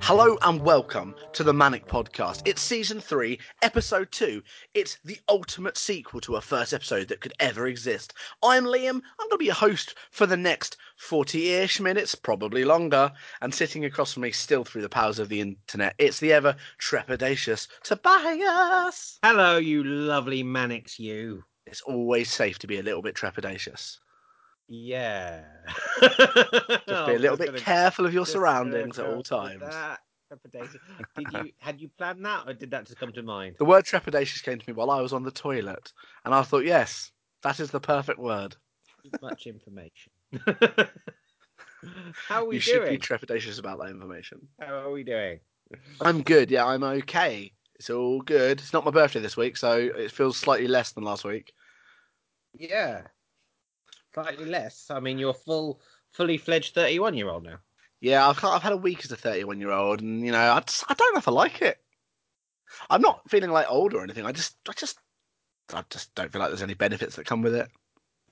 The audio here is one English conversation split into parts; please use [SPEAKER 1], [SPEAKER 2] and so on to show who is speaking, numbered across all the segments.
[SPEAKER 1] Hello and welcome to the Manic Podcast. It's season three, episode two. It's the ultimate sequel to our first episode that could ever exist. I'm Liam. I'm going to be your host for the next 40 ish minutes, probably longer. And sitting across from me, still through the powers of the internet, it's the ever trepidatious Tobias.
[SPEAKER 2] Hello, you lovely manics, you.
[SPEAKER 1] It's always safe to be a little bit trepidatious.
[SPEAKER 2] Yeah.
[SPEAKER 1] Just
[SPEAKER 2] Oh,
[SPEAKER 1] be a little bit careful of your surroundings at all times.
[SPEAKER 2] Did you had you planned that, or did that just come to mind?
[SPEAKER 1] The word trepidatious came to me while I was on the toilet, and I thought, yes, that is the perfect word.
[SPEAKER 2] Much information. How are we
[SPEAKER 1] you should be
[SPEAKER 2] doing?
[SPEAKER 1] trepidatious about that information.
[SPEAKER 2] How are we doing?
[SPEAKER 1] I'm good. Yeah, I'm okay. It's all good. It's not my birthday this week, so it feels slightly less than last week.
[SPEAKER 2] Yeah. Slightly less. I mean, you're full, fully fledged thirty-one-year-old now.
[SPEAKER 1] Yeah, I've, kind- I've had a week as a 31 year old, and you know, I, just, I don't know if I like it. I'm not feeling like old or anything. I just, I just, I just don't feel like there's any benefits that come with it.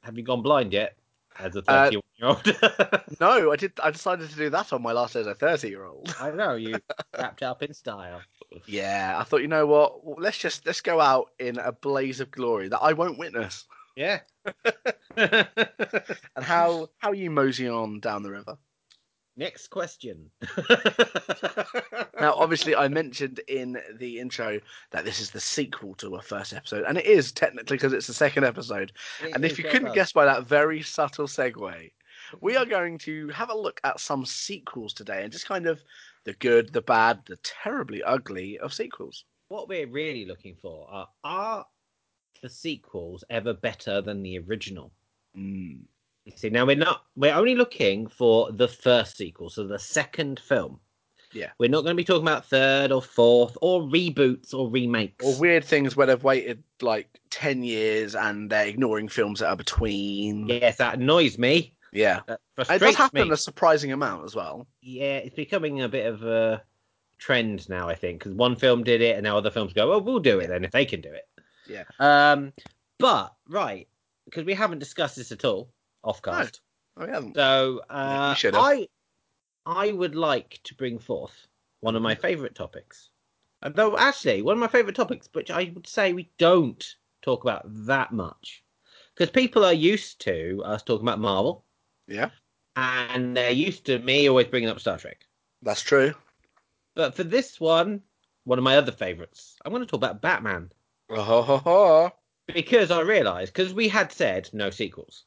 [SPEAKER 2] Have you gone blind yet? As a
[SPEAKER 1] Uh,
[SPEAKER 2] thirty-one-year-old.
[SPEAKER 1] No, I did. I decided to do that on my last day as a 30 year old.
[SPEAKER 2] I know you wrapped up in style.
[SPEAKER 1] Yeah, I thought you know what? Well, Let's just let's go out in a blaze of glory that I won't witness.
[SPEAKER 2] Yeah.
[SPEAKER 1] And how how are you moseying on down the river?
[SPEAKER 2] Next question.
[SPEAKER 1] Now, obviously, I mentioned in the intro that this is the sequel to our first episode, and it is technically because it's the second episode. And if you couldn't guess by that very subtle segue, we are going to have a look at some sequels today and just kind of the good, the bad, the terribly ugly of sequels.
[SPEAKER 2] what we're really looking for are are the sequels ever better than the original?
[SPEAKER 1] Mm.
[SPEAKER 2] You see, now we're not we're only looking for the first sequel, so the second film.
[SPEAKER 1] Yeah.
[SPEAKER 2] We're not going to be talking about third or fourth or reboots or remakes.
[SPEAKER 1] Or weird things where they've waited like 10 years and they're ignoring films that are between. Yeah.
[SPEAKER 2] yes, that annoys me. That
[SPEAKER 1] And It
[SPEAKER 2] frustrates
[SPEAKER 1] does happen
[SPEAKER 2] me.
[SPEAKER 1] a surprising amount as well.
[SPEAKER 2] Yeah, it's becoming a bit of a trend now, I think, because one film did it and now other films go, "Oh, we'll do it then if they can do it."
[SPEAKER 1] Yeah.
[SPEAKER 2] Um, but right, because we haven't discussed this at all offcast.
[SPEAKER 1] Oh, yeah.
[SPEAKER 2] So
[SPEAKER 1] Yeah, you
[SPEAKER 2] uh,
[SPEAKER 1] should have.
[SPEAKER 2] I I would like to bring forth one of my favourite topics. And Though actually one of my favourite topics, which I would say we don't talk about that much. Because people are used to us talking about Marvel
[SPEAKER 1] Yeah,
[SPEAKER 2] and they're used to me always bringing up Star Trek.
[SPEAKER 1] that's true.
[SPEAKER 2] But for this one, one of my other favourites, I'm going to talk about Batman
[SPEAKER 1] Oh, ho, ho, ho.
[SPEAKER 2] because I realised because we had said no sequels,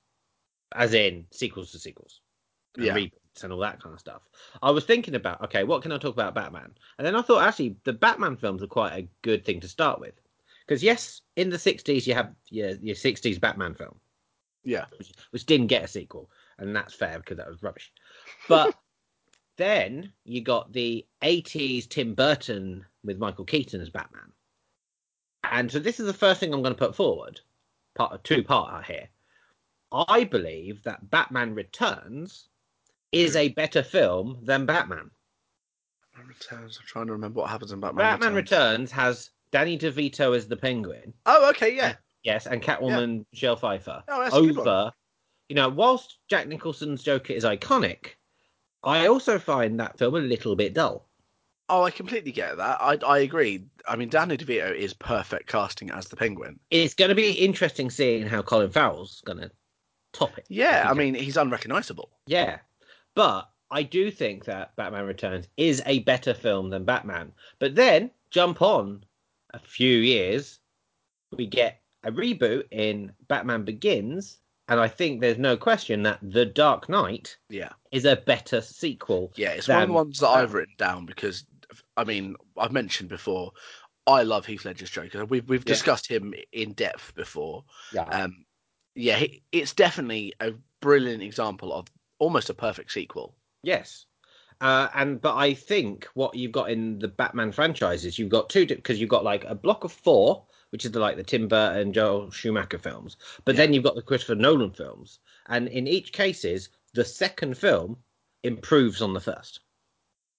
[SPEAKER 2] as in sequels to sequels, and
[SPEAKER 1] Yeah.
[SPEAKER 2] reboots and all that kind of stuff. I was thinking about okay, what can I talk about Batman? And then I thought actually the Batman films are quite a good thing to start with because yes, in the '60s you have your your '60s Batman film,
[SPEAKER 1] Yeah.
[SPEAKER 2] which, which didn't get a sequel, and that's fair because that was rubbish. But then you got the 80s Tim Burton with Michael Keaton as Batman. And so this is the first thing I'm going to put forward, part two part out here. I believe that Batman Returns is a better film than Batman.
[SPEAKER 1] Batman Returns. I'm trying to remember what happens in Batman.
[SPEAKER 2] Batman
[SPEAKER 1] Returns.
[SPEAKER 2] Returns has Danny DeVito as the Penguin,
[SPEAKER 1] Oh, okay, yeah.
[SPEAKER 2] yes, and Catwoman Michelle Pfeiffer
[SPEAKER 1] Oh, that's a good one.
[SPEAKER 2] over. You know, whilst Jack Nicholson's Joker is iconic, I also find that film a little bit dull.
[SPEAKER 1] Oh, I completely get that. I I agree. I mean, Danny DeVito is perfect casting as the Penguin.
[SPEAKER 2] it's going to be interesting seeing how Colin Farrell's going to top it.
[SPEAKER 1] Yeah, I
[SPEAKER 2] Okay.
[SPEAKER 1] mean, he's unrecognizable.
[SPEAKER 2] Yeah. But I do think that Batman Returns is a better film than Batman. But then jump on a few years, we get a reboot in Batman Begins. And I think there's no question that The Dark Knight
[SPEAKER 1] Yeah,
[SPEAKER 2] is a better sequel.
[SPEAKER 1] yeah. It's one of the
[SPEAKER 2] Then-
[SPEAKER 1] ones that I've written down because, I mean, I've mentioned before. I love Heath Ledger's Joker. We've we've
[SPEAKER 2] Yeah.
[SPEAKER 1] discussed him in depth before.
[SPEAKER 2] Yeah.
[SPEAKER 1] Um, yeah, he, it's definitely a brilliant example of almost a perfect sequel.
[SPEAKER 2] Yes. Uh, and but I think what you've got in the Batman franchise is you've got two because you've got like a block of four, which is the, like the Tim Burton, Joel Schumacher films, but
[SPEAKER 1] Yeah.
[SPEAKER 2] then you've got the Christopher Nolan films, and in each cases, the second film improves on the first.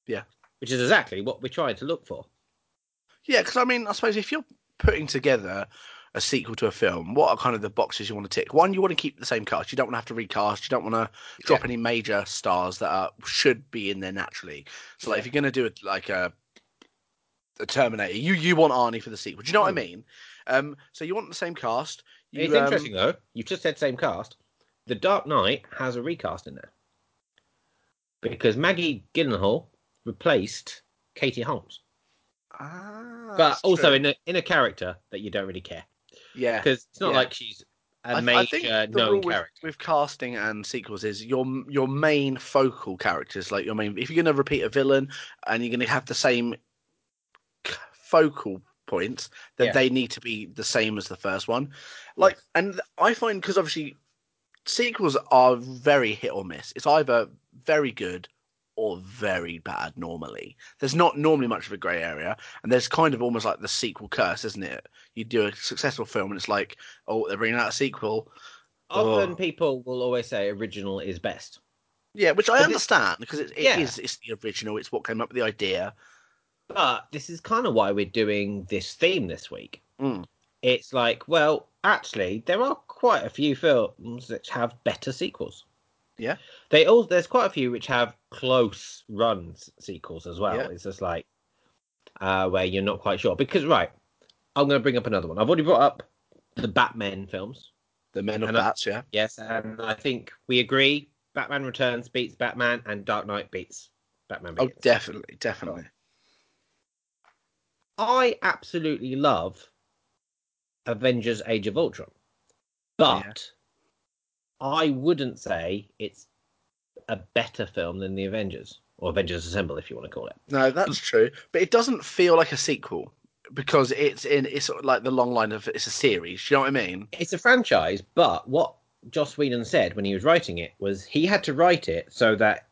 [SPEAKER 1] Yeah.
[SPEAKER 2] which is exactly what we're trying to look for.
[SPEAKER 1] Yeah, because I mean, I suppose if you're putting together a sequel to a film, what are kind of the boxes you want to tick? One, you want to keep the same cast. You don't want to have to recast. You don't want to drop
[SPEAKER 2] Yeah.
[SPEAKER 1] any major stars that are, should be in there naturally. So like, if you're going to do it like a a Terminator, you you want Arnie for the sequel. Do you know what I
[SPEAKER 2] Hmm.
[SPEAKER 1] mean? Um, so you want the same cast. You,
[SPEAKER 2] it's
[SPEAKER 1] um,
[SPEAKER 2] interesting though. You've just said same cast. The Dark Knight has a recast in there because Maggie Gyllenhaal replaced Katie Holmes,
[SPEAKER 1] Ah,
[SPEAKER 2] but
[SPEAKER 1] that's
[SPEAKER 2] also
[SPEAKER 1] true.
[SPEAKER 2] in a in a character that you don't really care
[SPEAKER 1] yeah.
[SPEAKER 2] because it's not
[SPEAKER 1] Yeah.
[SPEAKER 2] like she's a
[SPEAKER 1] I th- I
[SPEAKER 2] major
[SPEAKER 1] think the
[SPEAKER 2] known
[SPEAKER 1] rule with,
[SPEAKER 2] character.
[SPEAKER 1] with casting and sequels is your your main focal characters, like your main. If you're going to repeat a villain and you're going to have the same c- focal points, then
[SPEAKER 2] Yeah.
[SPEAKER 1] they need to be the same as the first one. Like,
[SPEAKER 2] Yes.
[SPEAKER 1] and I find because obviously sequels are very hit or miss. It's either very good or very bad. Normally, there's not normally much of a grey area, and there's kind of almost like the sequel curse, isn't it? You do a successful film, and it's like, oh, they're bringing out a sequel.
[SPEAKER 2] Often
[SPEAKER 1] Oh.
[SPEAKER 2] people will always say original is best.
[SPEAKER 1] Yeah, which I
[SPEAKER 2] But it-
[SPEAKER 1] understand because it, it is
[SPEAKER 2] Yeah.
[SPEAKER 1] it's the original. It's what came up with the idea.
[SPEAKER 2] But this is kind of why we're doing this theme this week.
[SPEAKER 1] Mm.
[SPEAKER 2] It's like, well, actually, there are quite a few films that have better sequels.
[SPEAKER 1] Yeah.
[SPEAKER 2] They all there's quite a few which have close runs sequels as well.
[SPEAKER 1] Yeah.
[SPEAKER 2] It's just like uh, where you're not quite sure because right, I'm going to bring up another one. I've already brought up the Batman films.
[SPEAKER 1] The Men of
[SPEAKER 2] And I-
[SPEAKER 1] Bats, yeah.
[SPEAKER 2] Yes, and I think we agree. Batman Returns beats Batman, and Dark Knight beats Batman.
[SPEAKER 1] Oh,
[SPEAKER 2] Begins.
[SPEAKER 1] definitely, definitely.
[SPEAKER 2] I absolutely love Avengers Age of Ultron. But I wouldn't say it's a better film than The Avengers or Avengers Assemble if you want to call it.
[SPEAKER 1] No, that's true, but it doesn't feel like a sequel because it's in it's sort of like the long line of it's a series. You know what I mean?
[SPEAKER 2] It's a franchise, but what Joss Whedon said when he was writing it was he had to write it so that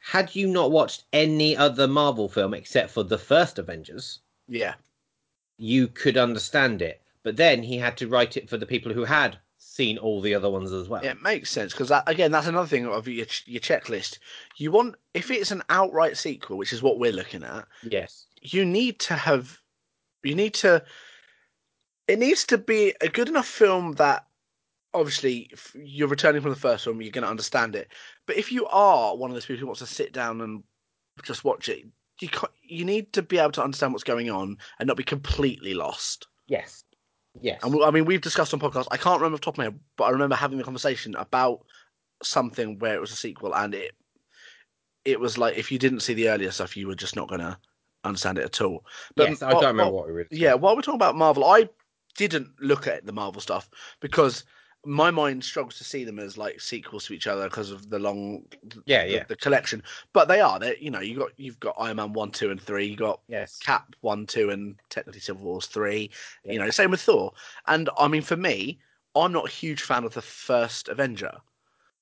[SPEAKER 2] had you not watched any other Marvel film except for the first Avengers,
[SPEAKER 1] Yeah,
[SPEAKER 2] you could understand it. But then he had to write it for the people who had seen all the other ones as well.
[SPEAKER 1] yeah it makes sense because that, again, that's another thing of your ch- your checklist. You want if it's an outright sequel, which is what we're looking at.
[SPEAKER 2] Yes.
[SPEAKER 1] you need to have you need to it needs to be a good enough film that obviously if you're returning from the first film you're going to understand it but if you are one of those people who wants to sit down and just watch it you can't, you need to be able to understand what's going on and not be completely lost
[SPEAKER 2] Yes. Yes.
[SPEAKER 1] and we, i mean we've discussed on podcasts i can't remember off the top of my head but i remember having a conversation about something where it was a sequel and it it was like if you didn't see the earlier stuff you were just not going to understand it at all
[SPEAKER 2] yes, I
[SPEAKER 1] what-
[SPEAKER 2] don't remember
[SPEAKER 1] what-
[SPEAKER 2] what we were.
[SPEAKER 1] yeah, while we're talking about Marvel, I didn't look at the Marvel stuff because my mind struggles to see them as like sequels to each other because of the long
[SPEAKER 2] Yeah,
[SPEAKER 1] the-
[SPEAKER 2] yeah.
[SPEAKER 1] the, collection. But they are. They you know, you got you've got Iron Man one, two, and three. You got
[SPEAKER 2] Yes.
[SPEAKER 1] Cap one, two, and technically Civil Wars three. You
[SPEAKER 2] Yeah.
[SPEAKER 1] know, same with Thor. And I mean, for me, I'm not a huge fan of the first Avenger,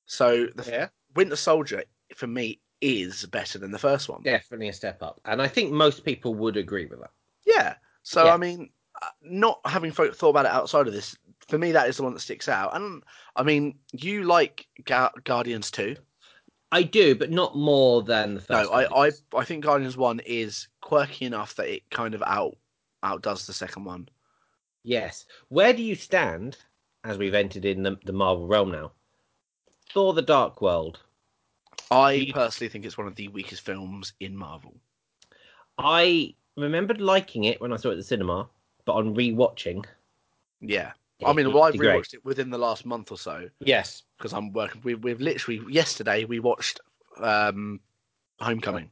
[SPEAKER 1] so the f-
[SPEAKER 2] Yeah.
[SPEAKER 1] Winter Soldier for me is better than the first one.
[SPEAKER 2] Definitely a step up. And I think most people would agree with that.
[SPEAKER 1] Yeah. So
[SPEAKER 2] Yeah.
[SPEAKER 1] I mean, uh, not having fo- thought about it outside of this, for me that is the one that sticks out. And I mean, you like Ga- Guardians too?
[SPEAKER 2] I do, but not more than the
[SPEAKER 1] No,
[SPEAKER 2] first.
[SPEAKER 1] I, I
[SPEAKER 2] Avengers.
[SPEAKER 1] I think Guardians one is quirky enough that it kind of out outdoes the second one.
[SPEAKER 2] Yes. Where do you stand as we've entered in the, the Marvel realm now? Thor the Dark World.
[SPEAKER 1] I
[SPEAKER 2] You-
[SPEAKER 1] personally think it's one of the weakest films in Marvel.
[SPEAKER 2] I remembered liking it when I saw it at the cinema, but on rewatching.
[SPEAKER 1] Yeah. I mean,
[SPEAKER 2] it
[SPEAKER 1] well, I've
[SPEAKER 2] degrades.
[SPEAKER 1] rewatched it within the last month or so
[SPEAKER 2] Yes.
[SPEAKER 1] because I'm working. We, we've literally yesterday we watched um, Homecoming.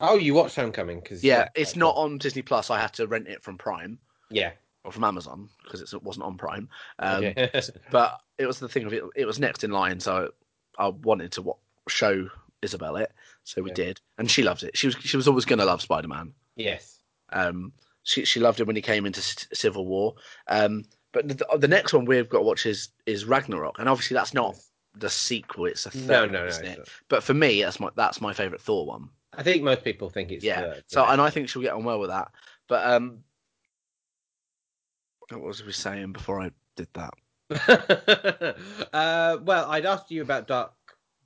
[SPEAKER 2] Oh, you watched Homecoming because
[SPEAKER 1] Yeah, it's not on Disney Plus. I had to rent it from Prime.
[SPEAKER 2] Yeah.
[SPEAKER 1] or from Amazon because it wasn't on Prime. Um,
[SPEAKER 2] okay.
[SPEAKER 1] But it was the thing of it. It was next in line, so I wanted to wa show Isabel it, so we
[SPEAKER 2] Yeah.
[SPEAKER 1] did, and she loved it. She was she was always going to love Spider Man.
[SPEAKER 2] yes.
[SPEAKER 1] Um, she she loved it when he came into C- Civil War. Um, but the, the next one we've got to watch is is Ragnarok, and obviously that's not the sequel; it's a third,
[SPEAKER 2] No, no, no.
[SPEAKER 1] isn't
[SPEAKER 2] it's
[SPEAKER 1] it?
[SPEAKER 2] not.
[SPEAKER 1] But for me, that's my that's my favorite Thor one.
[SPEAKER 2] I think most people think it's
[SPEAKER 1] Yeah.
[SPEAKER 2] The, the
[SPEAKER 1] So,
[SPEAKER 2] best.
[SPEAKER 1] and I think she'll get on well with that. But um, what was we saying before I did that?
[SPEAKER 2] uh, well, I'd asked you about Dark,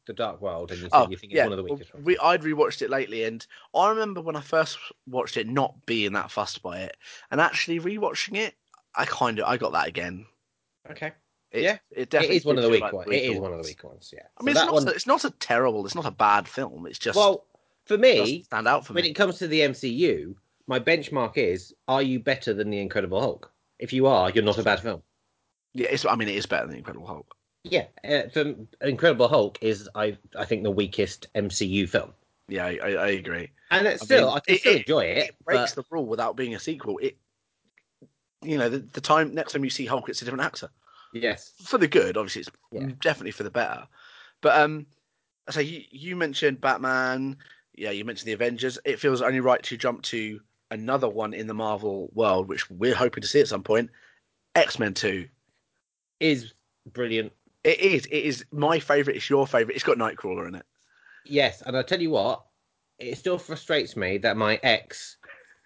[SPEAKER 2] the Dark World, and you said you think it's one of the
[SPEAKER 1] well,
[SPEAKER 2] weakest. ones.
[SPEAKER 1] Oh, We I'd rewatched it lately, and I remember when I first watched it not being that fussed by it, and actually rewatching it, I kind of I got that again.
[SPEAKER 2] Okay.
[SPEAKER 1] It,
[SPEAKER 2] Yeah.
[SPEAKER 1] it
[SPEAKER 2] It
[SPEAKER 1] definitely
[SPEAKER 2] is one of
[SPEAKER 1] did feel
[SPEAKER 2] the weak
[SPEAKER 1] like
[SPEAKER 2] ones.
[SPEAKER 1] weaker
[SPEAKER 2] It is one of the
[SPEAKER 1] ones.
[SPEAKER 2] weak ones. Yeah.
[SPEAKER 1] I mean, it's
[SPEAKER 2] So that
[SPEAKER 1] not
[SPEAKER 2] one-
[SPEAKER 1] a, it's not a terrible, it's not a bad film. It's just
[SPEAKER 2] well, for
[SPEAKER 1] it
[SPEAKER 2] me,
[SPEAKER 1] doesn't stand out for
[SPEAKER 2] when
[SPEAKER 1] me.
[SPEAKER 2] it comes to the MCU, my benchmark is: Are you better than the Incredible Hulk? If you are, you're not a bad film.
[SPEAKER 1] Yeah, it's, I mean, it is better than The Incredible Hulk.
[SPEAKER 2] Yeah, uh, for Incredible Hulk is I I think the weakest MCU film,
[SPEAKER 1] Yeah, I, I, I agree.
[SPEAKER 2] and it's
[SPEAKER 1] I
[SPEAKER 2] still
[SPEAKER 1] mean,
[SPEAKER 2] I can
[SPEAKER 1] it-
[SPEAKER 2] still
[SPEAKER 1] it-
[SPEAKER 2] enjoy
[SPEAKER 1] It,
[SPEAKER 2] it.
[SPEAKER 1] breaks
[SPEAKER 2] but
[SPEAKER 1] the rule without being a sequel. It, you know, the, the time next time you see Hulk, it's a different actor
[SPEAKER 2] yes,
[SPEAKER 1] for the good. Obviously, it's
[SPEAKER 2] Yeah.
[SPEAKER 1] definitely for the better. But um, so you you mentioned Batman. Yeah, you mentioned the Avengers. It feels only right to jump to another one in the Marvel world, which we're hoping to see at some point. X Men Two.
[SPEAKER 2] is brilliant.
[SPEAKER 1] It is. It is my favorite. It's your favorite. It's got Nightcrawler in it.
[SPEAKER 2] Yes, and I tell you what, it still frustrates me that my ex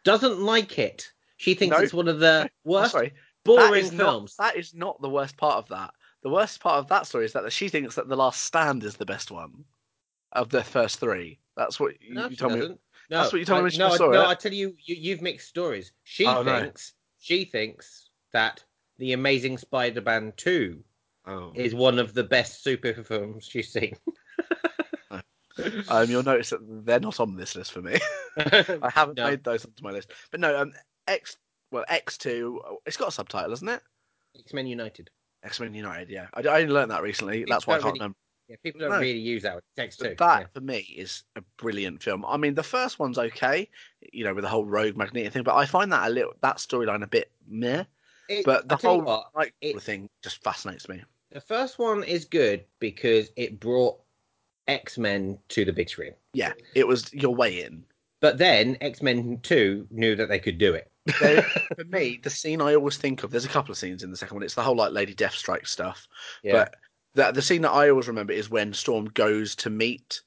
[SPEAKER 2] doesn't like it. She thinks
[SPEAKER 1] No.
[SPEAKER 2] it's one of the
[SPEAKER 1] I'm
[SPEAKER 2] worst
[SPEAKER 1] sorry, that
[SPEAKER 2] boring
[SPEAKER 1] is
[SPEAKER 2] films.
[SPEAKER 1] Not, that is not the worst part of that. The worst part of that story is that she thinks that The Last Stand is the best one of the first three. That's what you,
[SPEAKER 2] No,
[SPEAKER 1] you
[SPEAKER 2] she
[SPEAKER 1] told me.
[SPEAKER 2] doesn't. No,
[SPEAKER 1] That's what you told me
[SPEAKER 2] I-
[SPEAKER 1] when she
[SPEAKER 2] no,
[SPEAKER 1] first
[SPEAKER 2] I-
[SPEAKER 1] saw
[SPEAKER 2] no,
[SPEAKER 1] it.
[SPEAKER 2] I tell you, you, you've mixed stories. She
[SPEAKER 1] Oh, no.
[SPEAKER 2] thinks she thinks that the Amazing Spider-Man Two
[SPEAKER 1] Oh.
[SPEAKER 2] is one of the best superhero films she's seen.
[SPEAKER 1] Um, you'll notice that they're not on this list for me. I haven't
[SPEAKER 2] No.
[SPEAKER 1] made those onto my list. But no, um, X, well, X2, oh, it's got a subtitle, isn't it?
[SPEAKER 2] X-Men United.
[SPEAKER 1] X Men United, yeah. I, I only learned that recently. That's why I
[SPEAKER 2] don't
[SPEAKER 1] can't
[SPEAKER 2] really-
[SPEAKER 1] remember.
[SPEAKER 2] Yeah, people don't
[SPEAKER 1] No.
[SPEAKER 2] really use that. It takes two.
[SPEAKER 1] But that
[SPEAKER 2] yeah.
[SPEAKER 1] for me is a brilliant film. I mean, the first one's okay, you know, with the whole Rogue Magneto thing, but I find that a little that storyline a bit meh.
[SPEAKER 2] It-
[SPEAKER 1] but the
[SPEAKER 2] I tell you
[SPEAKER 1] whole-
[SPEAKER 2] what,
[SPEAKER 1] Like
[SPEAKER 2] It-
[SPEAKER 1] the thing just fascinates me.
[SPEAKER 2] the first one is good because it brought X-Men to the big screen.
[SPEAKER 1] Yeah, it was your way in.
[SPEAKER 2] But then X-Men Two knew that they could do it.
[SPEAKER 1] So for me, the scene I always think of. There's a couple of scenes in the second one. It's the whole like Lady Deathstrike stuff.
[SPEAKER 2] Yeah.
[SPEAKER 1] But that the scene that I always remember is when Storm goes to meet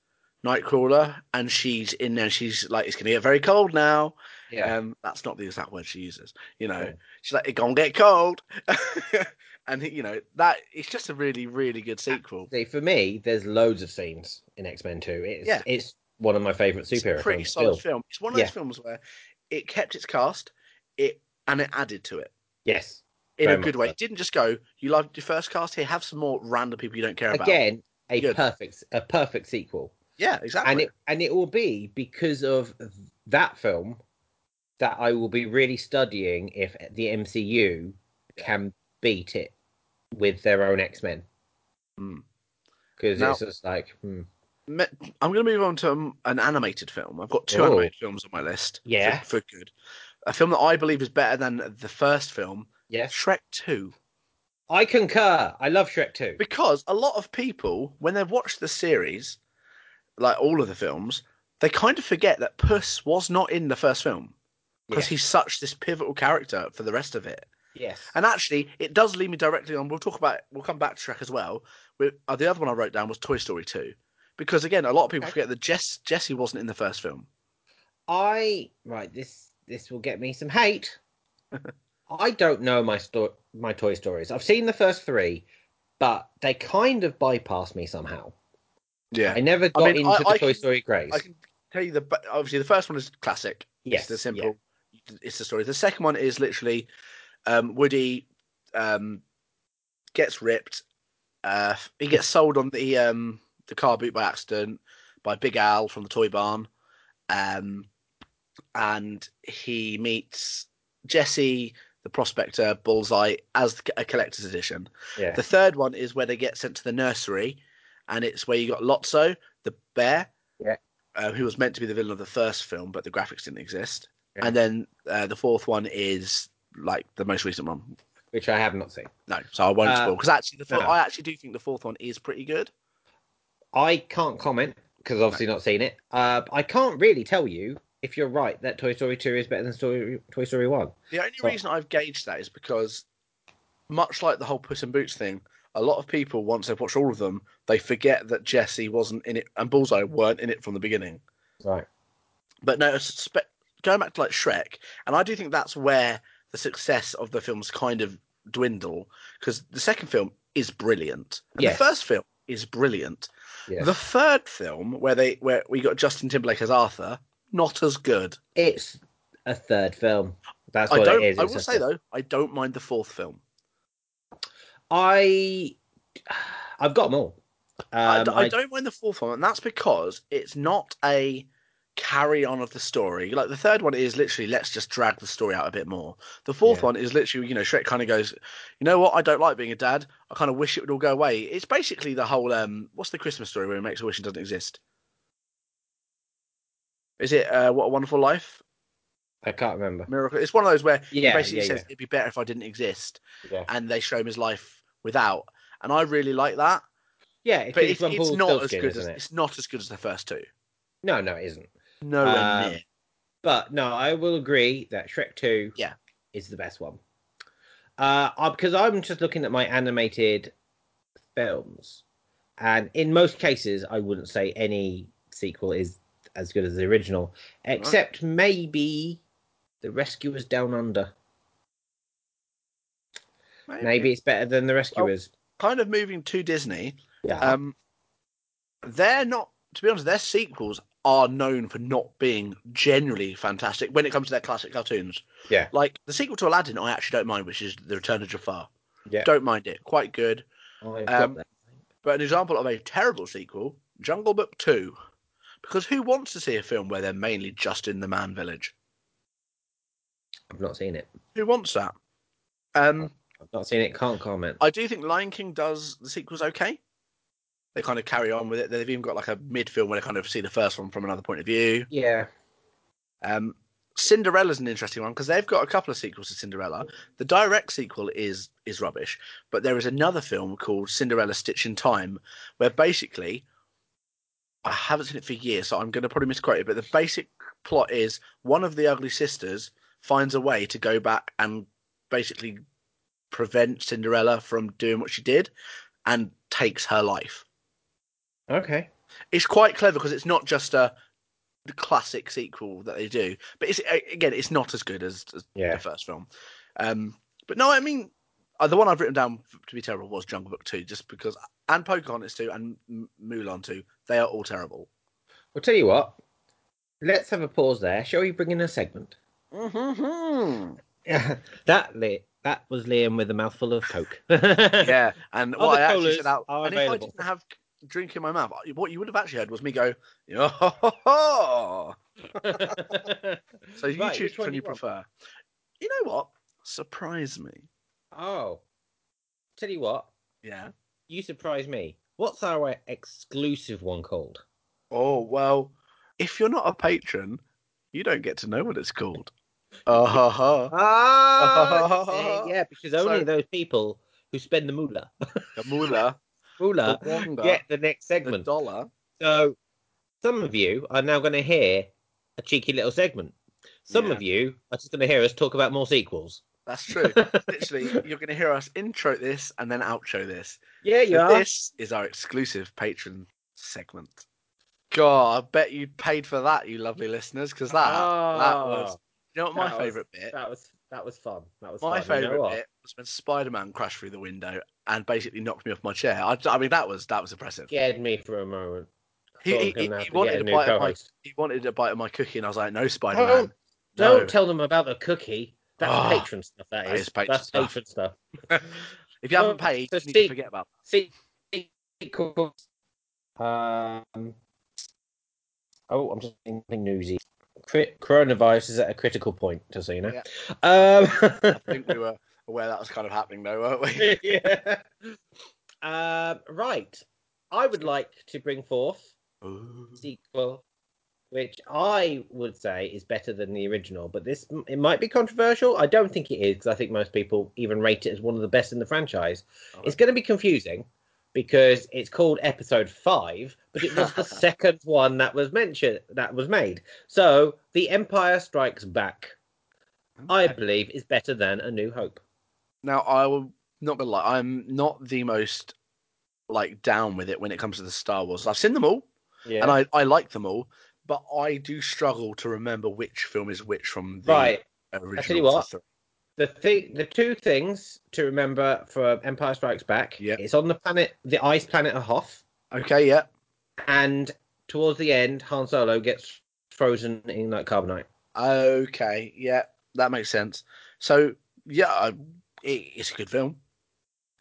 [SPEAKER 1] Nightcrawler, and she's in there. And she's like, "It's gonna get very cold now."
[SPEAKER 2] yeah.
[SPEAKER 1] Um, that's not the exact word she uses. You know,
[SPEAKER 2] Yeah.
[SPEAKER 1] she's like, "It gonna get cold," and he- you know that it's just a really, really good sequel.
[SPEAKER 2] See, for me, there's loads of scenes in X Men Two. It's
[SPEAKER 1] Yeah.
[SPEAKER 2] it's one of my
[SPEAKER 1] It's
[SPEAKER 2] favorite
[SPEAKER 1] a
[SPEAKER 2] superhero
[SPEAKER 1] pretty
[SPEAKER 2] films.
[SPEAKER 1] solid
[SPEAKER 2] Still.
[SPEAKER 1] film. It's one of those
[SPEAKER 2] Yeah.
[SPEAKER 1] films where it kept its cast, it and it added to it.
[SPEAKER 2] Yes.
[SPEAKER 1] in
[SPEAKER 2] Very
[SPEAKER 1] a
[SPEAKER 2] much
[SPEAKER 1] good way.
[SPEAKER 2] so.
[SPEAKER 1] It didn't just go, you loved your first cast here, have some more random people you don't care about.
[SPEAKER 2] Again, a
[SPEAKER 1] Good.
[SPEAKER 2] perfect a perfect sequel,
[SPEAKER 1] Yeah, exactly.
[SPEAKER 2] and it and it will be because of that film that I will be really studying if the MCU can beat it with their own X Men.
[SPEAKER 1] Hmm.
[SPEAKER 2] Because
[SPEAKER 1] Now-
[SPEAKER 2] it's just like, hmm.
[SPEAKER 1] Me- I'm going to move on to um, an animated film. I've got two
[SPEAKER 2] Oh.
[SPEAKER 1] animated films on my list. for-
[SPEAKER 2] Yeah.
[SPEAKER 1] For, good. A film that I believe is better than the first film,
[SPEAKER 2] yes,
[SPEAKER 1] Shrek 2.
[SPEAKER 2] I concur. I love Shrek Two.
[SPEAKER 1] Because a lot of people, when they've watched the series, like all of the films, they kind of forget that Puss was not in the first film. Because
[SPEAKER 2] Yes.
[SPEAKER 1] he's such this pivotal character for the rest of it.
[SPEAKER 2] Yes,
[SPEAKER 1] And actually, it does lead me directly on. We'll talk about. We'll come back to Shrek as well. With, uh, the other one I wrote down was Toy Story Two, because again, a lot of people
[SPEAKER 2] Okay.
[SPEAKER 1] forget that Jess Jesse wasn't in the first film.
[SPEAKER 2] I right this this will get me some hate. I don't know my sto- my Toy Stories. I've seen the first three, but they kind of bypassed me somehow.
[SPEAKER 1] Yeah,
[SPEAKER 2] I never got
[SPEAKER 1] mean,
[SPEAKER 2] into
[SPEAKER 1] I-
[SPEAKER 2] the
[SPEAKER 1] I
[SPEAKER 2] Toy
[SPEAKER 1] can-
[SPEAKER 2] Story craze.
[SPEAKER 1] I can tell you the. but Obviously, the first one is classic.
[SPEAKER 2] yes,
[SPEAKER 1] it's the
[SPEAKER 2] yeah.
[SPEAKER 1] simple. It's the story. The second one is literally um, Woody um, gets ripped. Uh, he gets sold on the um, the car boot by accident by Big Al from the toy barn, um, and he meets Jesse, the prospector, Bullseye as a collector's edition.
[SPEAKER 2] Yeah.
[SPEAKER 1] The third one is where they get sent to the nursery, and it's where you got Lotso, the bear,
[SPEAKER 2] Yeah.
[SPEAKER 1] uh, who was meant to be the villain of the first film, but the graphics didn't exist.
[SPEAKER 2] Yeah.
[SPEAKER 1] And then uh, the fourth one is like the most recent one.
[SPEAKER 2] Which I have not seen.
[SPEAKER 1] No, so I won't
[SPEAKER 2] Uh,
[SPEAKER 1] spoil because actually, the four,
[SPEAKER 2] no.
[SPEAKER 1] I actually do think the fourth one is pretty good.
[SPEAKER 2] I can't comment because obviously not seen it. Uh, I can't really tell you if you're right that Toy Story Two is better than Story, Toy Story One.
[SPEAKER 1] The only
[SPEAKER 2] Right.
[SPEAKER 1] reason I've gauged that is because, much like the whole Puss in Boots thing, a lot of people once they've watched all of them, they forget that Jesse wasn't in it and Bullseye weren't in it from the beginning.
[SPEAKER 2] Right.
[SPEAKER 1] But no, it's spe- going back to like Shrek, and I do think that's where the success of the films kind of dwindle because the second film is brilliant, and
[SPEAKER 2] Yes.
[SPEAKER 1] the first film is brilliant.
[SPEAKER 2] Yeah.
[SPEAKER 1] The third film, where they where we got Justin Timberlake as Arthur, not as good.
[SPEAKER 2] It's a third film. That's
[SPEAKER 1] I
[SPEAKER 2] what
[SPEAKER 1] don't.
[SPEAKER 2] it is.
[SPEAKER 1] I
[SPEAKER 2] It's
[SPEAKER 1] will
[SPEAKER 2] just
[SPEAKER 1] say
[SPEAKER 2] a-
[SPEAKER 1] though, I don't mind the fourth film.
[SPEAKER 2] I I've got them all.
[SPEAKER 1] I
[SPEAKER 2] Um,
[SPEAKER 1] d-
[SPEAKER 2] I,
[SPEAKER 1] I don't mind the fourth one, and that's because it's not a carry on of the story. Like the third one is literally let's just drag the story out a bit more. The fourth
[SPEAKER 2] Yeah.
[SPEAKER 1] one is literally you know Shrek kind of goes, you know what? I don't like being a dad. I kind of wish it would all go away. It's basically the whole um what's the Christmas story where he makes a wish and doesn't exist. Is it uh, what a wonderful life
[SPEAKER 2] I can't remember.
[SPEAKER 1] miracle? It's one of those where
[SPEAKER 2] Yeah,
[SPEAKER 1] he basically
[SPEAKER 2] yeah,
[SPEAKER 1] says
[SPEAKER 2] yeah.
[SPEAKER 1] it'd be better if I didn't exist,
[SPEAKER 2] Yeah,
[SPEAKER 1] and they show him his life without. And I really like that,
[SPEAKER 2] yeah it's,
[SPEAKER 1] but
[SPEAKER 2] it's
[SPEAKER 1] it's, it's not as
[SPEAKER 2] Rumpelstiltskin,
[SPEAKER 1] good as
[SPEAKER 2] isn't it?
[SPEAKER 1] it's not as good as the first two.
[SPEAKER 2] No, no, it isn't.
[SPEAKER 1] Nowhere
[SPEAKER 2] Um,
[SPEAKER 1] near.
[SPEAKER 2] But no, I will agree that Shrek Two,
[SPEAKER 1] Yeah.
[SPEAKER 2] is the best one. Uh, I- because I'm just looking at my animated films, and in most cases, I wouldn't say any sequel is as good as the original, except maybe The Rescuers Down Under. Maybe it's better than The Rescuers.
[SPEAKER 1] Kind of moving to Disney.
[SPEAKER 2] yeah.
[SPEAKER 1] Um, they're not, to be honest, their sequels are known for not being generally fantastic when it comes to their classic cartoons.
[SPEAKER 2] Yeah.
[SPEAKER 1] Like the sequel to Aladdin, I actually don't mind, which is The Return of Jafar.
[SPEAKER 2] Yeah.
[SPEAKER 1] Don't mind it. Quite good.
[SPEAKER 2] I've got
[SPEAKER 1] um,
[SPEAKER 2] that.
[SPEAKER 1] But an example of a terrible sequel, Jungle Book 2. Because who wants to see a film where they're mainly just in the man village?
[SPEAKER 2] I've not seen it.
[SPEAKER 1] Who wants that? Um,
[SPEAKER 2] I've not seen it. Can't comment.
[SPEAKER 1] I do think Lion King does the sequels okay. They kind of carry on with it. They've even got like a mid film where they kind of see the first one from another point of view.
[SPEAKER 2] yeah.
[SPEAKER 1] Um, Cinderella's an interesting one because they've got a couple of sequels to Cinderella. The direct sequel is is rubbish, but there is another film called Cinderella Stitch in Time where basically I haven't seen it for years, so I'm going to probably misquote it. But the basic plot is one of the ugly sisters finds a way to go back and basically prevent Cinderella from doing what she did and takes her life
[SPEAKER 2] Okay.
[SPEAKER 1] it's quite clever because it's not just a classic sequel that they do, but it's a- again, it's not as good as, as
[SPEAKER 2] Yeah.
[SPEAKER 1] the first film. Um, but no, I mean, uh, the one I've written down f- to be terrible was Jungle Book Two, just because and Pocahontas Two and M- Mulan Two, they are all terrible.
[SPEAKER 2] I'll tell you what. Let's have a pause there. Shall we bring in a segment?
[SPEAKER 1] Mm-hmm.
[SPEAKER 2] that li- that was Liam with a mouthful of coke.
[SPEAKER 1] Yeah, and what I
[SPEAKER 2] Other
[SPEAKER 1] actually
[SPEAKER 2] colours
[SPEAKER 1] said out,
[SPEAKER 2] are
[SPEAKER 1] and
[SPEAKER 2] available.
[SPEAKER 1] if I didn't have drink in my mouth, what you would have actually heard was me go, yo ho ho ho. So you
[SPEAKER 2] Right,
[SPEAKER 1] choose
[SPEAKER 2] which
[SPEAKER 1] which one you
[SPEAKER 2] want?
[SPEAKER 1] prefer. You know what? Surprise me.
[SPEAKER 2] Oh, tell you what,
[SPEAKER 1] Yeah.
[SPEAKER 2] you surprise me. What's our exclusive one called?
[SPEAKER 1] Oh, well, if you're not a patron, you don't get to know what it's called. Uh ha ha.
[SPEAKER 2] Ah, yeah, because only
[SPEAKER 1] So-
[SPEAKER 2] those people who spend the moolah,
[SPEAKER 1] The moolah,
[SPEAKER 2] moolah,
[SPEAKER 1] the wonga,
[SPEAKER 2] get the next
[SPEAKER 1] the
[SPEAKER 2] segment.
[SPEAKER 1] dollar.
[SPEAKER 2] So some of you are now going to hear a cheeky little segment. Some
[SPEAKER 1] Yeah.
[SPEAKER 2] of you are just going to hear us talk about more sequels.
[SPEAKER 1] That's true. Literally, you're going to hear us intro this and then outro this.
[SPEAKER 2] Yeah,
[SPEAKER 1] So
[SPEAKER 2] you are.
[SPEAKER 1] This is our exclusive patron segment. God, I bet you paid for that, you lovely listeners, because that,
[SPEAKER 2] Ah.
[SPEAKER 1] that was. You know what my
[SPEAKER 2] that was-
[SPEAKER 1] favourite bit?
[SPEAKER 2] that was that was fun. That was
[SPEAKER 1] My
[SPEAKER 2] fun. You know
[SPEAKER 1] favourite
[SPEAKER 2] what?
[SPEAKER 1] bit was when Spider-Man crashed through the window and basically knocked me off my chair. I, I mean, that was that was impressive.
[SPEAKER 2] scared me for a moment. I
[SPEAKER 1] He-
[SPEAKER 2] thought I was
[SPEAKER 1] he-
[SPEAKER 2] gonna
[SPEAKER 1] he-
[SPEAKER 2] have
[SPEAKER 1] he
[SPEAKER 2] to
[SPEAKER 1] wanted
[SPEAKER 2] get a
[SPEAKER 1] to
[SPEAKER 2] new
[SPEAKER 1] bite at my-
[SPEAKER 2] co-host.
[SPEAKER 1] he wanted a bite of my cookie, and I was like, "No, Spider
[SPEAKER 2] Don't,
[SPEAKER 1] Man,
[SPEAKER 2] don't
[SPEAKER 1] no.
[SPEAKER 2] tell them about the cookie. That's
[SPEAKER 1] Ah,
[SPEAKER 2] patron stuff. That
[SPEAKER 1] that
[SPEAKER 2] is,
[SPEAKER 1] is patron
[SPEAKER 2] That's
[SPEAKER 1] stuff.
[SPEAKER 2] patron stuff.
[SPEAKER 1] if you haven't
[SPEAKER 2] Well,
[SPEAKER 1] paid,
[SPEAKER 2] so
[SPEAKER 1] you need to
[SPEAKER 2] Steve-
[SPEAKER 1] forget about."
[SPEAKER 2] See, sequels. Um. Oh, I'm just thinking something newsy. Cri- coronavirus is at a critical point, just so you know. Um,
[SPEAKER 1] That. I think we were aware that was kind of happening, though, weren't we?
[SPEAKER 2] yeah. Um, right. I would like to bring forth sequel, which I would say is better than the original. But this it might be controversial. I don't think it is because I think most people even rate it as one of the best in the franchise. It's going to be confusing because it's called Episode Five, but it was the second one that was mentioned that was made. So The Empire Strikes Back, I believe, is better than A New Hope.
[SPEAKER 1] Now, I will not gonna lie. I'm not the most like down with it when it comes to the Star Wars. I've seen them all,
[SPEAKER 2] Yeah.
[SPEAKER 1] and I I like them all, but I do struggle to remember which film is which from the
[SPEAKER 2] right.
[SPEAKER 1] original.
[SPEAKER 2] tell you
[SPEAKER 1] to
[SPEAKER 2] what.
[SPEAKER 1] three.
[SPEAKER 2] The thing, the two things to remember for Empire Strikes Back,
[SPEAKER 1] Yeah.
[SPEAKER 2] it's on the planet, the ice planet of Hoth,
[SPEAKER 1] Okay, yeah,
[SPEAKER 2] and towards the end, Han Solo gets frozen in like carbonite.
[SPEAKER 1] okay, yeah. that makes sense. So yeah, I, it, it's a good film.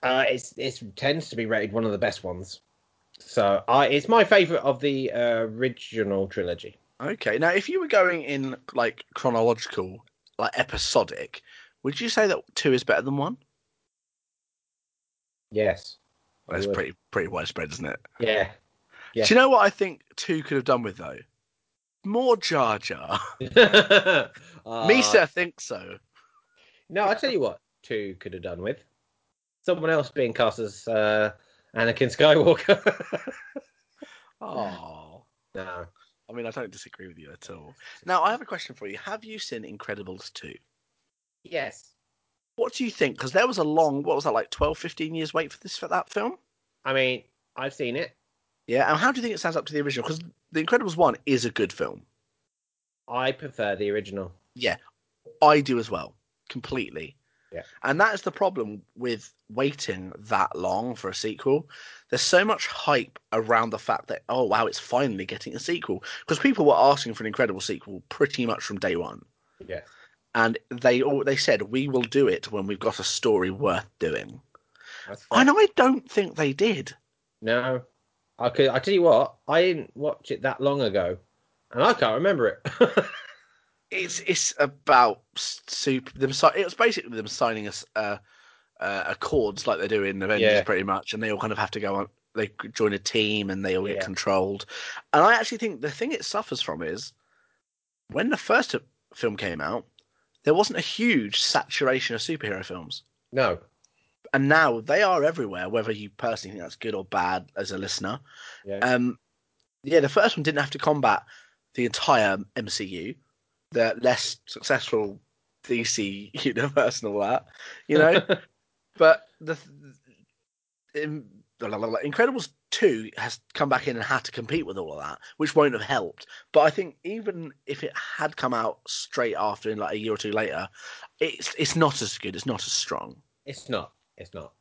[SPEAKER 2] Uh, it's it's tends to be rated one of the best ones. So I it's my favourite of the uh, original trilogy.
[SPEAKER 1] Okay, now if you were going in like chronological, like episodic, would you say that two is better than one?
[SPEAKER 2] Yes. I
[SPEAKER 1] That's
[SPEAKER 2] would.
[SPEAKER 1] pretty pretty widespread, isn't it?
[SPEAKER 2] Yeah. Yeah.
[SPEAKER 1] Do you know what I think two could have done with though? More Jar Jar.
[SPEAKER 2] Uh,
[SPEAKER 1] Misa thinks so.
[SPEAKER 2] No, I tell you what, two could have done with someone else being cast as uh, Anakin Skywalker.
[SPEAKER 1] Oh.
[SPEAKER 2] no,
[SPEAKER 1] I mean, I don't disagree with you at all. Now, I have a question for you. Have you seen Incredibles 2?
[SPEAKER 2] yes.
[SPEAKER 1] What do you think? Because there was a long, what was that, like 12, 15 years wait for this for that film?
[SPEAKER 2] I mean, I've seen it.
[SPEAKER 1] Yeah. And how do you think it stands up to the original? Because The Incredibles 1 is a good film.
[SPEAKER 2] I prefer the original.
[SPEAKER 1] I do as well, completely.
[SPEAKER 2] Yeah.
[SPEAKER 1] And that is the problem with waiting that long for a sequel. There's so much hype around the fact that, oh, wow, it's finally getting a sequel. Because people were asking for an incredible sequel pretty much from day one.
[SPEAKER 2] Yes.
[SPEAKER 1] And they all they said, we will do it when we've got a story worth doing.
[SPEAKER 2] That's fine.
[SPEAKER 1] And I don't think they did.
[SPEAKER 2] No, I could. I tell you what, I didn't watch it that long ago, and I can't remember it.
[SPEAKER 1] It's it's about s- super them. si- It was basically them signing us uh, uh, accords like they do in Avengers,
[SPEAKER 2] Yeah.
[SPEAKER 1] pretty much, and they all kind of have to go on. They join a team and they all get
[SPEAKER 2] Yeah.
[SPEAKER 1] controlled. And I actually think the thing it suffers from is when the first film came out, there wasn't a huge saturation of superhero films,
[SPEAKER 2] no,
[SPEAKER 1] and now they are everywhere. Whether you personally think that's good or bad as a listener,
[SPEAKER 2] yeah,
[SPEAKER 1] um, yeah, the first one didn't have to combat the entire MCU, the less successful DC universe and all that, you know. but the in, blah, blah, blah, Incredibles two has come back in and had to compete with all of that, which won't have helped. But I think even if it had come out straight after, in like a year or two later, it's it's not as good. It's not as strong.
[SPEAKER 2] it's not. It's not.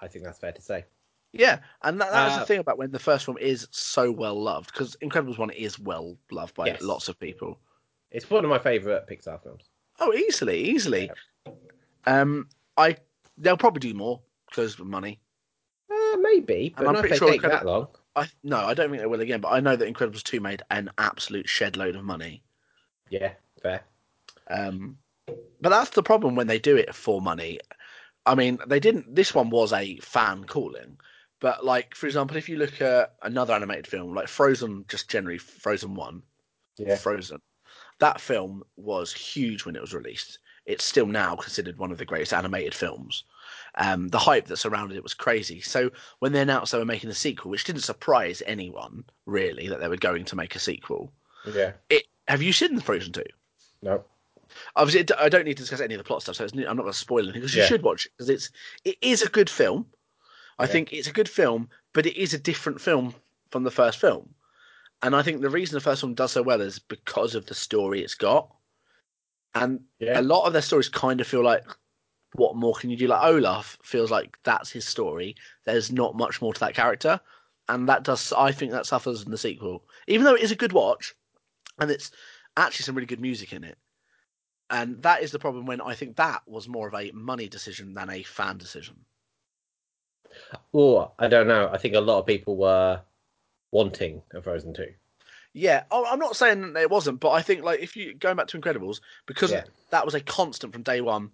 [SPEAKER 2] I think that's fair to say.
[SPEAKER 1] Yeah, and that, that's
[SPEAKER 2] Uh,
[SPEAKER 1] the thing about when the first film is so well loved because Incredibles one is well loved by
[SPEAKER 2] Yes.
[SPEAKER 1] lots of people.
[SPEAKER 2] It's one of my favorite Pixar films.
[SPEAKER 1] Oh, easily, easily. Um, I they'll probably do more because of money.
[SPEAKER 2] Uh, maybe, but
[SPEAKER 1] I'm
[SPEAKER 2] not if
[SPEAKER 1] pretty
[SPEAKER 2] they
[SPEAKER 1] sure
[SPEAKER 2] take that long.
[SPEAKER 1] I no, I don't think they will again. But I know that Incredibles two made an absolute shed load of money.
[SPEAKER 2] Yeah, fair.
[SPEAKER 1] Um, but that's the problem when they do it for money. I mean, they didn't. This one was a fan calling, but like for example, if you look at another animated film like Frozen, just generally Frozen one.
[SPEAKER 2] Yeah,
[SPEAKER 1] Frozen. That film was huge when it was released. It's still now considered one of the greatest animated films. Um, the hype that surrounded it was crazy. So when they announced they were making a sequel, which didn't surprise anyone really that they were going to make a sequel.
[SPEAKER 2] yeah.
[SPEAKER 1] Have you seen Frozen Two?
[SPEAKER 2] No,
[SPEAKER 1] Obviously, it- I don't need to discuss any of the plot stuff, so it's, I'm not going to spoil anything because you
[SPEAKER 2] Yeah.
[SPEAKER 1] should watch it because it's it is a good film. I
[SPEAKER 2] Yeah.
[SPEAKER 1] think it's a good film, but it is a different film from the first film, and I think the reason the first one does so well is because of the story it's got, and
[SPEAKER 2] yeah,
[SPEAKER 1] a lot of their stories kind of feel like what more can you do? Like Olaf feels like that's his story. There's not much more to that character, and that does I think that suffers in the sequel, even though it is a good watch, and it's actually some really good music in it. And that is the problem when I think that was more of a money decision than a fan decision.
[SPEAKER 2] or I don't know. I think a lot of people were wanting a Frozen two.
[SPEAKER 1] Yeah, I- I'm not saying that it wasn't, but I think like if you going back to Incredibles, because
[SPEAKER 2] Yeah.
[SPEAKER 1] that was a constant from day one.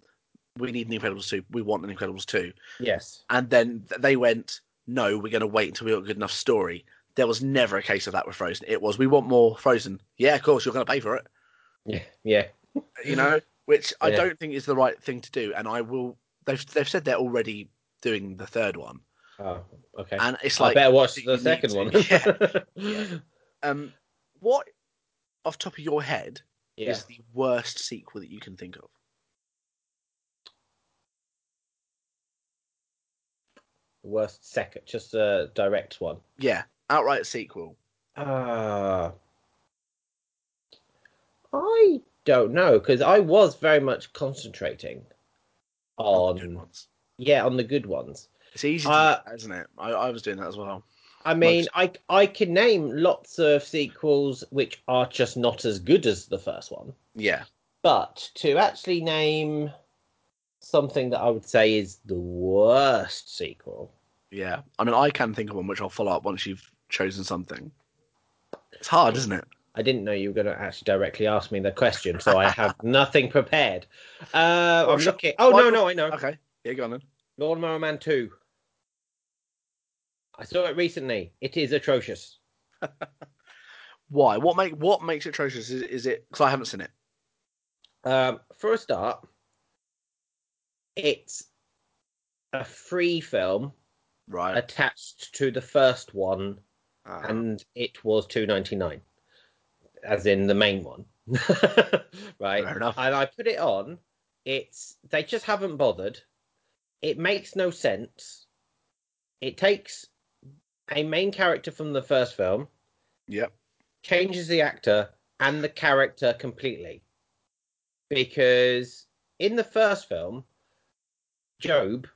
[SPEAKER 1] We need an Incredibles two. We want an Incredibles two.
[SPEAKER 2] Yes,
[SPEAKER 1] and then th- they went, "No, we're going to wait until we got a good enough story." There was never a case of that with Frozen. It was, "We want more Frozen." Yeah, of course, you're going to pay for it,
[SPEAKER 2] yeah, yeah,
[SPEAKER 1] you know, which I
[SPEAKER 2] Yeah.
[SPEAKER 1] don't think is the right thing to do. And I will. They've they've said they're already doing the third one,
[SPEAKER 2] Oh, okay.
[SPEAKER 1] and it's
[SPEAKER 2] I
[SPEAKER 1] like,
[SPEAKER 2] better watch
[SPEAKER 1] you
[SPEAKER 2] the
[SPEAKER 1] need
[SPEAKER 2] second
[SPEAKER 1] to-
[SPEAKER 2] one.
[SPEAKER 1] Yeah. um, what off top of your head
[SPEAKER 2] Yeah.
[SPEAKER 1] is the worst sequel that you can think of?
[SPEAKER 2] worst second, just a direct one.
[SPEAKER 1] Yeah, outright sequel.
[SPEAKER 2] Uh, I don't know because I was very much concentrating
[SPEAKER 1] Not the good
[SPEAKER 2] on
[SPEAKER 1] ones.
[SPEAKER 2] yeah on the good ones.
[SPEAKER 1] It's easy, to
[SPEAKER 2] Um, Uh,
[SPEAKER 1] do that, isn't it? I, I was doing that as well.
[SPEAKER 2] I mean, I I can name lots of sequels which are just not as good as the first one,
[SPEAKER 1] Yeah,
[SPEAKER 2] But to actually name something that I would say is the worst sequel,
[SPEAKER 1] Yeah. I mean, I can think of one which I'll follow up once you've chosen something. It's hard, isn't it?
[SPEAKER 2] I didn't know you were going to actually directly ask me the question, so I have nothing prepared. Uh, I'm
[SPEAKER 1] sh-
[SPEAKER 2] looking. Oh
[SPEAKER 1] why
[SPEAKER 2] no,
[SPEAKER 1] not?
[SPEAKER 2] no, I know.
[SPEAKER 1] Okay. Yeah, go on then.
[SPEAKER 2] Lawnmower Man Two. I saw it recently. It is atrocious.
[SPEAKER 1] Why? What make what makes it atrocious? Is, is it because I haven't seen it?
[SPEAKER 2] Um, for a start, it's a free film
[SPEAKER 1] Right.
[SPEAKER 2] attached to the first one,
[SPEAKER 1] Ah.
[SPEAKER 2] and it was two ninety nine, as in the main one, right?
[SPEAKER 1] Fair enough.
[SPEAKER 2] And I put it on. It's they just haven't bothered. It makes no sense. It takes a main character from the first film,
[SPEAKER 1] Yep.
[SPEAKER 2] changes the actor and the character completely. Because in the first film, Job,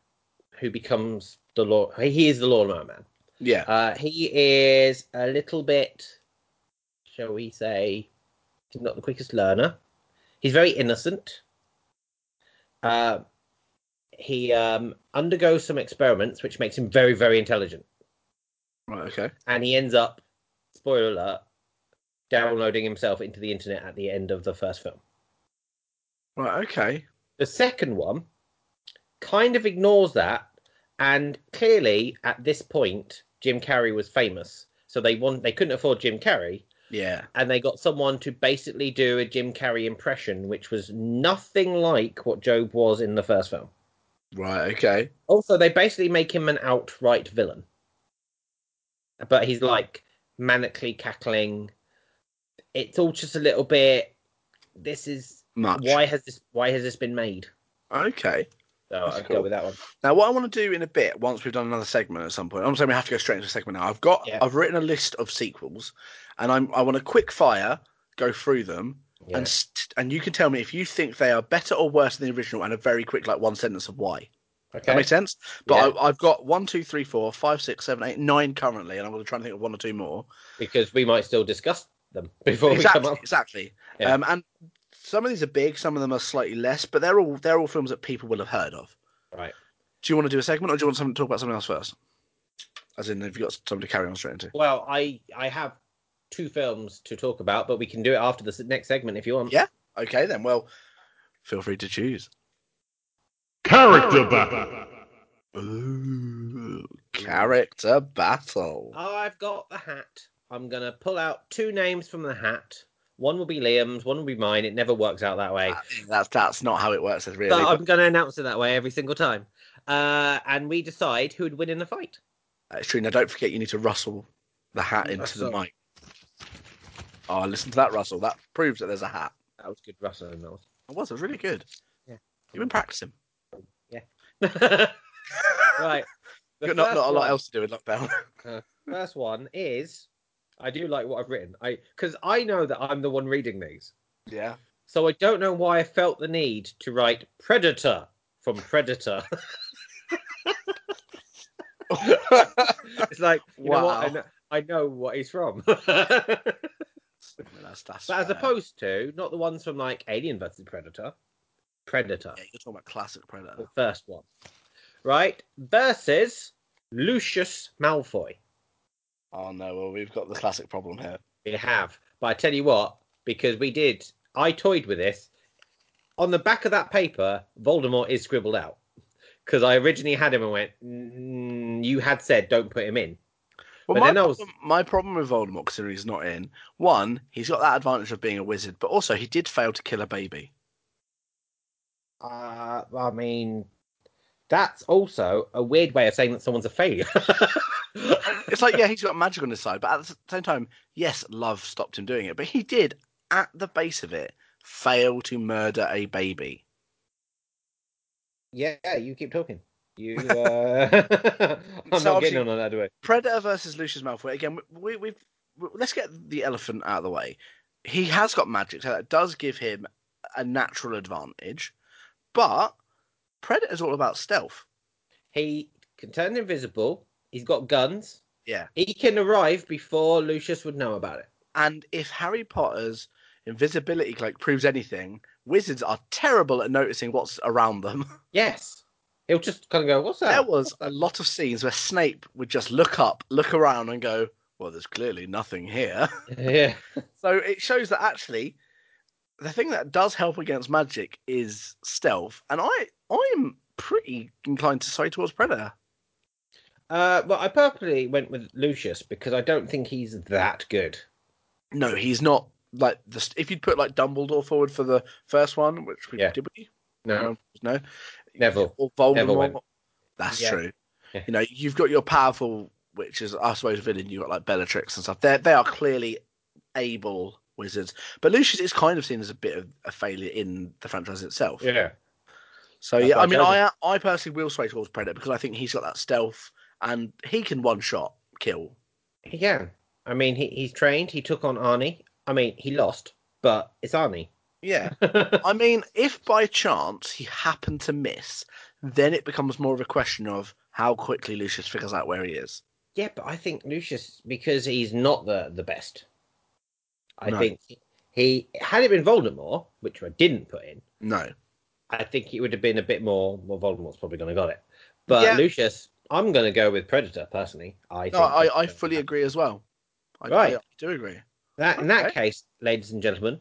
[SPEAKER 2] who becomes the law, he is the lawnmower man.
[SPEAKER 1] Yeah.
[SPEAKER 2] Uh, he is a little bit, shall we say, he's not the quickest learner. He's very innocent. Uh, he um, undergoes some experiments, which makes him very, very intelligent
[SPEAKER 1] Right. Okay.
[SPEAKER 2] and he ends up, spoiler alert, downloading himself into the internet at the end of the first film.
[SPEAKER 1] Right. Okay.
[SPEAKER 2] The second one kind of ignores that, and clearly at this point, Jim Carrey was famous, so they want they couldn't afford Jim Carrey,
[SPEAKER 1] Yeah.
[SPEAKER 2] and they got someone to basically do a Jim Carrey impression, which was nothing like what Job was in the first film.
[SPEAKER 1] Right. Okay.
[SPEAKER 2] Also, they basically make him an outright villain. But he's like manically cackling. It's all just a little bit. This is
[SPEAKER 1] Much.
[SPEAKER 2] why has this why has this been made?
[SPEAKER 1] Okay.
[SPEAKER 2] So
[SPEAKER 1] That's
[SPEAKER 2] I'd
[SPEAKER 1] cool.
[SPEAKER 2] go with that one.
[SPEAKER 1] Now, what I want to do in a bit, once we've done another segment at some point, I'm saying we have to go straight into a segment now. I've got,
[SPEAKER 2] Yeah.
[SPEAKER 1] I've written a list of sequels, and I'm, I want to quick fire go through them,
[SPEAKER 2] Yeah.
[SPEAKER 1] and st- and you can tell me if you think they are better or worse than the original, and a very quick, like one sentence of why.
[SPEAKER 2] okay.
[SPEAKER 1] That makes sense. But
[SPEAKER 2] Yeah.
[SPEAKER 1] I, I've got one, two, three, four, five, six, seven, eight, nine currently, and I'm going to try and think of one or two more.
[SPEAKER 2] Because we might still discuss them before
[SPEAKER 1] exactly,
[SPEAKER 2] we come up.
[SPEAKER 1] exactly.
[SPEAKER 2] Yeah.
[SPEAKER 1] Um, and some of these are big, some of them are slightly less, but they're all they're all films that people will have heard of.
[SPEAKER 2] Right.
[SPEAKER 1] Do you want to do a segment, or do you want something to talk about something else first? As in, have you got something to carry on straight into?
[SPEAKER 2] Well, I I have two films to talk about, but we can do it after the s- next segment if you want.
[SPEAKER 1] Yeah. Okay, then. Well, feel free to choose.
[SPEAKER 3] Character battle.
[SPEAKER 1] Ooh, character battle.
[SPEAKER 2] I've got the hat. I'm gonna pull out two names from the hat. One will be Liam's, one will be mine. It never works out that way.
[SPEAKER 1] That's that's not how it works, really.
[SPEAKER 2] but
[SPEAKER 1] but-
[SPEAKER 2] I'm going to announce it that way every single time. Uh, and we decide who would win in the fight.
[SPEAKER 1] That's true. Now, don't forget you need to rustle the hat into the
[SPEAKER 2] Rustle.
[SPEAKER 1] mic. Oh, listen to that, Russell. That proves that there's a hat.
[SPEAKER 2] That was good, Russell and Mills.
[SPEAKER 1] It was. It was really good.
[SPEAKER 2] Yeah.
[SPEAKER 1] You've been practicing.
[SPEAKER 2] right. The
[SPEAKER 1] Got not,
[SPEAKER 2] first
[SPEAKER 1] not a lot
[SPEAKER 2] one-
[SPEAKER 1] else to do in lockdown.
[SPEAKER 2] First one is I do like what I've written. I because I know that I'm the one reading these,
[SPEAKER 1] yeah.
[SPEAKER 2] so I don't know why I felt the need to write Predator from Predator. it's like you know what I
[SPEAKER 1] Wow.
[SPEAKER 2] know, I know what he's from.
[SPEAKER 1] That's, that's
[SPEAKER 2] But as
[SPEAKER 1] fair.
[SPEAKER 2] opposed to not the ones from like Alien versus Predator, Predator,
[SPEAKER 1] Yeah, you're talking about classic Predator.
[SPEAKER 2] the first one, right? Versus Lucius Malfoy.
[SPEAKER 1] Oh, no. Well, we've got the classic problem here.
[SPEAKER 2] We have, but I tell you what, because we did, I toyed with this. On the back of that paper, Voldemort is scribbled out because I originally had him and went, "Mm, "You had said don't put him in."
[SPEAKER 1] Well,
[SPEAKER 2] But
[SPEAKER 1] my,
[SPEAKER 2] then I was-
[SPEAKER 1] problem, my problem with Voldemort, considering he's not in, one, he's got that advantage of being a wizard, but also he did fail to kill a baby.
[SPEAKER 2] Uh, I mean, that's also a weird way of saying that someone's a failure.
[SPEAKER 1] It's like, yeah, he's got magic on his side, but at the same time, yes, love stopped him doing it, but he did, at the base of it, fail to murder a baby.
[SPEAKER 2] Yeah, yeah, you keep talking. You, uh... I'm
[SPEAKER 1] So
[SPEAKER 2] not
[SPEAKER 1] obviously-
[SPEAKER 2] getting on that way.
[SPEAKER 1] Predator versus Lucius Malfoy. Again, we, we've we, let's get the elephant out of the way. He has got magic, so that does give him a natural advantage. But Predator's all about stealth.
[SPEAKER 2] He can turn invisible. He's got guns.
[SPEAKER 1] Yeah.
[SPEAKER 2] He can arrive before Lucius would know about it.
[SPEAKER 1] And if Harry Potter's invisibility cloak proves anything, wizards are terrible at noticing what's around them.
[SPEAKER 2] Yes. He'll just kind of go, what's that?
[SPEAKER 1] There was
[SPEAKER 2] What's
[SPEAKER 1] a
[SPEAKER 2] that?"
[SPEAKER 1] lot of scenes where Snape would just look up, look around, and go, "Well, there's clearly nothing here."
[SPEAKER 2] Yeah.
[SPEAKER 1] So it shows that actually, the thing that does help against magic is stealth, and I I'm pretty inclined to sway towards Predator.
[SPEAKER 2] Uh, well, I purposely went with Lucius because I don't think he's that good.
[SPEAKER 1] No, he's not like the. st- If you'd put like Dumbledore forward for the first one, which we
[SPEAKER 2] Yeah.
[SPEAKER 1] did, we
[SPEAKER 2] No,
[SPEAKER 1] no,
[SPEAKER 2] Neville.
[SPEAKER 1] or
[SPEAKER 2] Neville went.
[SPEAKER 1] Voldemort. That's
[SPEAKER 2] Yeah.
[SPEAKER 1] true.
[SPEAKER 2] Yeah.
[SPEAKER 1] You know, you've got your powerful witches, I suppose, villain. You've got like Bellatrix and stuff. They they are clearly able wizards, but Lucius is kind of seen as a bit of a failure in the franchise itself.
[SPEAKER 2] Yeah.
[SPEAKER 1] So
[SPEAKER 2] That's
[SPEAKER 1] yeah,
[SPEAKER 2] what
[SPEAKER 1] I
[SPEAKER 2] I
[SPEAKER 1] mean,
[SPEAKER 2] told
[SPEAKER 1] I I personally will sway towards Predator because I think he's got that stealth and he can one shot kill.
[SPEAKER 2] He can. I mean, he, he's trained. He took on Arnie. I mean, he lost, but it's Arnie.
[SPEAKER 1] Yeah. I mean, if by chance he happened to miss, then it becomes more of a question of how quickly Lucius figures out where he is.
[SPEAKER 2] Yeah, but I think Lucius, because he's not the the best. I
[SPEAKER 1] No.
[SPEAKER 2] think he had it been Voldemort, which I didn't put in.
[SPEAKER 1] No.
[SPEAKER 2] I think it would have been a bit more. Well, Voldemort's probably going to got it, but
[SPEAKER 1] Yeah.
[SPEAKER 2] Lucius, I'm going to go with Predator personally. I
[SPEAKER 1] No,
[SPEAKER 2] think
[SPEAKER 1] I, I
[SPEAKER 2] Predator.
[SPEAKER 1] fully agree as well. I,
[SPEAKER 2] Right.
[SPEAKER 1] I do agree.
[SPEAKER 2] That in that
[SPEAKER 1] Okay.
[SPEAKER 2] case, ladies and gentlemen,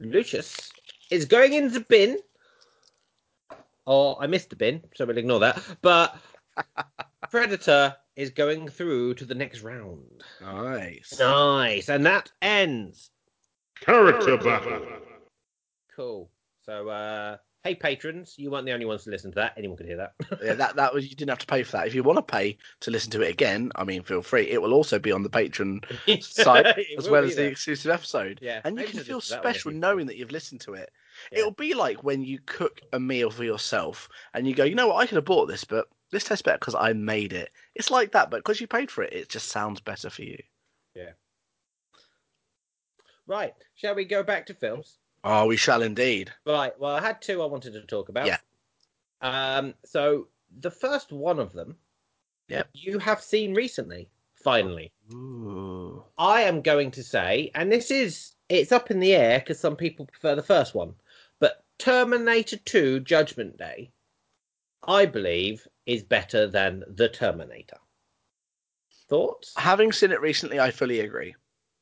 [SPEAKER 2] Lucius is going in the bin. Or I missed the bin, so we'll ignore that. But Predator is going through to the next round.
[SPEAKER 1] Nice.
[SPEAKER 2] Nice, and that ends.
[SPEAKER 3] Character battle.
[SPEAKER 2] Cool. So, uh, hey patrons, you weren't the only ones to listen to that. Anyone could hear that.
[SPEAKER 1] Yeah, that that was you didn't have to pay for that. If you want to pay to listen to it again, I mean, feel free. It will also be on the Patreon Psych,
[SPEAKER 2] It
[SPEAKER 1] as
[SPEAKER 2] will
[SPEAKER 1] well
[SPEAKER 2] be
[SPEAKER 1] as the
[SPEAKER 2] there.
[SPEAKER 1] exclusive episode.
[SPEAKER 2] yeah,
[SPEAKER 1] and you
[SPEAKER 2] maybe
[SPEAKER 1] can
[SPEAKER 2] just
[SPEAKER 1] feel
[SPEAKER 2] listen to that one if
[SPEAKER 1] special
[SPEAKER 2] you-
[SPEAKER 1] knowing that you've listened to it.
[SPEAKER 2] Yeah.
[SPEAKER 1] It'll be like when you cook a meal for yourself and you go, you know what, I could have bought this, but this tastes better because I made it. It's like that, but because you paid for it, it just sounds better for you.
[SPEAKER 2] Right, shall we go back to films?
[SPEAKER 1] Oh, we shall indeed.
[SPEAKER 2] Right. Well, I had two I wanted to talk about.
[SPEAKER 1] Yeah.
[SPEAKER 2] Um. So the first one of them.
[SPEAKER 1] Yep.
[SPEAKER 2] You have seen recently. Finally,
[SPEAKER 1] Ooh.
[SPEAKER 2] I am going to say, and this is it's up in the air because some people prefer the first one, but Terminator Two: Judgment Day, I believe, is better than the Terminator. Thoughts?
[SPEAKER 1] Having seen it recently, I fully agree.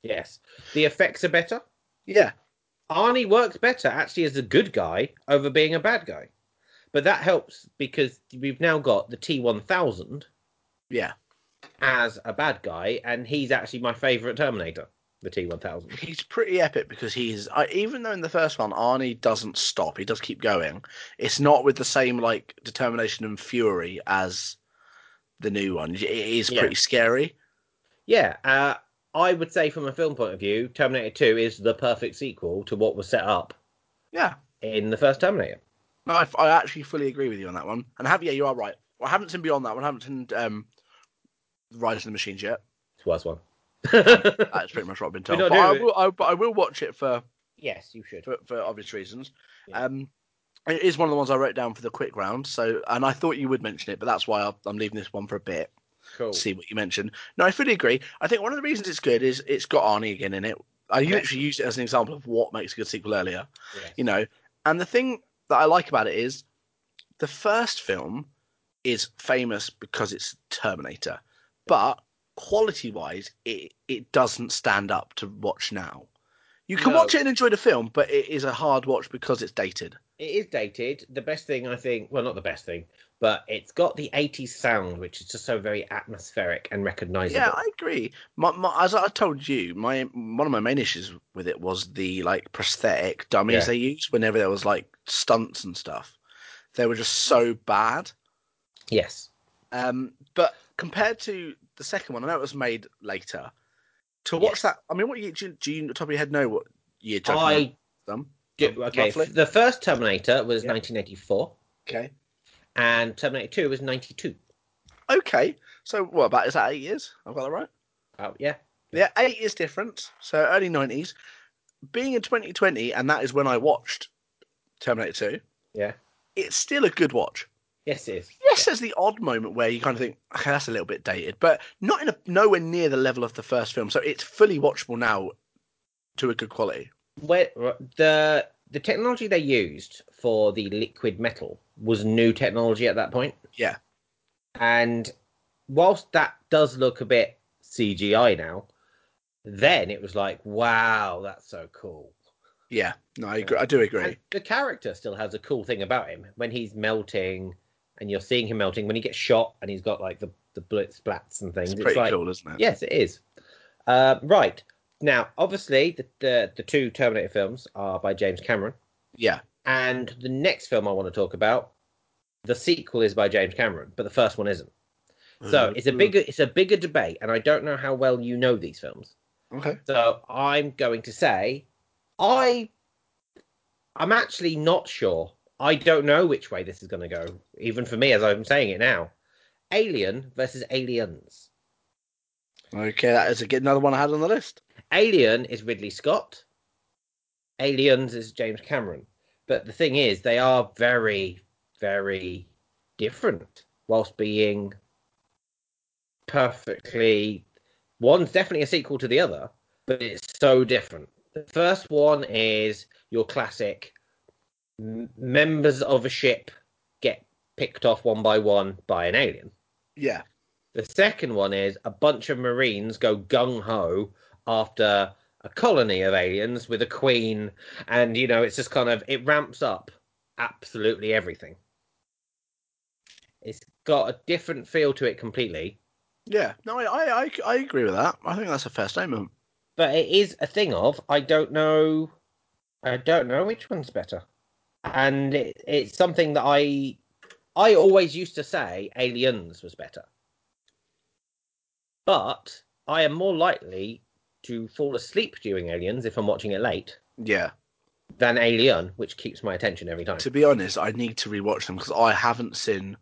[SPEAKER 2] Yes. The effects are better.
[SPEAKER 1] Yeah.
[SPEAKER 2] Arnie works better actually as a good guy over being a bad guy. But that helps because we've now got the T1000
[SPEAKER 1] Yeah.
[SPEAKER 2] as a bad guy, and he's actually my favorite Terminator, the T1000.
[SPEAKER 1] He's pretty epic because he's, I, even though in the first one, Arnie doesn't stop, he does keep going. It's not with the same, like, determination and fury as the new one. It is
[SPEAKER 2] Yeah.
[SPEAKER 1] pretty scary.
[SPEAKER 2] Yeah, uh, I would say from a film point of view, Terminator 2 is the perfect sequel to what was set up
[SPEAKER 1] Yeah.
[SPEAKER 2] in the first Terminator.
[SPEAKER 1] No, I, I actually fully agree with you on that one. And have yeah, you are right. Well, I haven't seen beyond that one. I haven't seen um, Riders of the Machines yet.
[SPEAKER 2] It's the worst one.
[SPEAKER 1] That's pretty much what I've been told.
[SPEAKER 2] don't
[SPEAKER 1] But I,
[SPEAKER 2] do it.
[SPEAKER 1] will, I, but I will watch it for
[SPEAKER 2] yes, you should.
[SPEAKER 1] for, for obvious reasons.
[SPEAKER 2] Yeah.
[SPEAKER 1] Um, it is one of the ones I wrote down for the quick round. So, and I thought you would mention it, but that's why I'll, I'm leaving this one for a bit.
[SPEAKER 2] Cool.
[SPEAKER 1] to See what you mentioned. No, I fully agree. I think one of the reasons it's good is it's got Arnie again in it. I
[SPEAKER 2] Yeah.
[SPEAKER 1] literally used it as an example of what makes a good sequel earlier.
[SPEAKER 2] Yes.
[SPEAKER 1] you know. And the thing that I like about it is the first film is famous because it's Terminator, but quality wise, it, it doesn't stand up to watch now. You can
[SPEAKER 2] No.
[SPEAKER 1] watch it and enjoy the film, but it is a hard watch because it's dated.
[SPEAKER 2] It is dated. The best thing I think, well, not the best thing, but it's got the 80s sound, which is just so very atmospheric and recognizable.
[SPEAKER 1] Yeah, I agree. My, my, as I told you, my one of my main issues with it was the like prosthetic dummies
[SPEAKER 2] Yeah.
[SPEAKER 1] they used whenever there was like stunts and stuff. They were just so bad.
[SPEAKER 2] Yes.
[SPEAKER 1] Um, but compared to the second one, I know it was made later. To watch
[SPEAKER 2] Yes.
[SPEAKER 1] that, I mean, what year do you, do you, top of your head, know what year Judgment Day
[SPEAKER 2] I
[SPEAKER 1] was done?
[SPEAKER 2] do. Okay.
[SPEAKER 1] Roughly?
[SPEAKER 2] The first Terminator was
[SPEAKER 1] Yeah.
[SPEAKER 2] 1984,
[SPEAKER 1] Okay.
[SPEAKER 2] and Terminator 2 was 92.
[SPEAKER 1] Okay. So, what about, is that eight years? I've got that right?
[SPEAKER 2] Oh, yeah.
[SPEAKER 1] Yeah, eight years difference. So, early 90s. Being in 2020, and that is when I watched Terminator 2,
[SPEAKER 2] Yeah.
[SPEAKER 1] it's still a good watch.
[SPEAKER 2] Yes, it is.
[SPEAKER 1] Yes, there's the odd moment where you kind of think, okay, that's a little bit dated, but not in a, nowhere near the level of the first film. So, it's fully watchable now to a good quality.
[SPEAKER 2] Where, the the technology they used for the liquid metal was new technology at that point.
[SPEAKER 1] Yeah.
[SPEAKER 2] And whilst that does look a bit CGI now, then it was like, wow, that's so cool.
[SPEAKER 1] Yeah, no, I, agree. I do agree.
[SPEAKER 2] And the character still has a cool thing about him when he's melting and you're seeing him melting, when he gets shot and he's got like the, the bullet splats and things.
[SPEAKER 1] it's pretty
[SPEAKER 2] like,
[SPEAKER 1] cool, isn't it?
[SPEAKER 2] Yes, it is. Uh, right. Now, obviously, the, the, the two Terminator films are by James Cameron.
[SPEAKER 1] Yeah,
[SPEAKER 2] And the next film I want to talk about, the sequel is by James Cameron, but the first one isn't.
[SPEAKER 1] Mm-hmm.
[SPEAKER 2] So it's a bigger it's a bigger debate, and I don't know how well you know these films.
[SPEAKER 1] Mm, Okay.
[SPEAKER 2] So I'm going to say, I I'm actually not sure. I don't know which way this is going to go, even for me as I'm saying it now. Alien versus Aliens.
[SPEAKER 1] Okay, that is a, another one I had on the list.
[SPEAKER 2] Alien is Ridley Scott. Aliens is James Cameron. But the thing is, they are very, very different whilst being perfectly. One's definitely a sequel to the other, but it's so different. The first one is your classic m- members of a ship get picked off one by one by an alien.
[SPEAKER 1] Yeah,
[SPEAKER 2] The second one is a bunch of Marines go gung ho after a colony of aliens with a queen, and you know, it's just kind of it ramps up absolutely everything. It's got a different feel to it completely,
[SPEAKER 1] yeah. No, I, I, I, I agree with that. I think that's a fair statement.
[SPEAKER 2] but it is a thing of I don't know, I don't know which one's better, and it, it's something that I I always used to say Aliens was better, but I am more likely to fall asleep during Aliens if I'm watching it late
[SPEAKER 1] Yeah.
[SPEAKER 2] than Alien, which keeps my attention every time.
[SPEAKER 1] To be honest, I need to rewatch them because I haven't seen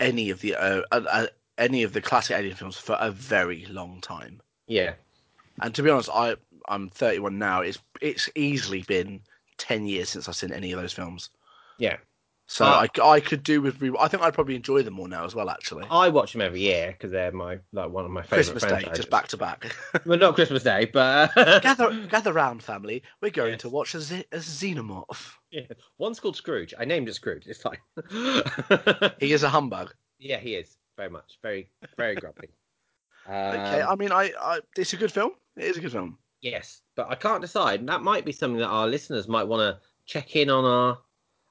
[SPEAKER 1] any of the uh, uh, uh, any of the classic Alien films for a very long time.
[SPEAKER 2] Yeah,
[SPEAKER 1] And to be honest, I I'm 31 now. It's it's easily been 10 years since I've seen any of those films.
[SPEAKER 2] Yeah.
[SPEAKER 1] So
[SPEAKER 2] Uh,
[SPEAKER 1] I, I could do with re- I think I'd probably enjoy them more now as well. Actually,
[SPEAKER 2] I watch them every year because they're my like one of my favorite
[SPEAKER 1] Christmas Day
[SPEAKER 2] franchises.
[SPEAKER 1] just back to back.
[SPEAKER 2] Well, not Christmas Day, but
[SPEAKER 1] gather gather round, family. We're going
[SPEAKER 2] Yes.
[SPEAKER 1] to watch a, Z- a xenomorph.
[SPEAKER 2] Yeah. One's called Scrooge. I named it Scrooge. It's fine.
[SPEAKER 1] He is a humbug.
[SPEAKER 2] yeah, he is very much, very, very grumpy. Um,
[SPEAKER 1] okay, I mean, I, I it's a good film. It is a good film.
[SPEAKER 2] Yes, but I can't decide. That might be something that our listeners might want to check in on. Our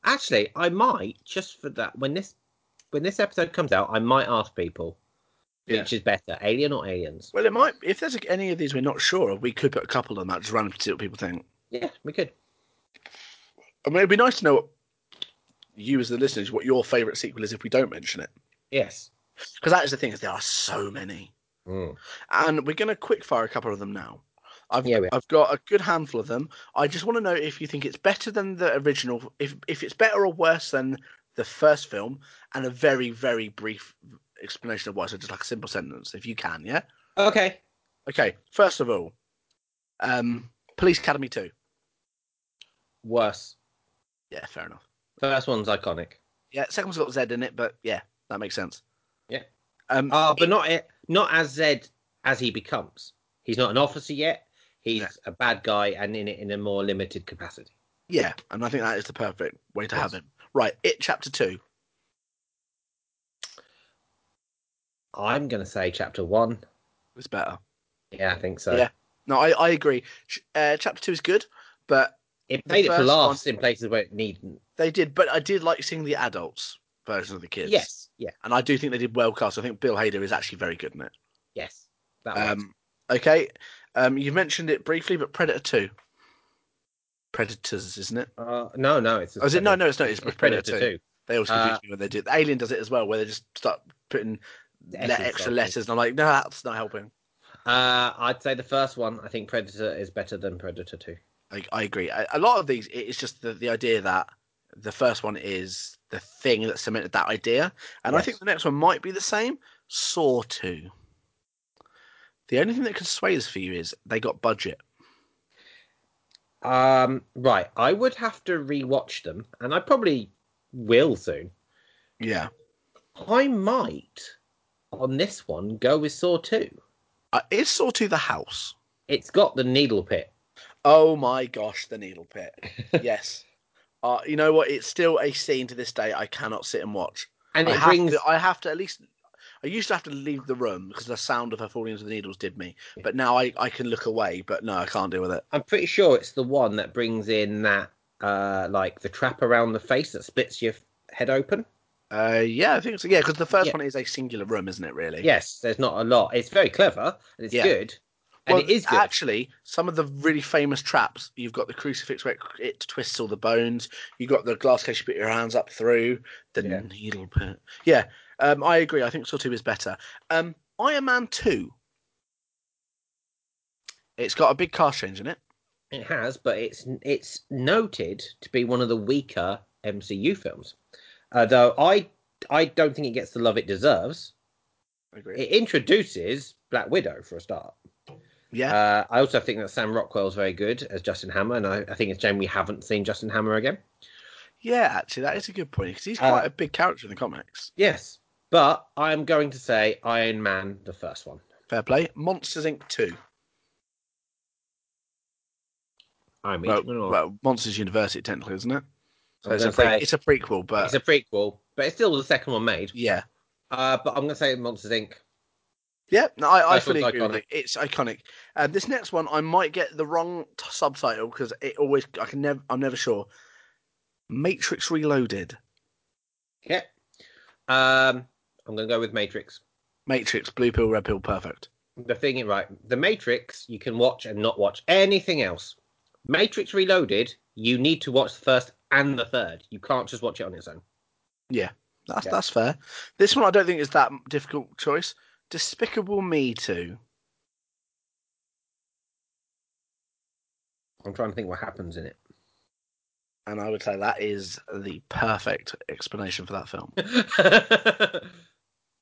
[SPEAKER 2] actually, I might just for that when this when this episode comes out, I might ask people
[SPEAKER 1] Yeah.
[SPEAKER 2] which is better, Alien or Aliens.
[SPEAKER 1] Well, it might. If there's any of these we're not sure of, we could put a couple on that just randomly to see what people think.
[SPEAKER 2] Yeah, we could.
[SPEAKER 1] I mean, it'd be nice to know what you, as the listeners, what your favourite sequel is if we don't mention it.
[SPEAKER 2] Yes.
[SPEAKER 1] Because that is the thing is there are so many,
[SPEAKER 2] Mm.
[SPEAKER 1] and we're going to quickfire a couple of them now. I've
[SPEAKER 2] Yeah, we are.
[SPEAKER 1] I've got a good handful of them. I just want to know if you think it's better than the original, if if it's better or worse than the first film, and a very very brief explanation of why. So just like a simple sentence, if you can, yeah.
[SPEAKER 2] Okay.
[SPEAKER 1] Okay. First of all, um, Police Academy Two.
[SPEAKER 2] Worse.
[SPEAKER 1] Yeah, fair enough.
[SPEAKER 2] First one's iconic.
[SPEAKER 1] Yeah, second one's got Z in it, but yeah, that makes sense.
[SPEAKER 2] Yeah.
[SPEAKER 1] Um,
[SPEAKER 2] Ah, but not it, not as Zed as he becomes. He's not an officer yet. He's
[SPEAKER 1] No.
[SPEAKER 2] a bad guy, and in in a more limited capacity.
[SPEAKER 1] yeah, and I think that is the perfect way to have
[SPEAKER 2] Yes.
[SPEAKER 1] him. Right, it chapter two.
[SPEAKER 2] I'm gonna say chapter one.
[SPEAKER 1] It's better.
[SPEAKER 2] Yeah, I think so.
[SPEAKER 1] Yeah. No, I, I agree. Ch- Uh, chapter two is good, but
[SPEAKER 2] It
[SPEAKER 1] The
[SPEAKER 2] made it
[SPEAKER 1] first
[SPEAKER 2] last in places where it needn't.
[SPEAKER 1] they did. But I did like seeing the adults version of the kids.
[SPEAKER 2] Yes, yeah,
[SPEAKER 1] and I do think they did well cast. I think Bill Hader is actually very good in it.
[SPEAKER 2] yes. That works.
[SPEAKER 1] Um, okay, um, you mentioned it briefly, but Predator two. Predators, isn't it?
[SPEAKER 2] Uh, no, no, it's.
[SPEAKER 1] Oh, is it? No, no, it's not. It's,
[SPEAKER 2] It's
[SPEAKER 1] Predator,
[SPEAKER 2] Predator
[SPEAKER 1] 2.
[SPEAKER 2] two.
[SPEAKER 1] They always
[SPEAKER 2] Uh,
[SPEAKER 1] confuse me when they do. Alien does it as well, where they just start putting
[SPEAKER 2] The
[SPEAKER 1] le-
[SPEAKER 2] S's
[SPEAKER 1] extra
[SPEAKER 2] on it.
[SPEAKER 1] letters, and I'm like, no, that's not helping.
[SPEAKER 2] Uh, I'd say the first one. I think Predator is better than Predator two.
[SPEAKER 1] I, I agree. A, a lot of these, it- it's just the, the idea that the first one is the thing that cemented that idea, and I
[SPEAKER 2] Yes.
[SPEAKER 1] think the next one might be the same. Saw two. The only thing that could sway this for you is they got budget.
[SPEAKER 2] Um, right. I would have to rewatch them, and I probably will soon.
[SPEAKER 1] Yeah,
[SPEAKER 2] I might on this one go with Saw 2.
[SPEAKER 1] uh, is Saw two the house?
[SPEAKER 2] It's got the needle pit
[SPEAKER 1] Oh my gosh, the needle pit. yes. Uh, you know what? It's still a scene to this day I cannot sit and watch.
[SPEAKER 2] And
[SPEAKER 1] I
[SPEAKER 2] it
[SPEAKER 1] have,
[SPEAKER 2] brings.
[SPEAKER 1] to, I have to at least. I used to have to leave the room because the sound of her falling into the needles did me. But now I, I can look away, but no, I can't deal with it.
[SPEAKER 2] I'm pretty sure it's the one that brings in that, uh, like the trap around the face that splits your head open.
[SPEAKER 1] Uh, yeah, I think so. Yeah, because the first
[SPEAKER 2] Yeah.
[SPEAKER 1] one is a singular room, isn't it? Really?
[SPEAKER 2] Yes, there's not a lot. It's very clever and it's
[SPEAKER 1] Yeah.
[SPEAKER 2] good, and
[SPEAKER 1] Well,
[SPEAKER 2] it is good.
[SPEAKER 1] actually some of the really famous traps. You've got the crucifix where it twists all the bones. You've got the glass case you put your hands up through. The
[SPEAKER 2] Yeah.
[SPEAKER 1] needle pit. Yeah, um, I agree. I think Saw Two is better. Um, Iron Man Two. It's got a big cast change in it.
[SPEAKER 2] It has, but it's it's noted to be one of the weaker MCU films. Uh, though I I don't think it gets the love it deserves.
[SPEAKER 1] I agree.
[SPEAKER 2] It introduces Black Widow for a start.
[SPEAKER 1] yeah.
[SPEAKER 2] Uh, I also think that Sam Rockwell's very good as Justin Hammer, and I, I think it's shame we haven't seen Justin Hammer again.
[SPEAKER 1] Yeah, actually, that is a good point because he's
[SPEAKER 2] Uh,
[SPEAKER 1] quite a big character in the comics.
[SPEAKER 2] Yes, but I am going to say Iron Man, the first one.
[SPEAKER 1] Fair play. Monsters Inc. Two.
[SPEAKER 2] I'm
[SPEAKER 1] Well,
[SPEAKER 2] each one or-
[SPEAKER 1] well, Monsters University technically, isn't it? So
[SPEAKER 2] I'm
[SPEAKER 1] it's a,
[SPEAKER 2] gonna
[SPEAKER 1] pre-
[SPEAKER 2] say-
[SPEAKER 1] it's a prequel, but
[SPEAKER 2] it's a prequel, but it's still the second one made.
[SPEAKER 1] yeah,
[SPEAKER 2] Uh, but I'm going to say Monsters Inc.
[SPEAKER 1] yeah. No, I, I
[SPEAKER 2] That's
[SPEAKER 1] fully
[SPEAKER 2] what's
[SPEAKER 1] agree. With
[SPEAKER 2] iconic.
[SPEAKER 1] you. It's iconic. Um, this next one, I might get the wrong t- subtitle because it always I can never I'm never sure. Matrix Reloaded.
[SPEAKER 2] Yeah. Um, I'm going to go with Matrix.
[SPEAKER 1] Matrix Blue Pill Red Pill Perfect.
[SPEAKER 2] the thing is right the matrix you can watch and not watch anything else matrix reloaded you need to watch the first and the third you can't just watch it on its own
[SPEAKER 1] That's
[SPEAKER 2] Yeah.
[SPEAKER 1] that's fair. This one I don't think is that difficult choice. Despicable Me Two.
[SPEAKER 2] i'm trying to think what happens in it
[SPEAKER 1] And I would say that is the perfect explanation for that film.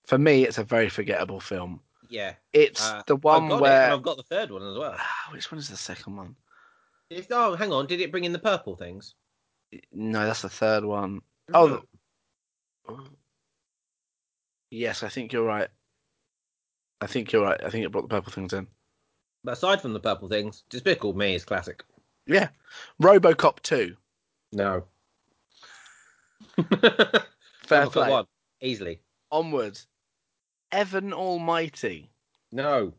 [SPEAKER 1] For me, it's a very forgettable film.
[SPEAKER 2] yeah
[SPEAKER 1] It's
[SPEAKER 2] Uh,
[SPEAKER 1] the
[SPEAKER 2] I've
[SPEAKER 1] one
[SPEAKER 2] got it,
[SPEAKER 1] where.
[SPEAKER 2] and i've got the third one as well
[SPEAKER 1] Ah, Which one is the second one?
[SPEAKER 2] It's- oh hang on did it bring in the purple things
[SPEAKER 1] No, that's the third one.
[SPEAKER 2] Mm.
[SPEAKER 1] Oh. Yes, I think you're right. I think you're right. I think it brought the purple things in.
[SPEAKER 2] but aside from the purple things despicable me is classic
[SPEAKER 1] Yeah. Robocop 2.
[SPEAKER 2] no
[SPEAKER 1] Fair
[SPEAKER 2] I've got
[SPEAKER 1] play.
[SPEAKER 2] one, easily
[SPEAKER 1] Onwards. Evan Almighty.
[SPEAKER 2] no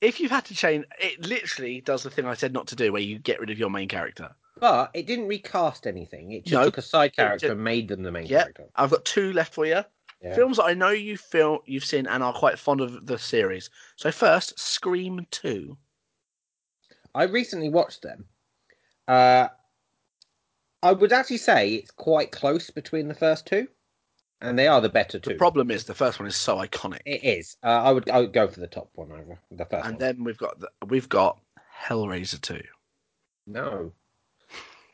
[SPEAKER 1] If you've had to change, it literally does the thing I said not to do, where you get rid of your main character.
[SPEAKER 2] but it didn't recast anything it just
[SPEAKER 1] No.
[SPEAKER 2] took a side character
[SPEAKER 1] did-
[SPEAKER 2] and made them the main
[SPEAKER 1] Yeah.
[SPEAKER 2] character
[SPEAKER 1] I've got two left for you.
[SPEAKER 2] Yeah.
[SPEAKER 1] Films that I know you feel you've seen and are quite fond of the series. So first, Scream Two.
[SPEAKER 2] I recently watched them. Uh, I would actually say it's quite close between the first two, and they are the better two.
[SPEAKER 1] The problem is the first one is so iconic,
[SPEAKER 2] it is. Uh, I would I would go for the top one over the first
[SPEAKER 1] and
[SPEAKER 2] one.
[SPEAKER 1] then we've got the, we've got Hellraiser Two.
[SPEAKER 2] No,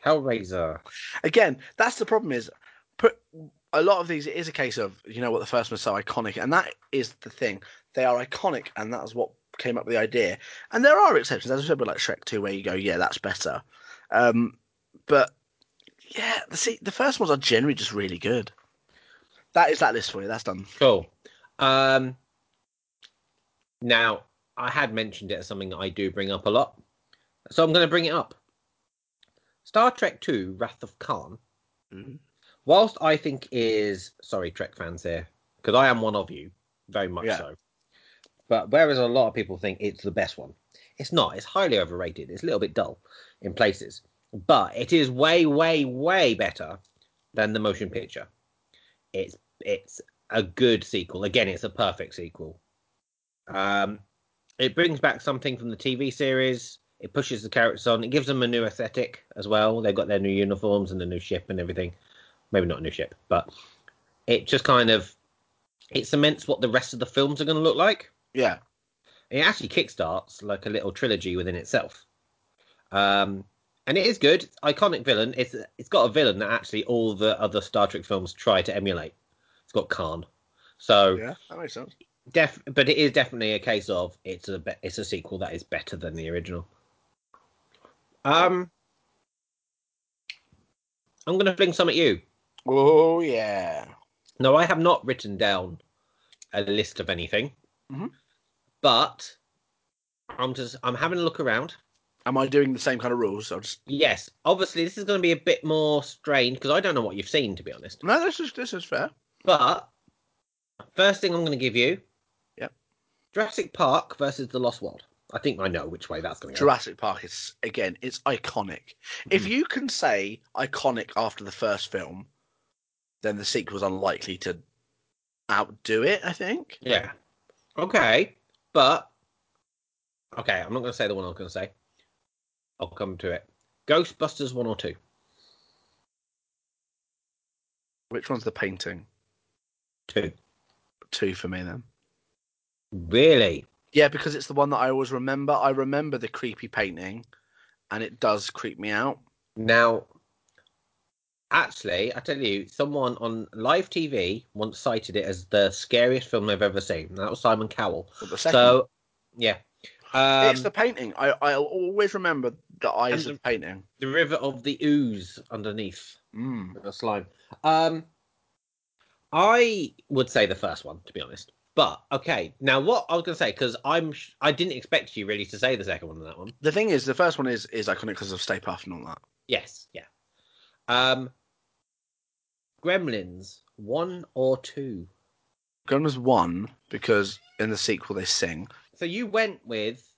[SPEAKER 2] Hellraiser.
[SPEAKER 1] Again, that's the problem is put a lot of these. It is a case of you know what the first one is so iconic, and that is the thing. They are iconic, and that's what came up with the idea. And there are exceptions, as I said, with like Shrek Two, where you go, yeah, that's better. Um, but yeah, see, the first ones are generally just really good. That is that list for you. That's done.
[SPEAKER 2] Cool. Um, now I had mentioned it as something that I do bring up a lot, so I'm going to bring it up. Star Trek Two: Wrath of Khan whilst I think is sorry Trek fans here because I am one of you very much
[SPEAKER 1] Yeah.
[SPEAKER 2] so. But whereas a lot of people think it's the best one, it's not. It's highly overrated. It's a little bit dull in places, but it is way, way, way better than the motion picture. It's it's a good sequel. Again, it's a perfect sequel. Um, it brings back something from the TV series. It pushes the characters on. It gives them a new aesthetic as well. They've got their new uniforms and the new ship and everything. Maybe not a new ship, but it just kind of it cements what the rest of the films are going to look like.
[SPEAKER 1] Yeah,
[SPEAKER 2] It actually kickstarts like a little trilogy within itself. Um, and it is good. It's iconic villain. It's it's got a villain that actually all the other Star Trek films try to emulate. It's got Khan. So
[SPEAKER 1] yeah, that makes sense.
[SPEAKER 2] def but it is definitely a case of it's a be- it's a sequel that is better than the original um i'm gonna fling some at you
[SPEAKER 1] Oh yeah.
[SPEAKER 2] no i have not written down a list of anything
[SPEAKER 1] Mhm.
[SPEAKER 2] but i'm just i'm having a look around
[SPEAKER 1] Am I doing the same kind of rules? I'll just
[SPEAKER 2] Yes, obviously this is going to be a bit more strange because I don't know what you've seen to be honest.
[SPEAKER 1] no. This is this is fair.
[SPEAKER 2] But first thing I'm going to give you,
[SPEAKER 1] Yep.
[SPEAKER 2] Jurassic Park versus the Lost World. I think I know which way that's going to go.
[SPEAKER 1] Jurassic Park is again, it's iconic. If
[SPEAKER 2] Mhm.
[SPEAKER 1] you can say iconic after the first film, then the sequel's unlikely to outdo it. I think.
[SPEAKER 2] Yeah. Okay, but okay, I'm not going to say the one I was going to say. I'll come to it. Ghostbusters one or two.
[SPEAKER 1] Which one's the painting?
[SPEAKER 2] Two.
[SPEAKER 1] Two for me then.
[SPEAKER 2] Really?
[SPEAKER 1] Yeah, because it's the one that I always remember. I remember the creepy painting, and it does creep me out.
[SPEAKER 2] Now, actually, I tell you, someone on live TV once cited it as the scariest film they've ever seen. and That was Simon Cowell.
[SPEAKER 1] But the second,
[SPEAKER 2] So, yeah. Um,
[SPEAKER 1] it's the painting. I I'll always remember the eyes
[SPEAKER 2] And
[SPEAKER 1] of the painting.
[SPEAKER 2] the river of the ooze underneath
[SPEAKER 1] Mm.
[SPEAKER 2] the slime. Um, I would say the first one, to be honest. But okay, now what I was going to say because I'm sh- I didn't expect you really to say the second one on that one.
[SPEAKER 1] The thing is, the first one is is iconic because of Stay Puft and all that.
[SPEAKER 2] Yes, yeah. Um, Gremlins one or two.
[SPEAKER 1] Gremlins one because in the sequel they sing.
[SPEAKER 2] So you went with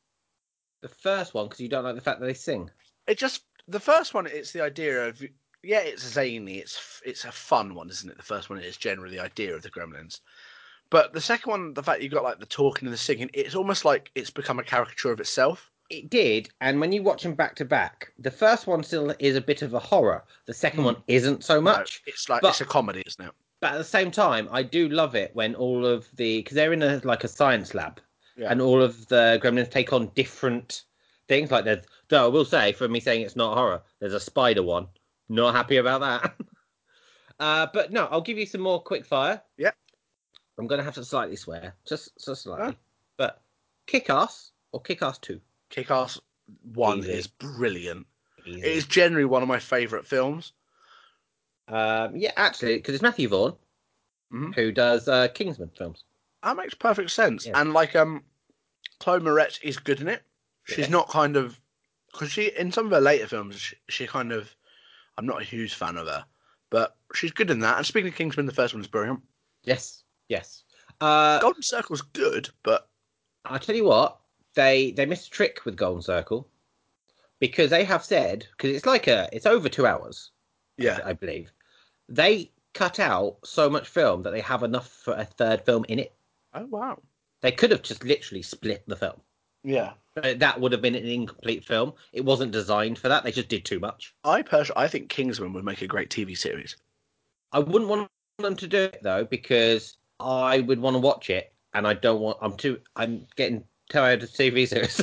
[SPEAKER 2] the first one because you don't like the fact that they sing.
[SPEAKER 1] it just the first one it's the idea of yeah it's zany it's f- it's a fun one isn't it the first one is generally the idea of the gremlins but the second one the fact you've got like the talking and the singing it's almost like it's become a caricature of itself
[SPEAKER 2] It did, and when you watch them back to back, the first one still is a bit of a horror. The second
[SPEAKER 1] Hmm.
[SPEAKER 2] one isn't so much.
[SPEAKER 1] No, it's like
[SPEAKER 2] but-
[SPEAKER 1] it's a comedy isn't it
[SPEAKER 2] But at the same time, I do love it when all of the because they're in a like a science lab,
[SPEAKER 1] Yeah.
[SPEAKER 2] and all of the gremlins take on different things. Like there's though I will say for me saying it's not horror, there's a spider one. Not happy about that. uh, but no, I'll give you some more quick fire.
[SPEAKER 1] Yep.
[SPEAKER 2] I'm gonna have to slightly swear, just just slightly. But kick ass or kick ass two.
[SPEAKER 1] kick ass one
[SPEAKER 2] Easy.
[SPEAKER 1] is brilliant
[SPEAKER 2] Easy.
[SPEAKER 1] it is generally one of my favorite films
[SPEAKER 2] Um, yeah, actually, because it's Matthew Vaughn
[SPEAKER 1] Mhm.
[SPEAKER 2] who does uh, Kingsman films.
[SPEAKER 1] that makes perfect sense
[SPEAKER 2] Yeah.
[SPEAKER 1] and like um chloe moretz is good in it she's
[SPEAKER 2] Yes.
[SPEAKER 1] not kind of because she in some of her later films she, she kind of i'm not a huge fan of her but she's good in that and speaking of kingsman the first one is brilliant
[SPEAKER 2] Yes, yes. Uh,
[SPEAKER 1] golden circle's good but
[SPEAKER 2] I'll tell you what, they they missed a trick with Golden Circle because they have said because it's like a it's over two hours,
[SPEAKER 1] yeah
[SPEAKER 2] I believe. They cut out so much film that they have enough for a third film in it.
[SPEAKER 1] oh wow
[SPEAKER 2] They could have just literally split the film,
[SPEAKER 1] yeah
[SPEAKER 2] but that would have been an incomplete film. It wasn't designed for that. They just did too much.
[SPEAKER 1] i personally i think kingsman would make a great tv series
[SPEAKER 2] I wouldn't want them to do it though because I would want to watch it, and I don't want. I'm too. I'm getting tired of TV series.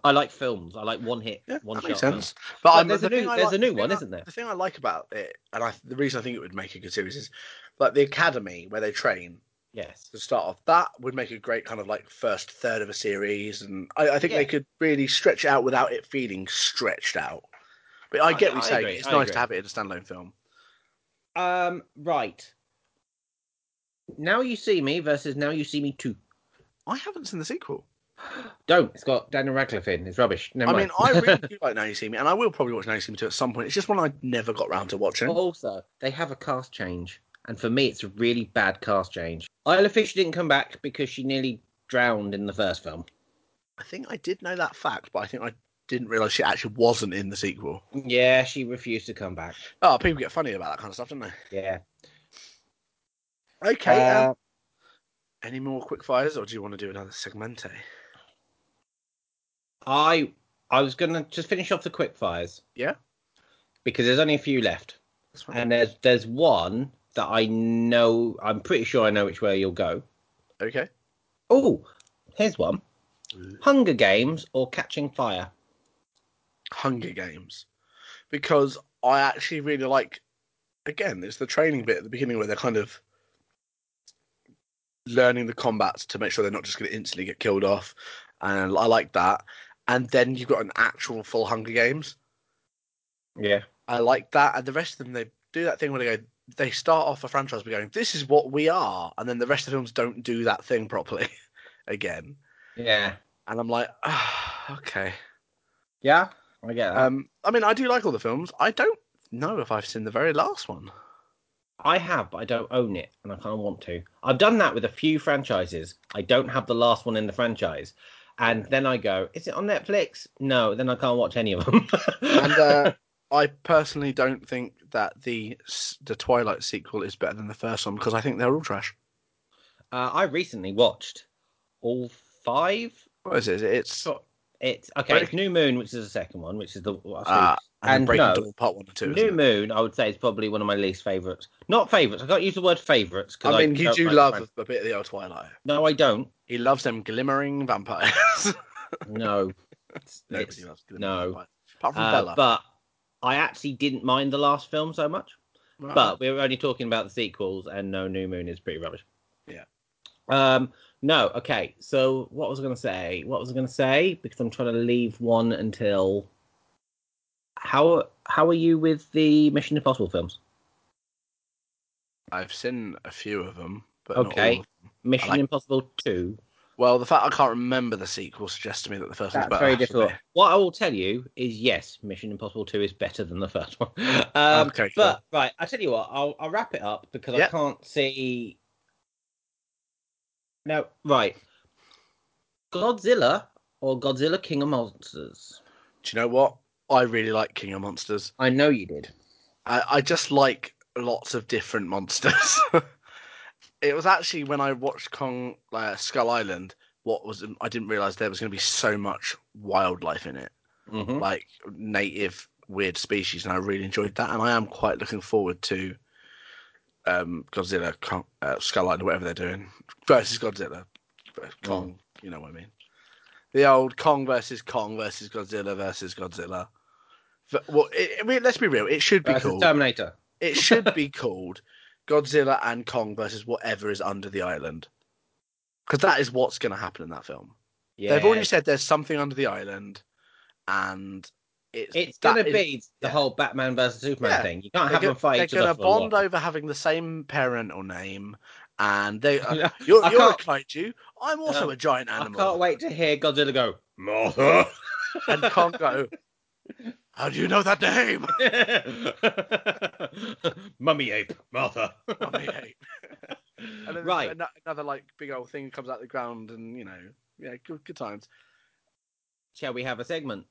[SPEAKER 2] I like films. I like one hit,
[SPEAKER 1] yeah
[SPEAKER 2] one
[SPEAKER 1] that
[SPEAKER 2] shot.
[SPEAKER 1] makes
[SPEAKER 2] films.
[SPEAKER 1] sense but
[SPEAKER 2] Well,
[SPEAKER 1] I'm,
[SPEAKER 2] there's
[SPEAKER 1] the
[SPEAKER 2] a new-
[SPEAKER 1] thing I
[SPEAKER 2] there's
[SPEAKER 1] like-
[SPEAKER 2] a new
[SPEAKER 1] the thing
[SPEAKER 2] one,
[SPEAKER 1] I-
[SPEAKER 2] isn't there?
[SPEAKER 1] the thing i like about it and I, the reason i think it would make a good series is like the academy where they train
[SPEAKER 2] Yes.
[SPEAKER 1] to start off. That would make a great kind of like first third of a series, and I, I think
[SPEAKER 2] Yeah.
[SPEAKER 1] they could really stretch it out without it feeling stretched out. But I
[SPEAKER 2] I-
[SPEAKER 1] get what
[SPEAKER 2] I
[SPEAKER 1] you're saying.
[SPEAKER 2] agree,
[SPEAKER 1] It's
[SPEAKER 2] I
[SPEAKER 1] nice
[SPEAKER 2] agree.
[SPEAKER 1] to have it in a standalone film.
[SPEAKER 2] Um. Right. Now you see me versus now you see me too.
[SPEAKER 1] I haven't seen the sequel.
[SPEAKER 2] Don't. It's got Daniel Radcliffe in. It's rubbish. Never
[SPEAKER 1] I mean,
[SPEAKER 2] mind.
[SPEAKER 1] I really do like Now You See Me, and I will probably watch Now You See Me too at some point. It's just one I never got round to watching.
[SPEAKER 2] also they have a cast change, and for me it's a really bad cast change. Isla Fisher didn't come back because she nearly drowned in the first film.
[SPEAKER 1] I think I did know that fact, but I think I didn't realise she actually wasn't in the sequel.
[SPEAKER 2] Yeah, she refused to come back.
[SPEAKER 1] Oh, people get funny about that kind of stuff, don't they?
[SPEAKER 2] Yeah.
[SPEAKER 1] Okay. um,
[SPEAKER 2] Uh,
[SPEAKER 1] any more quick fires, or do you want to do another segmente?
[SPEAKER 2] I I was gonna just finish off the quickfires.
[SPEAKER 1] Yeah.
[SPEAKER 2] Because there's only a few left.
[SPEAKER 1] That's fine.
[SPEAKER 2] and there's there's one that I know. I'm pretty sure I know which way you'll go.
[SPEAKER 1] okay.
[SPEAKER 2] Oh, here's one:
[SPEAKER 1] Mm.
[SPEAKER 2] Hunger Games or Catching Fire.
[SPEAKER 1] Hunger Games because I actually really like. Again, it's the training bit at the beginning where they're kind of learning the combats to make sure they're not just going to instantly get killed off, and I like that. And then you've got an actual full Hunger Games.
[SPEAKER 2] Yeah.
[SPEAKER 1] I like that, and the rest of them they do that thing where they go. They start off a franchise by going, "This is what we are," and then the rest of the films don't do that thing properly again.
[SPEAKER 2] Yeah.
[SPEAKER 1] And I'm like, ah, okay.
[SPEAKER 2] Yeah, I get that.
[SPEAKER 1] Um, I mean, I do like all the films. I don't know if I've seen the very last one.
[SPEAKER 2] I have, but I don't own it, and I kind of want to. I've done that with a few franchises. I don't have the last one in the franchise, and then I go, "Is it on Netflix?" No, then I can't watch any of them.
[SPEAKER 1] And uh, I personally don't think that the s- the Twilight sequel is better than the first one because I think they're all trash.
[SPEAKER 2] Uh, I recently watched all five.
[SPEAKER 1] What is it? It's
[SPEAKER 2] So It's okay. It's New Moon, which is the second one, which is the
[SPEAKER 1] Ah, and,
[SPEAKER 2] and
[SPEAKER 1] Breaking
[SPEAKER 2] no.
[SPEAKER 1] Dawn Part One and Two.
[SPEAKER 2] New
[SPEAKER 1] isn't it?
[SPEAKER 2] Moon. I would say is probably one of my least favorites. Not favorites. I can't use the word favorites. 'cause
[SPEAKER 1] I mean, you
[SPEAKER 2] don't
[SPEAKER 1] do
[SPEAKER 2] like the
[SPEAKER 1] love
[SPEAKER 2] fran-
[SPEAKER 1] a bit of the old Twilight.
[SPEAKER 2] No, I don't.
[SPEAKER 1] He loves them glimmering vampires.
[SPEAKER 2] No, It's-
[SPEAKER 1] Nobody
[SPEAKER 2] it's-
[SPEAKER 1] loves
[SPEAKER 2] no.
[SPEAKER 1] vampires. Apart from
[SPEAKER 2] uh,
[SPEAKER 1] Bella.
[SPEAKER 2] but I actually didn't mind the last film so much.
[SPEAKER 1] Right.
[SPEAKER 2] But we were only talking about the sequels, and no, New Moon is pretty rubbish.
[SPEAKER 1] Yeah.
[SPEAKER 2] Um. No. Okay. So what was I going to say? What was I going to say? Because I'm trying to leave one until. How how are you with the Mission Impossible films?
[SPEAKER 1] I've seen a few of them, but not all
[SPEAKER 2] Okay.
[SPEAKER 1] of
[SPEAKER 2] Mission
[SPEAKER 1] like-
[SPEAKER 2] Impossible Two.
[SPEAKER 1] Well, the fact I can't remember the sequel suggests to me that the first
[SPEAKER 2] That's
[SPEAKER 1] one's better.
[SPEAKER 2] very
[SPEAKER 1] actually.
[SPEAKER 2] difficult. What I will tell you is yes, Mission Impossible Two is better than the first one. Um,
[SPEAKER 1] Okay, cool.
[SPEAKER 2] but right, I tell you what, I'll I'll wrap it up because
[SPEAKER 1] Yep.
[SPEAKER 2] I can't see. No, right. Godzilla or Godzilla King of Monsters?
[SPEAKER 1] Do you know what? I really like King of Monsters.
[SPEAKER 2] I know you did.
[SPEAKER 1] I, I just like lots of different monsters. it was actually when I watched Kong uh, Skull Island. What was I didn't realize there was going to be so much wildlife in it,
[SPEAKER 2] Mm-hmm.
[SPEAKER 1] like native weird species, and I really enjoyed that. And I am quite looking forward to um, Godzilla, Kong, uh, Skull Island, whatever they're doing versus Godzilla, Kong. You know what I mean? The old Kong versus Kong versus Godzilla versus Godzilla. But, well, it, I mean, let's be real. It should be called
[SPEAKER 2] Terminator.
[SPEAKER 1] it should be called Godzilla and Kong versus whatever is under the island. Because that is what's going to happen in that film.
[SPEAKER 2] Yeah,
[SPEAKER 1] They've already said there's something under the island, and it's
[SPEAKER 2] it's
[SPEAKER 1] that
[SPEAKER 2] gonna
[SPEAKER 1] is-
[SPEAKER 2] be
[SPEAKER 1] yeah.
[SPEAKER 2] the whole Batman versus Superman
[SPEAKER 1] Yeah.
[SPEAKER 2] thing. You can't
[SPEAKER 1] They're
[SPEAKER 2] have
[SPEAKER 1] go-
[SPEAKER 2] them fight
[SPEAKER 1] they're
[SPEAKER 2] each
[SPEAKER 1] going
[SPEAKER 2] other for
[SPEAKER 1] to
[SPEAKER 2] a lot.
[SPEAKER 1] bond over having the same parental name, and they uh,
[SPEAKER 2] I
[SPEAKER 1] you're,
[SPEAKER 2] can't-
[SPEAKER 1] you're a kaiju. I'm also
[SPEAKER 2] Um,
[SPEAKER 1] a giant
[SPEAKER 2] I can't
[SPEAKER 1] animal.
[SPEAKER 2] wait to hear Godzilla go Martha.
[SPEAKER 1] And Kong go. How do you know that name?
[SPEAKER 2] Mummy ape, Martha.
[SPEAKER 1] and then there's
[SPEAKER 2] right.
[SPEAKER 1] ano- another like big old thing comes out of the ground, and you know, yeah, good, good times.
[SPEAKER 2] Shall we have a segment?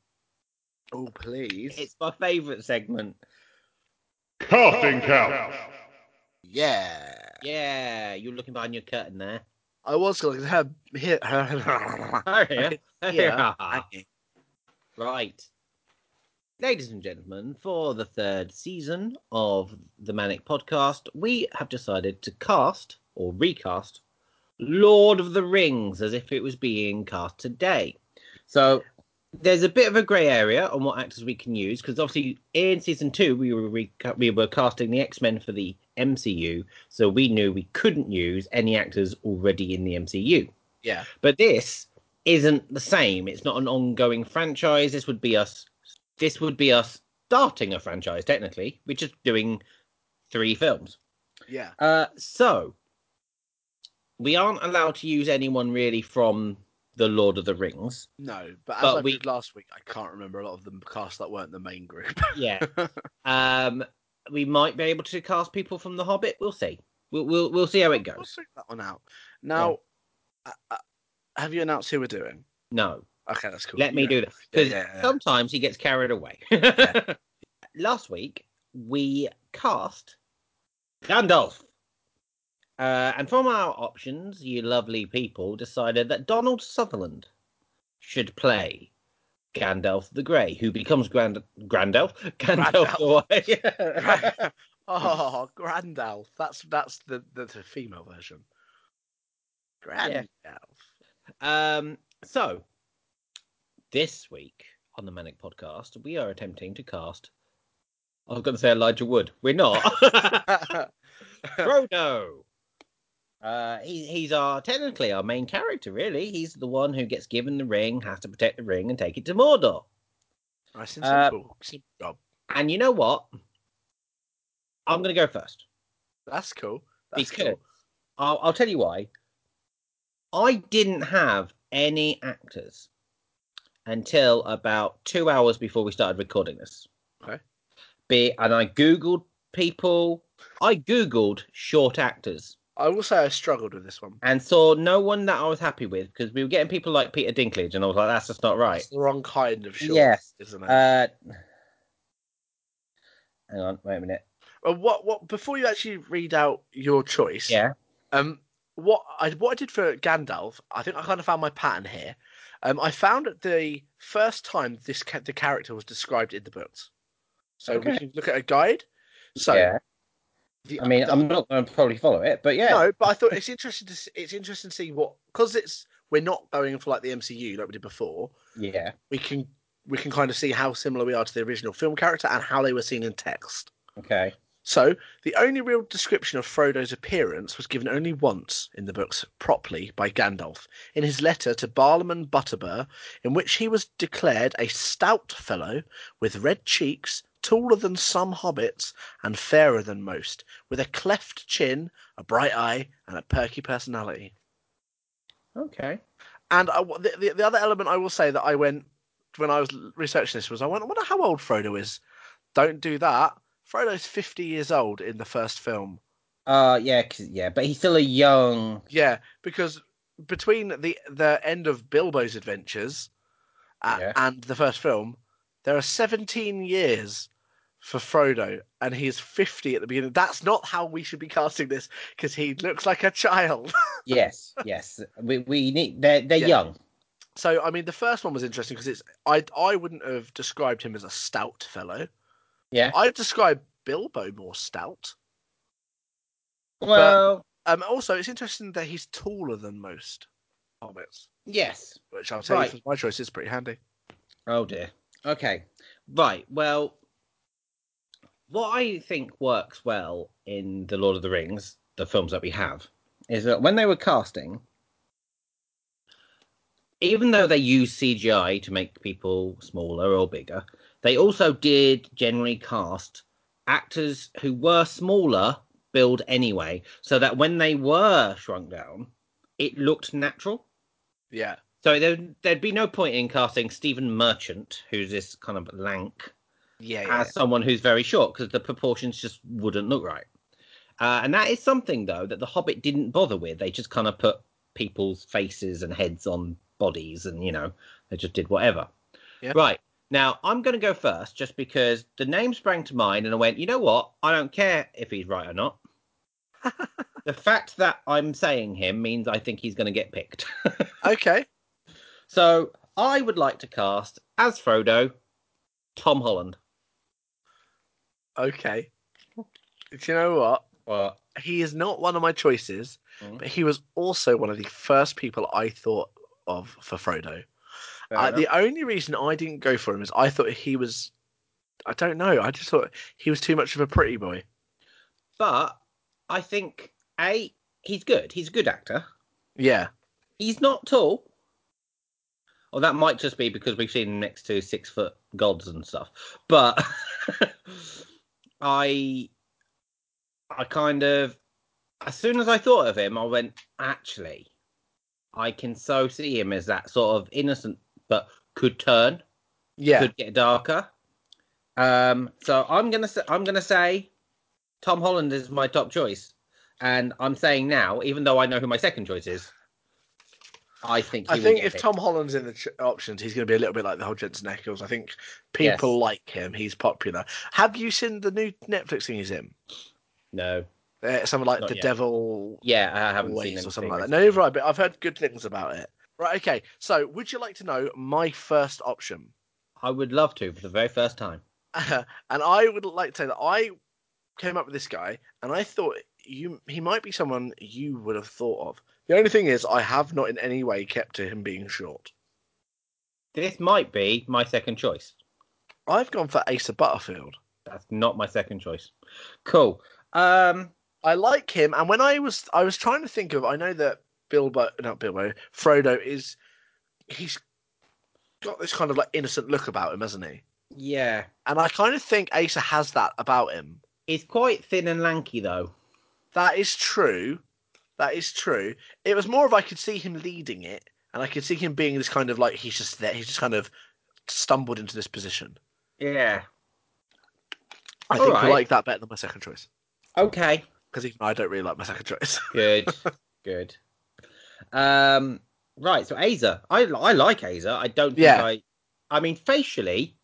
[SPEAKER 1] Oh please!
[SPEAKER 2] It's my favourite segment.
[SPEAKER 3] Coughing Couch.
[SPEAKER 1] Yeah.
[SPEAKER 2] Yeah, you're looking behind your curtain there.
[SPEAKER 1] I was going to have her. her
[SPEAKER 2] Oh, yeah.
[SPEAKER 1] Yeah.
[SPEAKER 2] right. Ladies and gentlemen, for the third season of the Manic Podcast, we have decided to cast or recast Lord of the Rings as if it was being cast today. So there's a bit of a grey area on what actors we can use because obviously in season two we were reca- we were casting the X Men for the MCU, so we knew we couldn't use any actors already in the MCU.
[SPEAKER 1] yeah.
[SPEAKER 2] But this isn't the same. It's not an ongoing franchise. This would be us. This would be us starting a franchise technically. We're just doing three films.
[SPEAKER 1] Yeah.
[SPEAKER 2] Uh, so we aren't allowed to use anyone really from the Lord of the Rings.
[SPEAKER 1] No, but as
[SPEAKER 2] But
[SPEAKER 1] I
[SPEAKER 2] we-
[SPEAKER 1] did last week, I can't remember a lot of the casts that weren't the main group.
[SPEAKER 2] Yeah. um, we might be able to cast people from The Hobbit. We'll see. We'll we'll, we'll see how it
[SPEAKER 1] We'll
[SPEAKER 2] goes.
[SPEAKER 1] sort that one out. Now, uh, uh, have you announced who we're doing?
[SPEAKER 2] No,
[SPEAKER 1] Okay, that's cool.
[SPEAKER 2] let me
[SPEAKER 1] You
[SPEAKER 2] do
[SPEAKER 1] go.
[SPEAKER 2] that. Because
[SPEAKER 1] Yeah, yeah, yeah.
[SPEAKER 2] sometimes he gets carried away. Last week, we cast Gandalf. Uh, and from our options, you lovely people decided that Donald Sutherland should play Gandalf the Grey, who becomes Grand- Grandalf. Gandalf the White.
[SPEAKER 1] oh, Grandalf. That's that's the, the, the female version. Grandalf.
[SPEAKER 2] Um, so, this week on the Manic Podcast, we are attempting to cast. I was going to say Elijah Wood. We're not. Frodo. Uh, he, he's our technically our main character. Really, he's the one who gets given the ring, has to protect the ring, and take it to Mordor.
[SPEAKER 1] nice and
[SPEAKER 2] Uh,
[SPEAKER 1] simple. Simple job.
[SPEAKER 2] And you know what? I'm going to go first
[SPEAKER 1] That's cool. That's
[SPEAKER 2] because
[SPEAKER 1] cool.
[SPEAKER 2] I'll, I'll tell you why. I didn't have any actors until about two hours before we started recording this.
[SPEAKER 1] Okay.
[SPEAKER 2] Be and I googled people. I googled short actors
[SPEAKER 1] I will say I struggled with this one.
[SPEAKER 2] and saw no one that I was happy with because we were getting people like Peter Dinklage, and I was like, that's just not right.
[SPEAKER 1] It's the wrong kind of short,
[SPEAKER 2] Yes.
[SPEAKER 1] isn't it?
[SPEAKER 2] Uh, hang on, wait a minute.
[SPEAKER 1] Uh, what what before you actually read out your choice?
[SPEAKER 2] Yeah.
[SPEAKER 1] Um, what I what I did for Gandalf, I think I kind of found my pattern here. Um, I found that the first time this ca- the character was described in the books, so we
[SPEAKER 2] Okay.
[SPEAKER 1] can look at a guide. So
[SPEAKER 2] yeah.
[SPEAKER 1] the-
[SPEAKER 2] I mean,
[SPEAKER 1] the-
[SPEAKER 2] I'm not going to probably follow it, but yeah.
[SPEAKER 1] no, but I thought it's interesting. To, s- it's interesting to see what because it's we're not going for like the MCU like we did before.
[SPEAKER 2] Yeah.
[SPEAKER 1] We can we can kind of see how similar we are to the original film character and how they were seen in text.
[SPEAKER 2] Okay.
[SPEAKER 1] So, the only real description of Frodo's appearance was given only once in the books properly by Gandalf in his letter to Barlaam Butterbur, in which he was declared a stout fellow with red cheeks, taller than some hobbits, and fairer than most, with a cleft chin, a bright eye, and a perky personality.
[SPEAKER 2] Okay.
[SPEAKER 1] And I, the, the, the other element I will say that I went when I was researching this was I went, I wonder how old Frodo is. Don't do that. Frodo's 50 years old in the first film.
[SPEAKER 2] Uh, yeah, 'cause- yeah, but he's still a young.
[SPEAKER 1] Yeah, because between the the end of Bilbo's adventures a-
[SPEAKER 2] Yeah.
[SPEAKER 1] and the first film, there are 17 years for Frodo, and he is 50 at the beginning. That's not how we should be casting this because he looks like a child.
[SPEAKER 2] Yes, yes. We we need they're they're
[SPEAKER 1] Yeah.
[SPEAKER 2] young.
[SPEAKER 1] so I mean, the first one was interesting because it's I I wouldn't have described him as a stout fellow.
[SPEAKER 2] Yeah.
[SPEAKER 1] I've described Bilbo more stout.
[SPEAKER 2] Well,
[SPEAKER 1] Um, also, it's interesting that he's taller than most hobbits,
[SPEAKER 2] yes.
[SPEAKER 1] which I'll tell
[SPEAKER 2] Right.
[SPEAKER 1] you from my choice is pretty handy.
[SPEAKER 2] Oh dear. Okay. Right. Well, what I think works well in the Lord of the Rings, the films that we have, is that when they were casting, even though they used CGI to make people smaller or bigger, they also did generally cast actors who were smaller build anyway, so that when they were shrunk down, it looked natural.
[SPEAKER 1] Yeah.
[SPEAKER 2] So there, there'd be no point in casting Stephen Merchant, who's this kind of lank,
[SPEAKER 1] Yeah,
[SPEAKER 2] as someone who's very short because the proportions just wouldn't look right. Uh, and that is something though that the Hobbit didn't bother with. They just kind of put people's faces and heads on bodies, and you know they just did whatever.
[SPEAKER 1] Yeah.
[SPEAKER 2] Right now, I'm going to go first just because the name sprang to mind, and I went, you know what? I don't care if he's right or not. the fact that I'm saying him means I think he's going to get picked.
[SPEAKER 1] Okay.
[SPEAKER 2] So I would like to cast as Frodo, Tom Holland.
[SPEAKER 1] Okay. Do you know what?
[SPEAKER 2] Well,
[SPEAKER 1] He is not one of my choices,
[SPEAKER 2] Mhm.
[SPEAKER 1] but he was also one of the first people I thought of for Frodo. Uh, the only reason I didn't go for him is I thought he was. I don't know. I just thought he was too much of a pretty boy.
[SPEAKER 2] But I think a he's good. He's a good actor.
[SPEAKER 1] Yeah.
[SPEAKER 2] He's not tall. Or that might just be because we've seen him next to six foot gods and stuff. But I, I kind of, as soon as I thought of him, I went, actually, I can so see him as that sort of innocent but could turn.
[SPEAKER 1] Yeah.
[SPEAKER 2] could get darker. Um, so I'm gonna say, I'm gonna say Tom Holland is my top choice, and I'm saying now, even though I know who my second choice is, I think he
[SPEAKER 1] I
[SPEAKER 2] will
[SPEAKER 1] think
[SPEAKER 2] get
[SPEAKER 1] if
[SPEAKER 2] picked.
[SPEAKER 1] Tom Holland's in the ch- options, he's going to be a little bit like the whole Jensen Ackles. I think
[SPEAKER 2] Yes.
[SPEAKER 1] people like him. He's popular. Have you seen the new Netflix thing he's in?
[SPEAKER 2] no,
[SPEAKER 1] Uh, something like
[SPEAKER 2] Not
[SPEAKER 1] The
[SPEAKER 2] yet.
[SPEAKER 1] Devil
[SPEAKER 2] yeah, I haven't seen
[SPEAKER 1] waste
[SPEAKER 2] him
[SPEAKER 1] or something like that. No, right, but I've heard good things about it. Right, okay. So, would you like to know my first option?
[SPEAKER 2] I would love to for the very first time.
[SPEAKER 1] and I would like to say that I came up with this guy, and I thought you he might be someone you would have thought of. The only thing is, I have not in any way kept to him being short.
[SPEAKER 2] This might be my second choice.
[SPEAKER 1] I've gone for Asa Butterfield.
[SPEAKER 2] That's not my second choice. Cool. Um,
[SPEAKER 1] I like him, and when I was I was trying to think of, I know that Bilbo, not Bilbo, Frodo is he's got this kind of like innocent look about him, hasn't he?
[SPEAKER 2] yeah,
[SPEAKER 1] And I kind of think Asa has that about him.
[SPEAKER 2] he's quite thin and lanky though.
[SPEAKER 1] That is true. That is true. It was more of I could see him leading it, and I could see him being this kind of like he's just there. He's just kind of stumbled into this position.
[SPEAKER 2] Yeah.
[SPEAKER 1] I
[SPEAKER 2] All
[SPEAKER 1] think I
[SPEAKER 2] right.
[SPEAKER 1] like that better than my second choice
[SPEAKER 2] Okay.
[SPEAKER 1] because even I don't really like my second choice.
[SPEAKER 2] Good. good. Um. Right. So Aza, I I like Aza. I don't. Think
[SPEAKER 1] Yeah.
[SPEAKER 2] I, I mean, facially,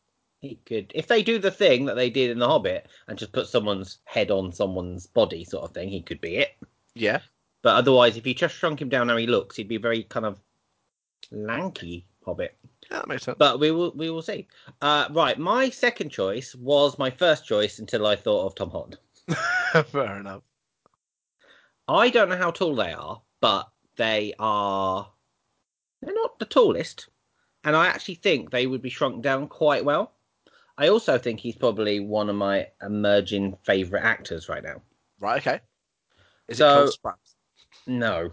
[SPEAKER 2] he could. If they do the thing that they did in The Hobbit and just put someone's head on someone's body, sort of thing, he could be it.
[SPEAKER 1] yeah,
[SPEAKER 2] But otherwise, if you just shrunk him down how he looks, he'd be very kind of lanky Hobbit.
[SPEAKER 1] yeah, that makes sense.
[SPEAKER 2] But we will we will see. Uh, right, my second choice was my first choice until I thought of Tom Holland.
[SPEAKER 1] Fair enough.
[SPEAKER 2] I don't know how tall they are, but they are they're not the tallest, and I actually think they would be shrunk down quite well. I also think he's probably one of my emerging favorite actors right now.
[SPEAKER 1] Right. Okay. Is
[SPEAKER 2] So-
[SPEAKER 1] it called Sprouts?
[SPEAKER 2] No,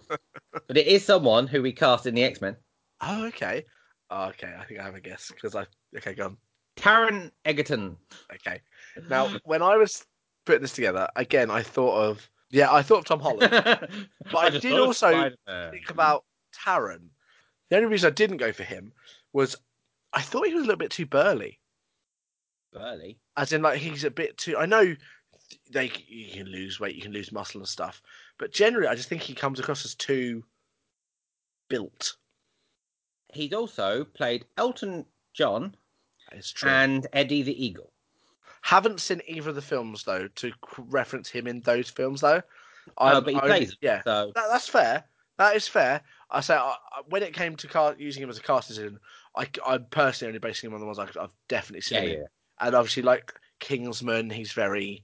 [SPEAKER 2] but it is someone who we cast in the X Men.
[SPEAKER 1] Oh, okay. Oh, okay, I think I have a guess because I. Okay, go on.
[SPEAKER 2] Taron Egerton.
[SPEAKER 1] Okay. Now, when I was putting this together, again, I thought of yeah, I thought of Tom Holland.
[SPEAKER 2] but
[SPEAKER 1] I did also think about Taron. The only reason I didn't go for him was I thought he was a little bit too burly.
[SPEAKER 2] Burley.
[SPEAKER 1] As in, like he's a bit too. I know they you can lose weight, you can lose muscle and stuff, but generally, I just think he comes across as too built.
[SPEAKER 2] He's also played Elton John
[SPEAKER 1] It's true.
[SPEAKER 2] and Eddie the Eagle.
[SPEAKER 1] Haven't seen either of the films though to qu- reference him in those films though.
[SPEAKER 2] Oh,
[SPEAKER 1] I'm
[SPEAKER 2] but he
[SPEAKER 1] only-
[SPEAKER 2] plays.
[SPEAKER 1] Yeah,
[SPEAKER 2] So
[SPEAKER 1] That, that's fair. That is fair. I say I, I- when it came to car, using him as a cast decision, I, am personally only basing him on the ones I've, I've definitely seen.
[SPEAKER 2] yeah,
[SPEAKER 1] him
[SPEAKER 2] yeah.
[SPEAKER 1] in. And obviously, like Kingsman, he's very.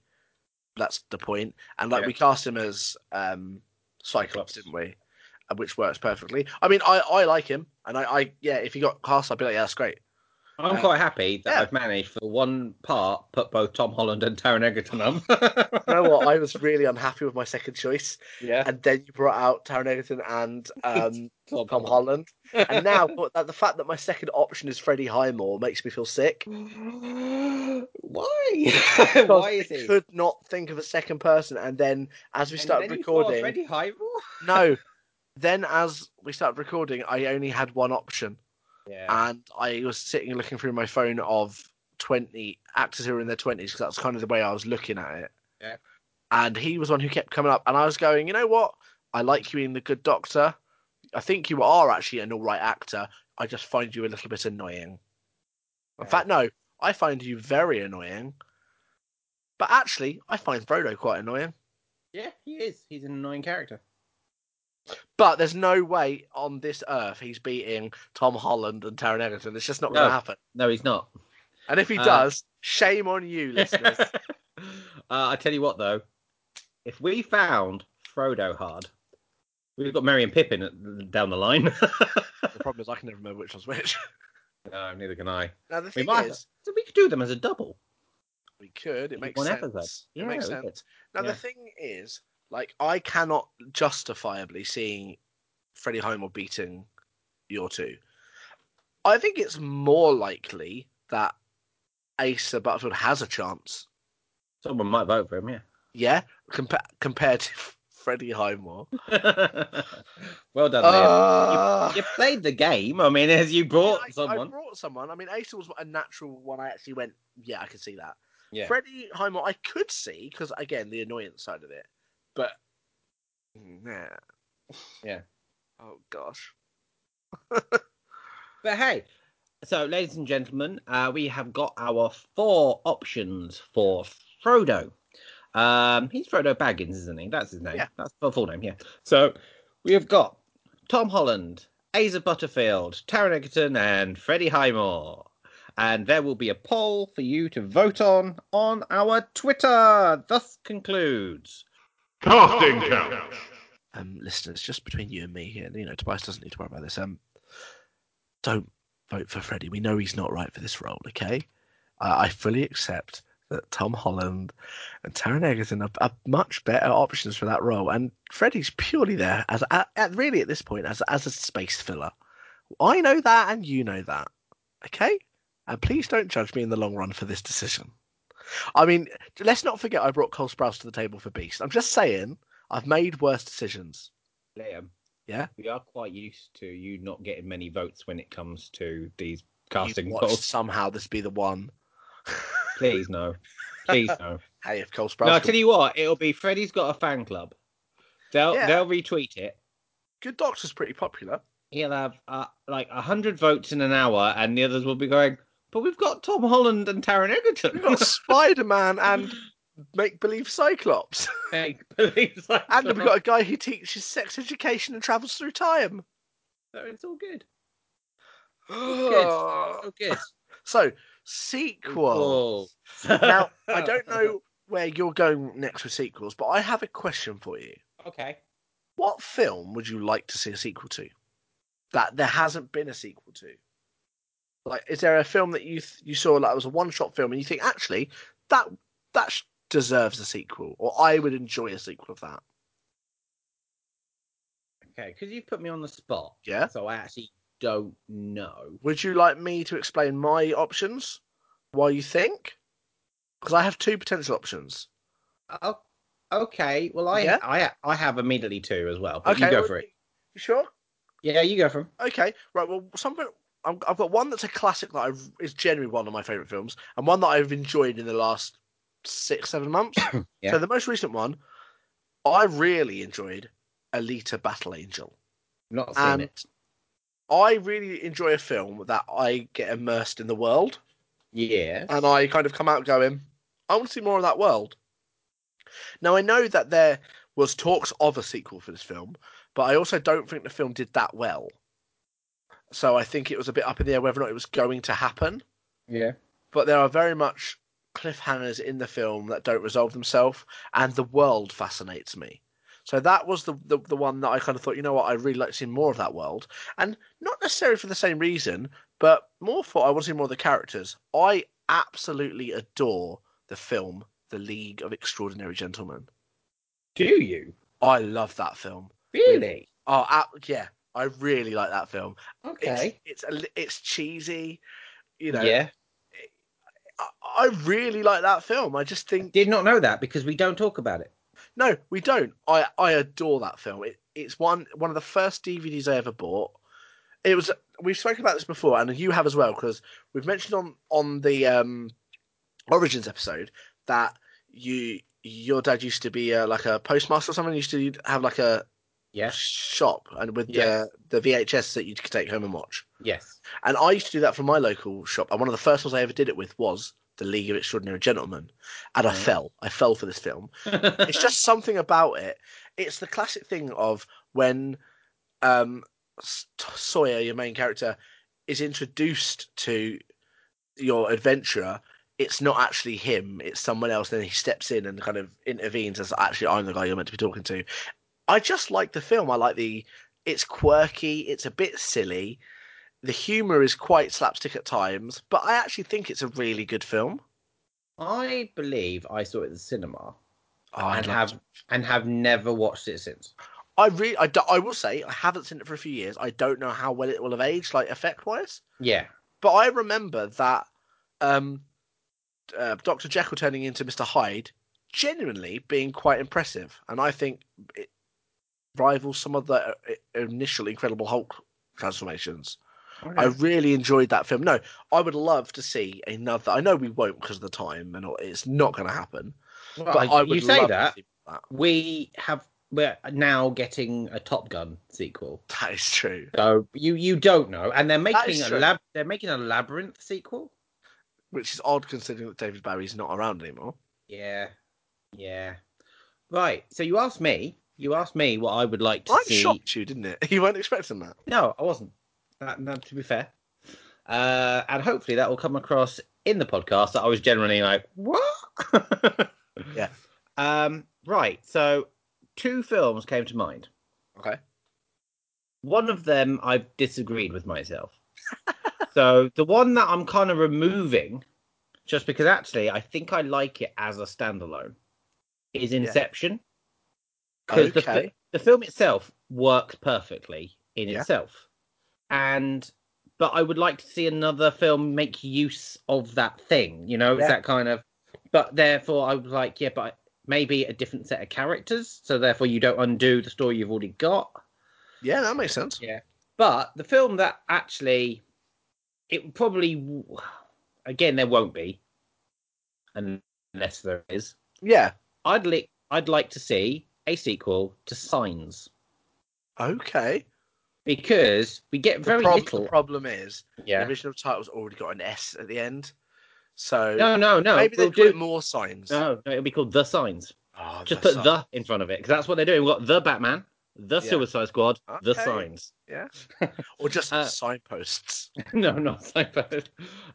[SPEAKER 1] That's the point. And like
[SPEAKER 2] Yeah.
[SPEAKER 1] we cast him as um, Cyclops,
[SPEAKER 2] Cyclops.
[SPEAKER 1] didn't we? Uh, Which works perfectly. I mean, I, I like him, and I, I yeah. If he got cast, I'd be like, yeah, that's great.
[SPEAKER 2] I'm
[SPEAKER 1] Uh,
[SPEAKER 2] quite happy that
[SPEAKER 1] yeah.
[SPEAKER 2] I've managed for one part put both Tom Holland and Taron Egerton on.
[SPEAKER 1] You know what? I was really unhappy with my second choice,
[SPEAKER 2] yeah,
[SPEAKER 1] and then you brought out Taron Egerton and um,
[SPEAKER 2] Tom,
[SPEAKER 1] Tom Holland. and now but that, the fact that my second option is Freddie Highmore makes me feel sick.
[SPEAKER 2] Why?
[SPEAKER 1] Because
[SPEAKER 2] Why is
[SPEAKER 1] I
[SPEAKER 2] he?
[SPEAKER 1] could not think of a second person, and then as we
[SPEAKER 2] And
[SPEAKER 1] started
[SPEAKER 2] then you thought of
[SPEAKER 1] recording,
[SPEAKER 2] Freddie Highmore?
[SPEAKER 1] no, then as we started recording, I only had one option,
[SPEAKER 2] Yeah.
[SPEAKER 1] and I was sitting looking through my phone of twenty actors who were in their twenties because that's kind of the way I was looking at it.
[SPEAKER 2] Yeah.
[SPEAKER 1] And he was one who kept coming up, and I was going, you know what? I like you in The Good Doctor. I think you are actually an all right actor. I just find you a little bit annoying. In fact, no, I find you very annoying. But actually, I find Frodo quite annoying.
[SPEAKER 2] yeah, he is. He's an annoying character.
[SPEAKER 1] But there's no way on this earth he's beating Tom Holland and Taron Egerton. It's just not going
[SPEAKER 2] No.
[SPEAKER 1] to happen.
[SPEAKER 2] No, he's not.
[SPEAKER 1] And if he
[SPEAKER 2] Uh,
[SPEAKER 1] does, shame on you, listeners.
[SPEAKER 2] uh, I tell you what, though, if we found Frodo hard, we've got Merry and Pippin at, down the line.
[SPEAKER 1] the problem is I can never remember which one's which.
[SPEAKER 2] no, neither can I.
[SPEAKER 1] Now the
[SPEAKER 2] We
[SPEAKER 1] thing
[SPEAKER 2] might.
[SPEAKER 1] is,
[SPEAKER 2] So we could do them as a double.
[SPEAKER 1] we could. It
[SPEAKER 2] It's
[SPEAKER 1] makes
[SPEAKER 2] one
[SPEAKER 1] sense.
[SPEAKER 2] episode.
[SPEAKER 1] it
[SPEAKER 2] Yeah,
[SPEAKER 1] makes
[SPEAKER 2] we could.
[SPEAKER 1] sense. Now
[SPEAKER 2] Yeah.
[SPEAKER 1] the thing is, like, I cannot justifiably seeing Freddie Highmore beating your two. I think it's more likely that Asa Butterfield has a chance.
[SPEAKER 2] Someone might vote for him, yeah.
[SPEAKER 1] Yeah, compa- compared to Freddie Highmore.
[SPEAKER 2] well done, Liam.
[SPEAKER 1] Uh,
[SPEAKER 2] You played the game. I mean, as you brought
[SPEAKER 1] I, I
[SPEAKER 2] someone.
[SPEAKER 1] brought someone. I mean, Asa was a natural one. I actually went, yeah, I could see that.
[SPEAKER 2] yeah.
[SPEAKER 1] Freddie Highmore, I could see because again, the annoyance side of it, but nah.
[SPEAKER 2] Yeah.
[SPEAKER 1] Oh gosh.
[SPEAKER 2] But hey, so ladies and gentlemen, uh, we have got our four options for Frodo. Um, he's Frodo Baggins, isn't he? That's his name.
[SPEAKER 1] Yeah.
[SPEAKER 2] That's the full name. Yeah. So we have got Tom Holland, Asa Butterfield, Taron Egerton, and Freddie Highmore. And there will be a poll for you to vote on on our Twitter. Thus concludes.
[SPEAKER 3] Casting couch.
[SPEAKER 1] Um, listeners, just between you and me here, you know, Tobias doesn't need to worry about this. Um, don't vote for Freddie. We know he's not right for this role. Okay, I I fully accept that Tom Holland and Taron Egerton are, are much better options for that role, and Freddie's purely there as at, at really at this point as as a space filler. I know that, and you know that. Okay, and please don't judge me in the long run for this decision. I mean, let's not forget I brought Cole Sprouse to the table for Beast. I'm just saying I've made worse decisions.
[SPEAKER 2] Liam,
[SPEAKER 1] Yeah.
[SPEAKER 2] We are quite used to you not getting many votes when it comes to these
[SPEAKER 1] You
[SPEAKER 2] casting
[SPEAKER 1] watched
[SPEAKER 2] polls.
[SPEAKER 1] somehow this be the one.
[SPEAKER 2] Please no. Please no.
[SPEAKER 1] Hey, if Cole Sprouse.
[SPEAKER 2] no, I
[SPEAKER 1] could-
[SPEAKER 2] tell you what, it'll be Freddie's got a fan club. They'll
[SPEAKER 1] Yeah.
[SPEAKER 2] they'll retweet it.
[SPEAKER 1] Good Doctor's pretty popular.
[SPEAKER 2] He'll have uh, like hundred votes in an hour, and the others will be going. But we've got Tom Holland and Taron
[SPEAKER 1] We've
[SPEAKER 2] Egerton.
[SPEAKER 1] got Spider Man and make believe Cyclops.
[SPEAKER 2] Make believe like
[SPEAKER 1] And we've got a guy who teaches sex education and travels through time.
[SPEAKER 2] So it's all good.
[SPEAKER 1] so,
[SPEAKER 2] All good.
[SPEAKER 1] sequel. Now, I don't know where you're going next with sequels, but I have a question for you.
[SPEAKER 2] Okay.
[SPEAKER 1] What film would you like to see a sequel to that there hasn't been a sequel to? Like, is there a film that you th- you saw like it was a one shot film and you think actually that that sh- deserves a sequel, or I would enjoy a sequel of that?
[SPEAKER 2] Okay, because you put me on the spot.
[SPEAKER 1] Yeah.
[SPEAKER 2] So I actually don't know.
[SPEAKER 1] Would you like me to explain my options? Why you think? Because I have two potential options.
[SPEAKER 2] Oh, okay. Well, I
[SPEAKER 1] Yeah.
[SPEAKER 2] I I have immediately two as well. But You go
[SPEAKER 1] well,
[SPEAKER 2] for it.
[SPEAKER 1] You sure?
[SPEAKER 2] Yeah, you go for 'em.
[SPEAKER 1] Okay, right. Well, something I've, I've got one that's a classic that I've, is generally one of my favourite films, and one that I've enjoyed in the last six, seven months.
[SPEAKER 2] Yeah.
[SPEAKER 1] So the most recent one, I really enjoyed Alita: Battle Angel,
[SPEAKER 2] Not seen
[SPEAKER 1] and
[SPEAKER 2] it.
[SPEAKER 1] I really enjoy a film that I get immersed in the world
[SPEAKER 2] Yeah.
[SPEAKER 1] and I kind of come out going, I want to see more of that world. Now I know that there was talks of a sequel for this film, but I also don't think the film did that well. So I think it was a bit up in the air whether or not it was going to happen.
[SPEAKER 2] Yeah.
[SPEAKER 1] But there are very much cliffhangers in the film that don't resolve themselves, and the world fascinates me. So that was the, the the one that I kind of thought, you know what, I really like to see more of that world, and not necessarily for the same reason, but more for I want to see more of the characters. I absolutely adore the film The League of Extraordinary Gentlemen.
[SPEAKER 2] Do you
[SPEAKER 1] I love that film.
[SPEAKER 2] really?
[SPEAKER 1] Oh, ab- yeah, I really like that film.
[SPEAKER 2] Okay.
[SPEAKER 1] It's it's, a, li- it's cheesy, you know.
[SPEAKER 2] yeah.
[SPEAKER 1] I, I really like that film. I just think
[SPEAKER 2] Did not know that because we don't talk about it.
[SPEAKER 1] No, we don't. I I adore that film. It, it's one one of the first DVDs I ever bought. It was we've spoken about this before, and you have as well, because we've mentioned on on the um, Origins episode that you your dad used to be uh, like a postmaster or something. He used to have like a
[SPEAKER 2] Yeah.
[SPEAKER 1] shop and with
[SPEAKER 2] Yes.
[SPEAKER 1] the the VHS that you could take home and watch.
[SPEAKER 2] Yes.
[SPEAKER 1] And I used to do that from my local shop. And one of the first ones I ever did it with was the League of Extraordinary Gentlemen, and I
[SPEAKER 2] Yeah.
[SPEAKER 1] fell. I fell for this film it's just something about it. It's the classic thing of when um, S- Sawyer, your main character, is introduced to your adventurer. It's not actually him; it's someone else. Then he steps in and kind of intervenes as actually, I'm the guy you're meant to be talking to. I just like the film. I like the. It's quirky. It's a bit silly. The humor is quite slapstick at times, but I actually think it's a really good film.
[SPEAKER 2] I believe I saw it at the cinema
[SPEAKER 1] Oh, I'd
[SPEAKER 2] and
[SPEAKER 1] love
[SPEAKER 2] have and have never watched it since.
[SPEAKER 1] I really, I, do- I will say, I haven't seen it for a few years. I don't know how well it will have aged, like effect wise.
[SPEAKER 2] Yeah.
[SPEAKER 1] But I remember that um, uh, Doctor Jekyll turning into Mister Hyde, genuinely being quite impressive, and I think it rivals some of the uh, initial Incredible Hulk transformations. I really enjoyed that film. No, I would love to see another. I know we won't because of the time, and all- it's not going to happen. But
[SPEAKER 2] Well,
[SPEAKER 1] I would
[SPEAKER 2] you say
[SPEAKER 1] love to
[SPEAKER 2] that
[SPEAKER 1] see-
[SPEAKER 2] we have we're now getting a Top Gun sequel.
[SPEAKER 1] that is true.
[SPEAKER 2] So you you don't know, and they're
[SPEAKER 1] is
[SPEAKER 2] making a
[SPEAKER 1] true.
[SPEAKER 2] lab. They're making a labyrinth sequel.
[SPEAKER 1] Which is odd considering that David Barry's not around anymore.
[SPEAKER 2] Yeah, yeah. Right. So you asked me. You asked me what I would like to
[SPEAKER 1] That
[SPEAKER 2] see.
[SPEAKER 1] shocked you, didn't it? You weren't expecting that.
[SPEAKER 2] No, I wasn't. That, that, to be fair, uh, and hopefully that will come across in the podcast. That I was generally like, what?
[SPEAKER 1] Yeah.
[SPEAKER 2] Um. Right. So two films came to mind.
[SPEAKER 1] Okay.
[SPEAKER 2] one of them I've disagreed with myself. so the one that I'm kind of removing, just because actually I think I like it as a standalone, is Inception. Because the, fi-
[SPEAKER 1] Okay.
[SPEAKER 2] the film itself works perfectly in
[SPEAKER 1] Yeah.
[SPEAKER 2] itself. And but I would like to see another film make use of that thing, you know, it's
[SPEAKER 1] Yeah.
[SPEAKER 2] that kind of but therefore I would like, yeah, but maybe a different set of characters, so therefore you don't undo the story you've already got.
[SPEAKER 1] Yeah, that makes sense.
[SPEAKER 2] Yeah. But the film that actually, it probably, w- again, there won't be, un- unless there is.
[SPEAKER 1] Yeah.
[SPEAKER 2] I'd li- I'd like to see a sequel to Signs
[SPEAKER 1] Okay.
[SPEAKER 2] because we get
[SPEAKER 1] The
[SPEAKER 2] very
[SPEAKER 1] prob-
[SPEAKER 2] little.
[SPEAKER 1] The problem is the
[SPEAKER 2] yeah.
[SPEAKER 1] original title's already got an S at the end, so
[SPEAKER 2] No, no, no.
[SPEAKER 1] maybe
[SPEAKER 2] we'll
[SPEAKER 1] they'll do
[SPEAKER 2] do.
[SPEAKER 1] it more signs.
[SPEAKER 2] No, no, it'll be called The Signs.
[SPEAKER 1] Oh,
[SPEAKER 2] Just
[SPEAKER 1] that's
[SPEAKER 2] put
[SPEAKER 1] not-
[SPEAKER 2] the in front of it because that's what they're doing. We've got the Batman, the
[SPEAKER 1] Yeah.
[SPEAKER 2] Suicide Squad, the
[SPEAKER 1] Okay.
[SPEAKER 2] Signs.
[SPEAKER 1] Yeah. Or just
[SPEAKER 2] Uh,
[SPEAKER 1] signposts.
[SPEAKER 2] no, not Seinfeld.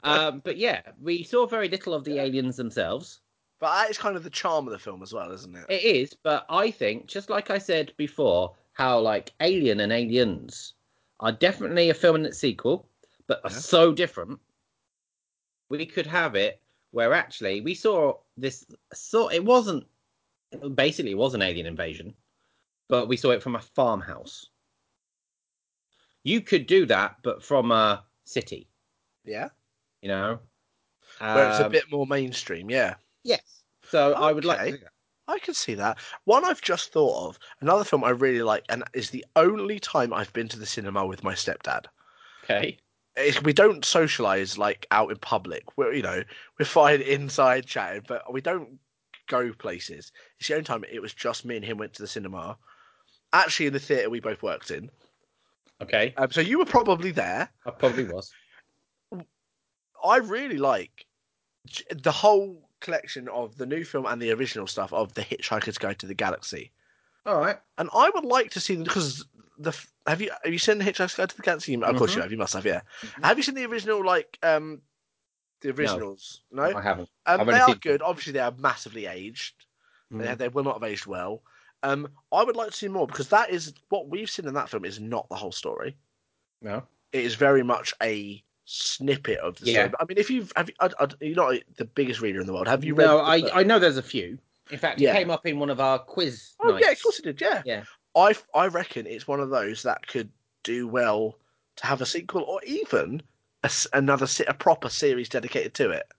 [SPEAKER 2] um, but yeah, we saw very little of the aliens themselves.
[SPEAKER 1] But that is kind of the charm of the film as well, isn't it?
[SPEAKER 2] It is, but I think just like I said before, how like Alien and Aliens are definitely a film and its sequel, but are
[SPEAKER 1] Yeah.
[SPEAKER 2] so different. We could have it where actually we saw this. Saw it wasn't basically it was an alien invasion, but we saw it from a farmhouse. You could do that, but from a city,
[SPEAKER 1] Yeah.
[SPEAKER 2] you know.
[SPEAKER 1] Where it's a
[SPEAKER 2] Um,
[SPEAKER 1] bit more mainstream, yeah.
[SPEAKER 2] yes. So I would like.
[SPEAKER 1] Okay.
[SPEAKER 2] To do that.
[SPEAKER 1] I can see that. One I've just thought of, another film I really like, and is the only time I've been to the cinema with my stepdad.
[SPEAKER 2] Okay.
[SPEAKER 1] It's, we don't socialize like out in public. We're you know we're fine inside chatting, but we don't go places. It's the only time it was just me and him went to the cinema. Actually, in the theater we both worked in.
[SPEAKER 2] Okay.
[SPEAKER 1] Um, so you were probably there.
[SPEAKER 2] I probably was.
[SPEAKER 1] I really like j- the whole collection of the new film and the original stuff of The Hitchhiker's Guide to the Galaxy.
[SPEAKER 2] All right.
[SPEAKER 1] And I would like to see them because the f- have you have you seen The Hitchhiker's Guide to the Galaxy? You- Of course you have. You must have. Yeah.
[SPEAKER 2] Mhm.
[SPEAKER 1] Have you seen the original like um the originals? No.
[SPEAKER 2] I haven't. I've
[SPEAKER 1] Um,
[SPEAKER 2] only
[SPEAKER 1] they are
[SPEAKER 2] seen-
[SPEAKER 1] good. Obviously, they are massively aged. They,
[SPEAKER 2] Mm.
[SPEAKER 1] they will not have aged well. Um, I would like to see more because that is what we've seen in that film is not the whole story
[SPEAKER 2] No.
[SPEAKER 1] it is very much a snippet of the
[SPEAKER 2] Yeah.
[SPEAKER 1] story. I mean, if you've, have you, I, I, you're not the biggest reader in the world. Have you read?
[SPEAKER 2] no,
[SPEAKER 1] the book?
[SPEAKER 2] I, I know there's a few. In fact,
[SPEAKER 1] Yeah.
[SPEAKER 2] it came up in one of our quiz.
[SPEAKER 1] oh yeah, of
[SPEAKER 2] nights.
[SPEAKER 1] course it did. Yeah,
[SPEAKER 2] Yeah.
[SPEAKER 1] I I reckon it's one of those that could do well to have a sequel or even a s another se- a proper series dedicated to it.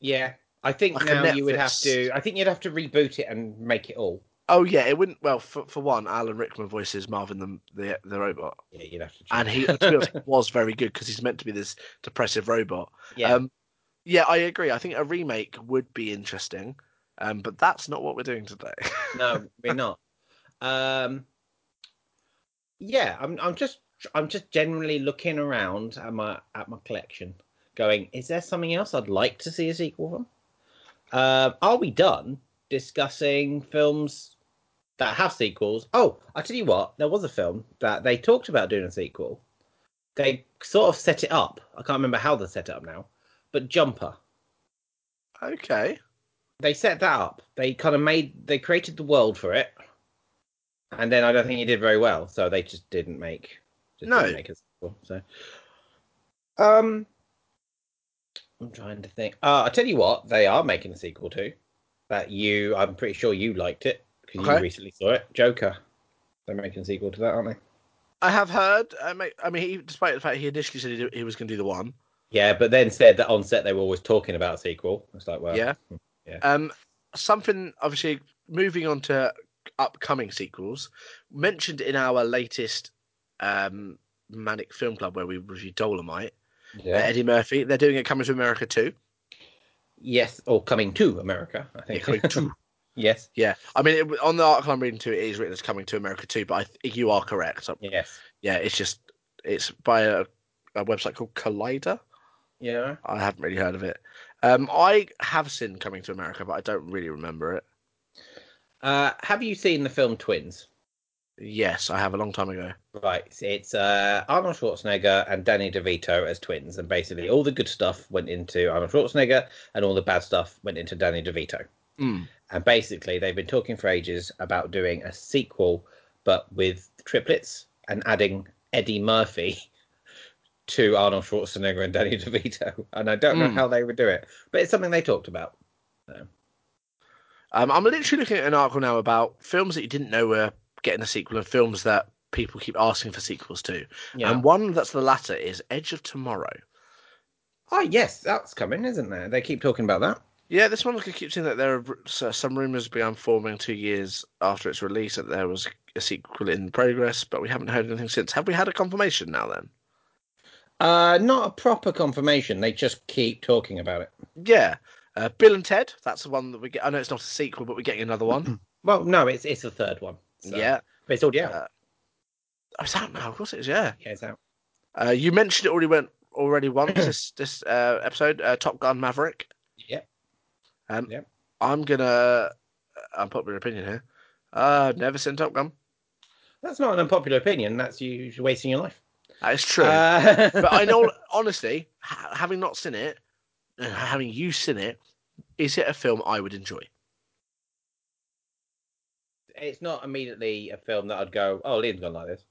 [SPEAKER 2] Yeah. I think
[SPEAKER 1] Like a
[SPEAKER 2] now you would have
[SPEAKER 1] Netflix.
[SPEAKER 2] to. I think you'd have to reboot it and make it all.
[SPEAKER 1] Oh yeah, it wouldn't. Well, for for one, Alan Rickman voices Marvin the the, the robot,
[SPEAKER 2] Yeah, you'd have to. change
[SPEAKER 1] and he to
[SPEAKER 2] it.
[SPEAKER 1] be honest, was very good because he's meant to be this depressive robot.
[SPEAKER 2] yeah.
[SPEAKER 1] Um, yeah, I agree. I think a remake would be interesting, um, but that's not what we're doing today.
[SPEAKER 2] no, we're not. Um. Yeah, I'm. I'm just. I'm just generally looking around at my at my collection, going, is there something else I'd like to see a sequel from? Um, are we done discussing films that have sequels? Oh, I tell you what, there was a film that they talked about doing a sequel. They sort of set it up. I can't remember how they set it up now, but Jumper
[SPEAKER 1] okay.
[SPEAKER 2] they set that up. They kind of made they created the world for it, and then I don't think he did very well, so they just didn't make. Just
[SPEAKER 1] No.
[SPEAKER 2] didn't make a sequel, so. Um, I'm trying to think. Uh, I tell you what, they are making a sequel to that. You, I'm pretty sure you liked it because
[SPEAKER 1] Okay.
[SPEAKER 2] you recently saw it. Joker. They're making a sequel to that, aren't they?
[SPEAKER 1] I have heard. I mean, I mean he, despite the fact he initially said he, do- he was going to do the one.
[SPEAKER 2] Yeah, but then said that on set they were always talking about a sequel. It's like, well,
[SPEAKER 1] yeah.
[SPEAKER 2] yeah.
[SPEAKER 1] Um, something obviously moving on to upcoming sequels mentioned in our latest um, Manic Film Club where we reviewed Dolomite.
[SPEAKER 2] yeah.
[SPEAKER 1] Eddie Murphy. They're doing a Coming to America too.
[SPEAKER 2] yes, or coming to America, I think. yes,
[SPEAKER 1] yeah. I mean, it, on the article I'm reading to, it is written as Coming to America too. But I think you are correct.
[SPEAKER 2] yes,
[SPEAKER 1] yeah, it's just it's by a, a website called Collider.
[SPEAKER 2] yeah.
[SPEAKER 1] I haven't really heard of it. Um, I have seen Coming to America, but I don't really remember it.
[SPEAKER 2] Uh, have you seen the film Twins?
[SPEAKER 1] Yes, I have a long time ago.
[SPEAKER 2] Right, it's uh, Arnold Schwarzenegger and Danny DeVito as twins, and basically all the good stuff went into Arnold Schwarzenegger, and all the bad stuff went into Danny DeVito.
[SPEAKER 1] Mm.
[SPEAKER 2] And basically, they've been talking for ages about doing a sequel, but with triplets and adding Eddie Murphy to Arnold Schwarzenegger and Danny DeVito. And I don't know
[SPEAKER 1] Hmm.
[SPEAKER 2] how they would do it, but it's something they talked about.
[SPEAKER 1] Um, I'm literally looking at an article now about films that you didn't know were getting a sequel and films that people keep asking for sequels to.
[SPEAKER 2] Yeah.
[SPEAKER 1] And one that's the latter is Edge of Tomorrow.
[SPEAKER 2] oh yes, that's coming, isn't there? They keep talking about that.
[SPEAKER 1] Yeah, uh, this one I keep seeing that there are r- so- some rumors began forming two years after its release that there was a sequel in progress, but we haven't heard anything since. Have we had a confirmation now then?
[SPEAKER 2] Uh, not a proper confirmation. They just keep talking about it.
[SPEAKER 1] Yeah. Uh, Bill and Ted, that's the one that we get. I know it's not a sequel, but we're getting another one.
[SPEAKER 2] Well, no, it's it's the third one. so-
[SPEAKER 1] Yeah.
[SPEAKER 2] but it's already out.
[SPEAKER 1] Uh, Oh, it's out now. Of course it is, yeah.
[SPEAKER 2] yeah, it's out.
[SPEAKER 1] Uh, you mentioned it already went already once this this uh, episode, uh, Top Gun Maverick.
[SPEAKER 2] Yeah,
[SPEAKER 1] Um,
[SPEAKER 2] Yep.
[SPEAKER 1] I'm gonna uh, unpopular opinion here. Uh, never seen Top Gun.
[SPEAKER 2] that's not an unpopular opinion. That's you you're wasting your life.
[SPEAKER 1] That is true.
[SPEAKER 2] Uh,
[SPEAKER 1] but I know, honestly, ha- having not seen it, and having you seen it, is it a film I would enjoy?
[SPEAKER 2] it's not immediately a film that I'd go, "Oh, Liam's gone like this."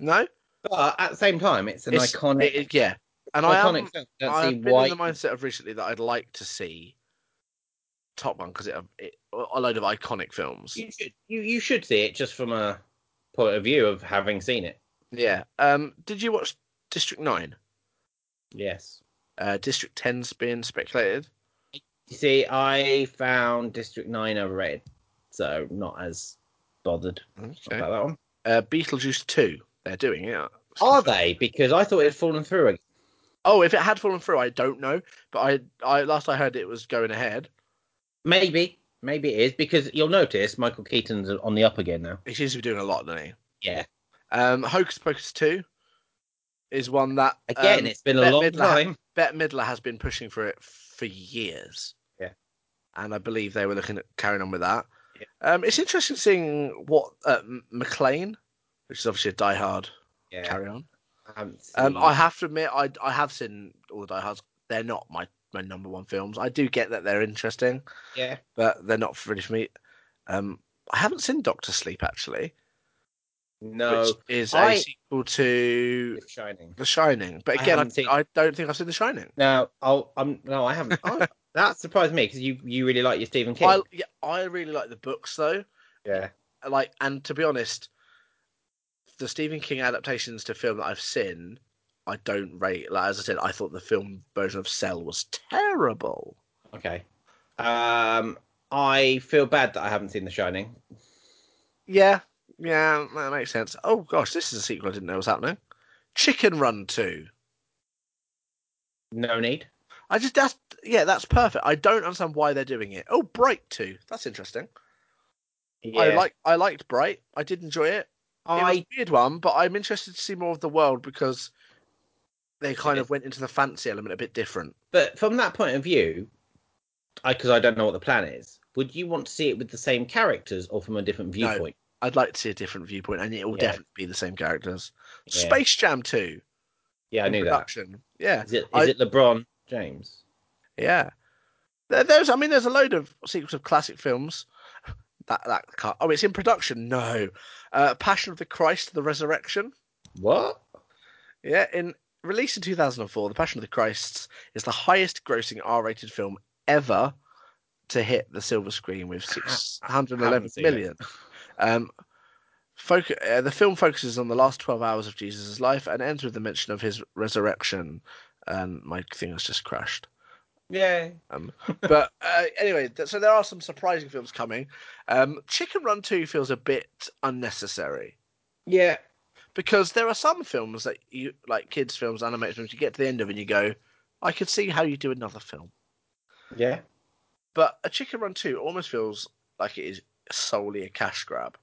[SPEAKER 1] No,
[SPEAKER 2] But at the same time, it's an
[SPEAKER 1] It's-
[SPEAKER 2] iconic,
[SPEAKER 1] It- it- yeah. And I
[SPEAKER 2] iconic
[SPEAKER 1] am,
[SPEAKER 2] film. I don't see
[SPEAKER 1] I've been
[SPEAKER 2] why.
[SPEAKER 1] in the mindset of recently that I'd like to see Top Gun because it, it a load of iconic films.
[SPEAKER 2] You should you, you should see it just from a point of view of having seen it.
[SPEAKER 1] Yeah. Um. Did you watch District Nine?
[SPEAKER 2] Yes.
[SPEAKER 1] Uh, District 10's been speculated.
[SPEAKER 2] You see, I found District Nine overrated, so not as bothered
[SPEAKER 1] Okay.
[SPEAKER 2] about that one.
[SPEAKER 1] Uh, Beetlejuice 2. They're doing it.
[SPEAKER 2] Are they? Because I thought it had fallen through again.
[SPEAKER 1] Oh, if it had fallen through, I don't know. But I, I last I heard, it was going ahead.
[SPEAKER 2] Maybe, maybe it is because you'll notice Michael Keaton's on the up again now.
[SPEAKER 1] He seems to be doing a lot, doesn't he?
[SPEAKER 2] Yeah.
[SPEAKER 1] Um, Hocus Pocus 2 is one that
[SPEAKER 2] Again,
[SPEAKER 1] um,
[SPEAKER 2] it's been a
[SPEAKER 1] Bette
[SPEAKER 2] long
[SPEAKER 1] Midler-
[SPEAKER 2] time.
[SPEAKER 1] Bette Midler has been pushing for it for years.
[SPEAKER 2] Yeah.
[SPEAKER 1] And I believe they were looking at carrying on with that.
[SPEAKER 2] Yeah.
[SPEAKER 1] Um, it's interesting seeing what uh, M- McLean, which is obviously a diehard
[SPEAKER 2] Yeah.
[SPEAKER 1] carry on.
[SPEAKER 2] I haven't
[SPEAKER 1] Um,
[SPEAKER 2] seen-
[SPEAKER 1] I have to admit, I I have seen all the Die Hards. They're not my, my number one films. I do get that they're interesting,
[SPEAKER 2] yeah.
[SPEAKER 1] but they're not really for me. Um, I haven't seen Doctor Sleep actually,
[SPEAKER 2] No.
[SPEAKER 1] which is a
[SPEAKER 2] Oh, I-
[SPEAKER 1] sequel to
[SPEAKER 2] It's Shining.
[SPEAKER 1] The Shining. But
[SPEAKER 2] I
[SPEAKER 1] again, I,
[SPEAKER 2] haven't seen-
[SPEAKER 1] I don't think I've seen The Shining.
[SPEAKER 2] No, I'll, I'm no, I haven't. Oh, that surprised me because you you really like your Stephen King.
[SPEAKER 1] I yeah, I really like the books though.
[SPEAKER 2] Yeah.
[SPEAKER 1] Like, and to be honest, the Stephen King adaptations to film that I've seen, I don't rate. Like as I said, I thought the film version of Cell was terrible.
[SPEAKER 2] Okay. Um, I feel bad that I haven't seen The Shining.
[SPEAKER 1] Yeah, yeah, that makes sense. Oh gosh, this is a sequel I didn't know was happening. Chicken Run Two.
[SPEAKER 2] No need.
[SPEAKER 1] I just that's yeah, that's perfect. I don't understand why they're doing it. Oh, Bright Two. That's interesting.
[SPEAKER 2] Yeah.
[SPEAKER 1] I like I liked Bright. I did enjoy it. It was
[SPEAKER 2] I
[SPEAKER 1] a weird one, but I'm interested to see more of the world because they kind of went into the fancy element a bit different.
[SPEAKER 2] but from that point of view, I because I don't know what the plan is. Would you want to see it with the same characters or from a different
[SPEAKER 1] No.
[SPEAKER 2] viewpoint?
[SPEAKER 1] I'd like to see a different viewpoint, and it will
[SPEAKER 2] Yeah.
[SPEAKER 1] definitely be the same characters.
[SPEAKER 2] Yeah.
[SPEAKER 1] Space Jam Two.
[SPEAKER 2] Yeah, I
[SPEAKER 1] in
[SPEAKER 2] knew that.
[SPEAKER 1] production. Yeah,
[SPEAKER 2] Is it is
[SPEAKER 1] I-
[SPEAKER 2] it LeBron James?
[SPEAKER 1] Yeah. There, there's, I mean, there's a load of sequels of classic films. That that can't. Oh, it's in production. No, uh, Passion of the Christ: The Resurrection.
[SPEAKER 2] What?
[SPEAKER 1] Yeah, in released in 2004, The Passion of the Christ is the highest-grossing R-rated film ever to hit the silver screen with
[SPEAKER 2] I
[SPEAKER 1] 611
[SPEAKER 2] haven't seen it.
[SPEAKER 1] million. Um, foc uh, the film focuses on the last 12 hours of Jesus' life and ends with the mention of his resurrection. And my thing has just crashed.
[SPEAKER 2] Yeah.
[SPEAKER 1] but uh, anyway, th- so there are some surprising films coming. Um, Chicken Run 2 feels a bit unnecessary
[SPEAKER 2] Yeah.
[SPEAKER 1] because there are some films that you like kids' films, animated films, you get to the end of and you go, I could see how you do another film.
[SPEAKER 2] Yeah.
[SPEAKER 1] But a Chicken Run 2 almost feels like it is solely a cash grab.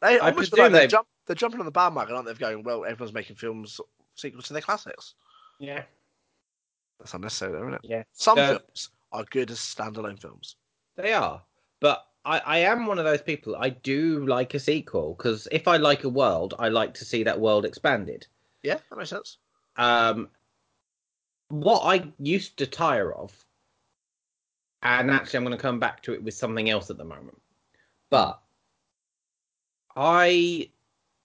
[SPEAKER 1] They
[SPEAKER 2] I
[SPEAKER 1] almost feel
[SPEAKER 2] presume
[SPEAKER 1] like they're,
[SPEAKER 2] they've-
[SPEAKER 1] jump, they're jumping on the bandwagon, aren't they? Of Going, well, everyone's making films, sequels to their classics.
[SPEAKER 2] Yeah.
[SPEAKER 1] That's unnecessary, though, isn't it?
[SPEAKER 2] Yeah.
[SPEAKER 1] Some
[SPEAKER 2] So-
[SPEAKER 1] films are good as standalone films.
[SPEAKER 2] They are. But I, I am one of those people. I do like a sequel because if I like a world, I like to see that world expanded.
[SPEAKER 1] Yeah, that makes sense.
[SPEAKER 2] Um, what I used to tire of, and actually, I'm going to come back to it with something else at the moment. But I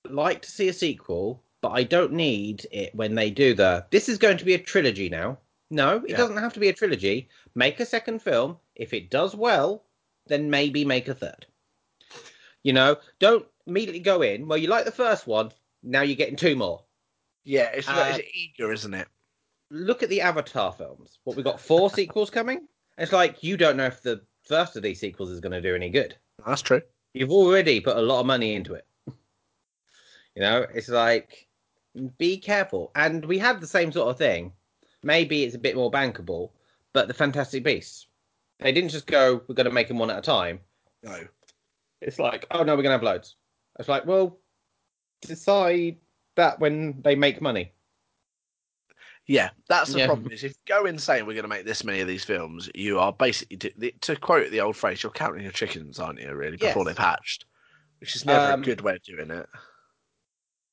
[SPEAKER 2] like to see a sequel, but I don't need it when they do the. This is going to be a trilogy now. No, it
[SPEAKER 1] Yeah.
[SPEAKER 2] doesn't have to be a trilogy. Make a second film. If it does well, then maybe make a third. You know, don't immediately go in. Well, you like the first one. Now you're getting two more
[SPEAKER 1] Yeah, it's,
[SPEAKER 2] Uh,
[SPEAKER 1] it's eager, isn't it?
[SPEAKER 2] look at the Avatar films. What we've got four sequels coming. It's like you don't know if the first of these sequels is going to do any good.
[SPEAKER 1] That's true.
[SPEAKER 2] You've already put a lot of money into it. You know, it's like be careful. And we had the same sort of thing. Maybe it's a bit more bankable, but the Fantastic Beasts. They didn't just go, we're going to make them one at a time.
[SPEAKER 1] No.
[SPEAKER 2] It's like, oh no, we're going to have loads. It's like, well, decide that when they make money.
[SPEAKER 1] Yeah, that's the
[SPEAKER 2] Yeah.
[SPEAKER 1] problem. Is if you go insane, we're going to make this many of these films. You are basically, to, the- to quote the old phrase, you're counting your chickens, aren't you? Really, before
[SPEAKER 2] Yes.
[SPEAKER 1] they're hatched, which is never
[SPEAKER 2] Um,
[SPEAKER 1] a good way of doing it.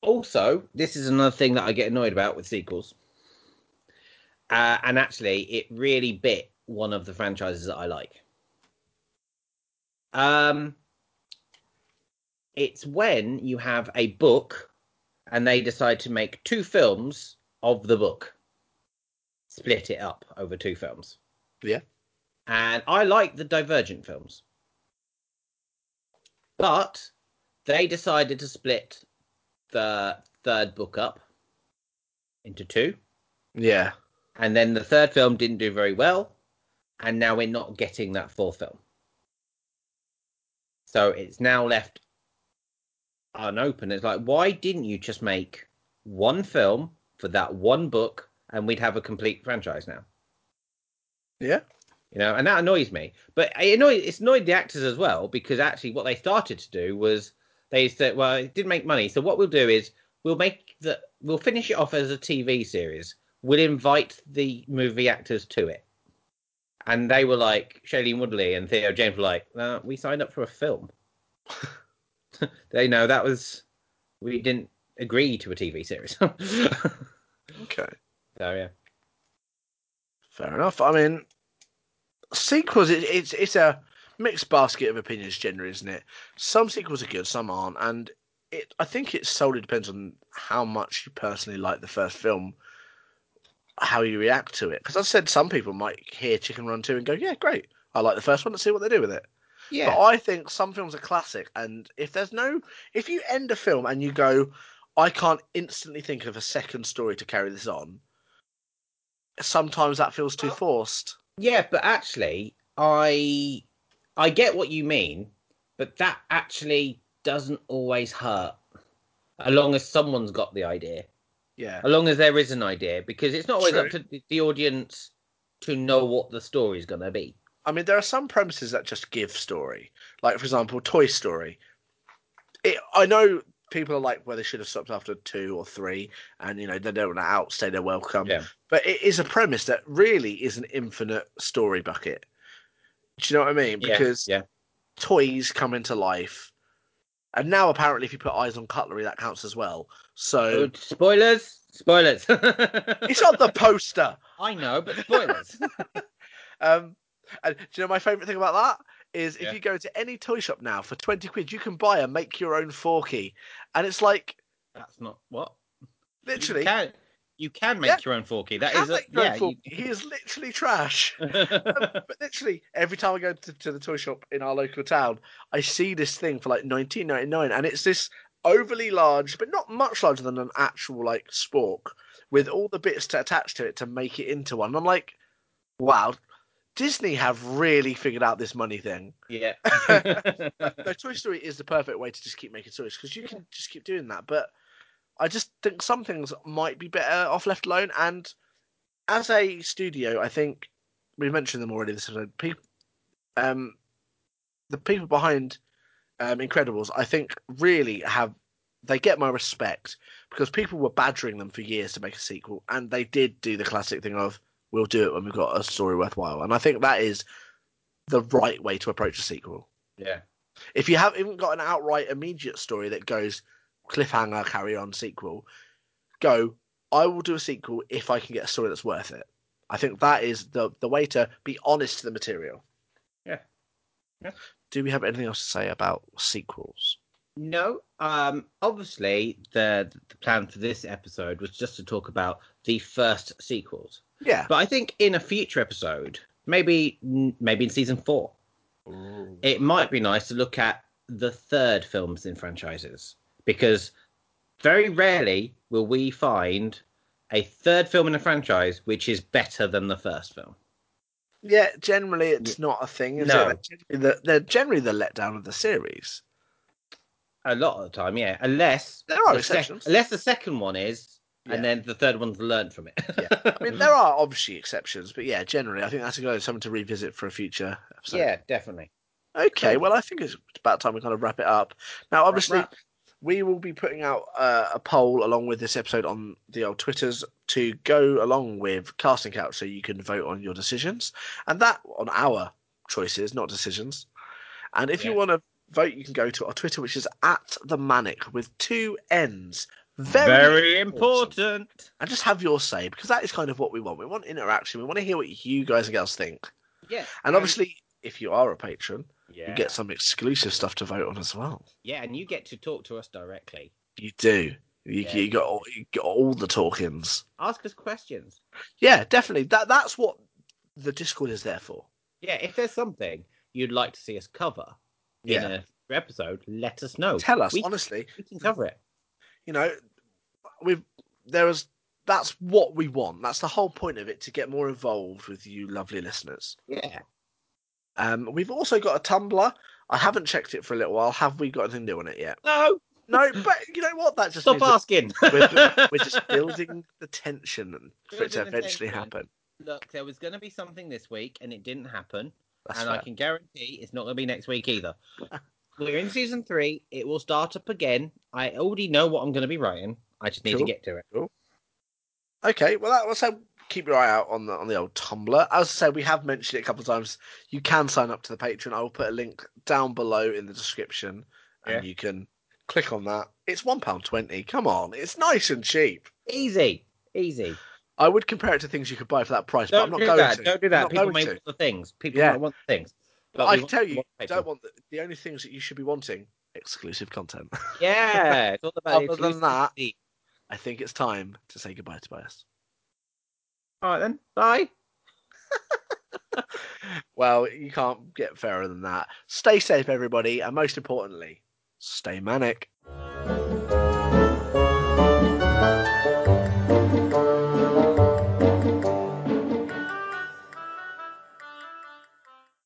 [SPEAKER 2] Also, this is another thing that I get annoyed about with sequels. Uh, and actually, it really bit one of the franchises that I like. Um, it's when you have a book and they decide to make two films of the book, split it up over two films.
[SPEAKER 1] Yeah.
[SPEAKER 2] And I like the Divergent films. But they decided to split the third book up into two,
[SPEAKER 1] Yeah,
[SPEAKER 2] and then the third film didn't do very well, and now we're not getting that fourth film. So it's now left unopened. It's like, why didn't you just make one film for that one book, and we'd have a complete franchise now?
[SPEAKER 1] yeah,
[SPEAKER 2] you know, and that annoys me. But it annoyed, it's annoyed the actors as well because actually what they started to do was they said, well, it didn't make money, so what we'll do is we'll make the we'll finish it off as a TV series. We'll invite the movie actors to it, and they were like Shailene Woodley and Theo James were like, uh, we signed up for a film. they know that was we didn't agree to a TV series. so
[SPEAKER 1] okay,
[SPEAKER 2] yeah,
[SPEAKER 1] fair enough. I mean, sequels. It, it's it's a mixed basket of opinions, generally, isn't it? Some sequels are good, some aren't, and it. I think it solely depends on how much you personally like the first film. How you react to it, because I said some people might hear Chicken Run Two and go, "Yeah, great, I like the first one. Let's see what they do with it."
[SPEAKER 2] yeah.
[SPEAKER 1] But I think some films are classic, and if there's no, if you end a film and you go, I can't instantly think of a second story to carry this on. Sometimes that feels
[SPEAKER 2] Oh.
[SPEAKER 1] too forced.
[SPEAKER 2] Yeah, but actually, I I get what you mean, but that actually doesn't always hurt, as long as someone's got the idea,
[SPEAKER 1] Yeah,
[SPEAKER 2] as long as there is an idea, because it's not always
[SPEAKER 1] True.
[SPEAKER 2] up to th- the audience to know what the story's going to be.
[SPEAKER 1] I mean there are some premises that just give story. Like for example, Toy Story. It, I know people are like, well, they should have stopped after two or three, and you know they don't want to outstay their welcome.
[SPEAKER 2] Yeah.
[SPEAKER 1] But it is a premise that really is an infinite story bucket. Do you know what I mean?
[SPEAKER 2] Yeah,
[SPEAKER 1] Because
[SPEAKER 2] yeah,
[SPEAKER 1] toys come into life. And now apparently if you put eyes on cutlery that counts as well. So
[SPEAKER 2] Oh, spoilers, spoilers.
[SPEAKER 1] it's on the poster.
[SPEAKER 2] I know, but spoilers.
[SPEAKER 1] Um and do you know my favourite thing about that? Is if
[SPEAKER 2] Yeah.
[SPEAKER 1] you go to any toy shop now for twenty quid you can buy a make your own forky. And it's like
[SPEAKER 2] That's not what
[SPEAKER 1] literally
[SPEAKER 2] You can, you can make
[SPEAKER 1] Yeah.
[SPEAKER 2] your own forky. That
[SPEAKER 1] can
[SPEAKER 2] is a,
[SPEAKER 1] make your own
[SPEAKER 2] yeah. you-
[SPEAKER 1] forky. He is literally trash. but literally every time I go to, to the toy shop in our local town, I see this thing for like nineteen ninety nine, and it's this overly large, but not much larger than an actual like spork, with all the bits to attach to it to make it into one. And I'm like, wow, Disney have really figured out this money thing.
[SPEAKER 2] yeah.
[SPEAKER 1] No, Toy Story is the perfect way to just keep making toys because you can just keep doing that. But I just think some things might be better off left alone. And as a studio, I think we mentioned them already. This episode, people, um, the people behind um, Incredibles, I think, really have they get my respect because people were badgering them for years to make a sequel, and they did do the classic thing of "We'll do it when we've got a story worthwhile." And I think that is the right way to approach a sequel
[SPEAKER 2] yeah.
[SPEAKER 1] if you haven't even got an outright immediate story that goes cliffhanger carry on sequel go i will do a sequel if i can get a story that's worth it i think that is the the way to be honest to the material
[SPEAKER 2] Yeah. Yeah.
[SPEAKER 1] do we have anything else to say about sequels
[SPEAKER 2] No, um, obviously the the plan for this episode was just to talk about the first sequels,
[SPEAKER 1] yeah
[SPEAKER 2] but I think in a future episode, maybe maybe in season four, it might be nice to look at the third films in franchises because very rarely will we find a third film in a franchise which is better than the first film.
[SPEAKER 1] yeah generally it's not a thing is
[SPEAKER 2] No.
[SPEAKER 1] it? They're generally the, they're generally the letdown of the series
[SPEAKER 2] A lot of the time, yeah. Unless
[SPEAKER 1] There are
[SPEAKER 2] the sec-
[SPEAKER 1] exceptions.
[SPEAKER 2] unless the second one is,
[SPEAKER 1] Yeah.
[SPEAKER 2] and then the third one's learned from it.
[SPEAKER 1] I mean, there are obviously exceptions, but yeah, generally, I think that's a good something to revisit for a future episode.
[SPEAKER 2] yeah, definitely.
[SPEAKER 1] Okay,
[SPEAKER 2] Cool.
[SPEAKER 1] well, I think it's about time we kind of wrap it up. Now, obviously,
[SPEAKER 2] wrap.
[SPEAKER 1] we will be putting out uh, a poll along with this episode on the old Twitters to go along with Casting Couch so you can vote on your decisions. And that on our choices, not decisions. And if you
[SPEAKER 2] Yeah.
[SPEAKER 1] want to vote, you can go to our Twitter, which is at the Manic with two N's. Very,
[SPEAKER 2] important.
[SPEAKER 1] And just have your say because that is kind of what we want. We want interaction. We want to hear what you guys and girls think.
[SPEAKER 2] Yeah,
[SPEAKER 1] And obviously, if you are a patron,
[SPEAKER 2] yeah,
[SPEAKER 1] you get some exclusive stuff to vote on as well.
[SPEAKER 2] yeah, and you get to talk to us directly.
[SPEAKER 1] You do. You,
[SPEAKER 2] Yeah.
[SPEAKER 1] you got all, you got all the talkings.
[SPEAKER 2] Ask us questions.
[SPEAKER 1] Yeah, definitely. That that's what the Discord is there for.
[SPEAKER 2] Yeah, if there's something you'd like to see us cover
[SPEAKER 1] Yeah.
[SPEAKER 2] in a episode, let us know.
[SPEAKER 1] Tell us
[SPEAKER 2] Oh, We,
[SPEAKER 1] honestly.
[SPEAKER 2] we can cover it.
[SPEAKER 1] You know, we've there is that's what we want. That's the whole point of it to get more involved with you, lovely listeners.
[SPEAKER 2] Yeah.
[SPEAKER 1] Um, we've also got a Tumblr. I haven't checked it for a little while. Have we got anything new on it yet?
[SPEAKER 2] No,
[SPEAKER 1] No, but you know what? That just
[SPEAKER 2] stop
[SPEAKER 1] means that
[SPEAKER 2] asking.
[SPEAKER 1] we're, we're just building the tension for it to
[SPEAKER 2] Building the
[SPEAKER 1] eventually
[SPEAKER 2] tension.
[SPEAKER 1] happen.
[SPEAKER 2] Look, there was going to be something this week, and it didn't happen.
[SPEAKER 1] That's
[SPEAKER 2] and I
[SPEAKER 1] fair.
[SPEAKER 2] can guarantee it's not going to be next week either. We're in season three. It will start up again. I already know what I'm going to be writing. I just need
[SPEAKER 1] Cool.
[SPEAKER 2] to get to it.
[SPEAKER 1] Okay, well, that was how. Keep your eye out on the on the old Tumblr. As I said, we have mentioned it a couple of times. You can sign up to the Patreon. I will put a link down below in the description, and
[SPEAKER 2] Yeah.
[SPEAKER 1] you can click on that. It's one pound twenty. Come on, it's nice and cheap.
[SPEAKER 2] Easy, easy.
[SPEAKER 1] I would compare it to things you could buy for that price,
[SPEAKER 2] Don't
[SPEAKER 1] but I'm
[SPEAKER 2] do
[SPEAKER 1] not going
[SPEAKER 2] that.
[SPEAKER 1] to.
[SPEAKER 2] Don't do
[SPEAKER 1] I'm
[SPEAKER 2] that.
[SPEAKER 1] not
[SPEAKER 2] People
[SPEAKER 1] going
[SPEAKER 2] may
[SPEAKER 1] to.
[SPEAKER 2] want the things. People
[SPEAKER 1] Yeah.
[SPEAKER 2] might want the things. But
[SPEAKER 1] I
[SPEAKER 2] we
[SPEAKER 1] can
[SPEAKER 2] want-
[SPEAKER 1] tell
[SPEAKER 2] we
[SPEAKER 1] you,
[SPEAKER 2] want
[SPEAKER 1] you
[SPEAKER 2] paper.
[SPEAKER 1] don't want the, the only things that you should be wanting exclusive content.
[SPEAKER 2] Yeah, it's all about
[SPEAKER 1] Other than
[SPEAKER 2] exclusivity.
[SPEAKER 1] that- I think it's time to say goodbye to bias.
[SPEAKER 2] All right then. Bye.
[SPEAKER 1] Well, you can't get fairer than that. Stay safe, everybody, and most importantly, stay manic.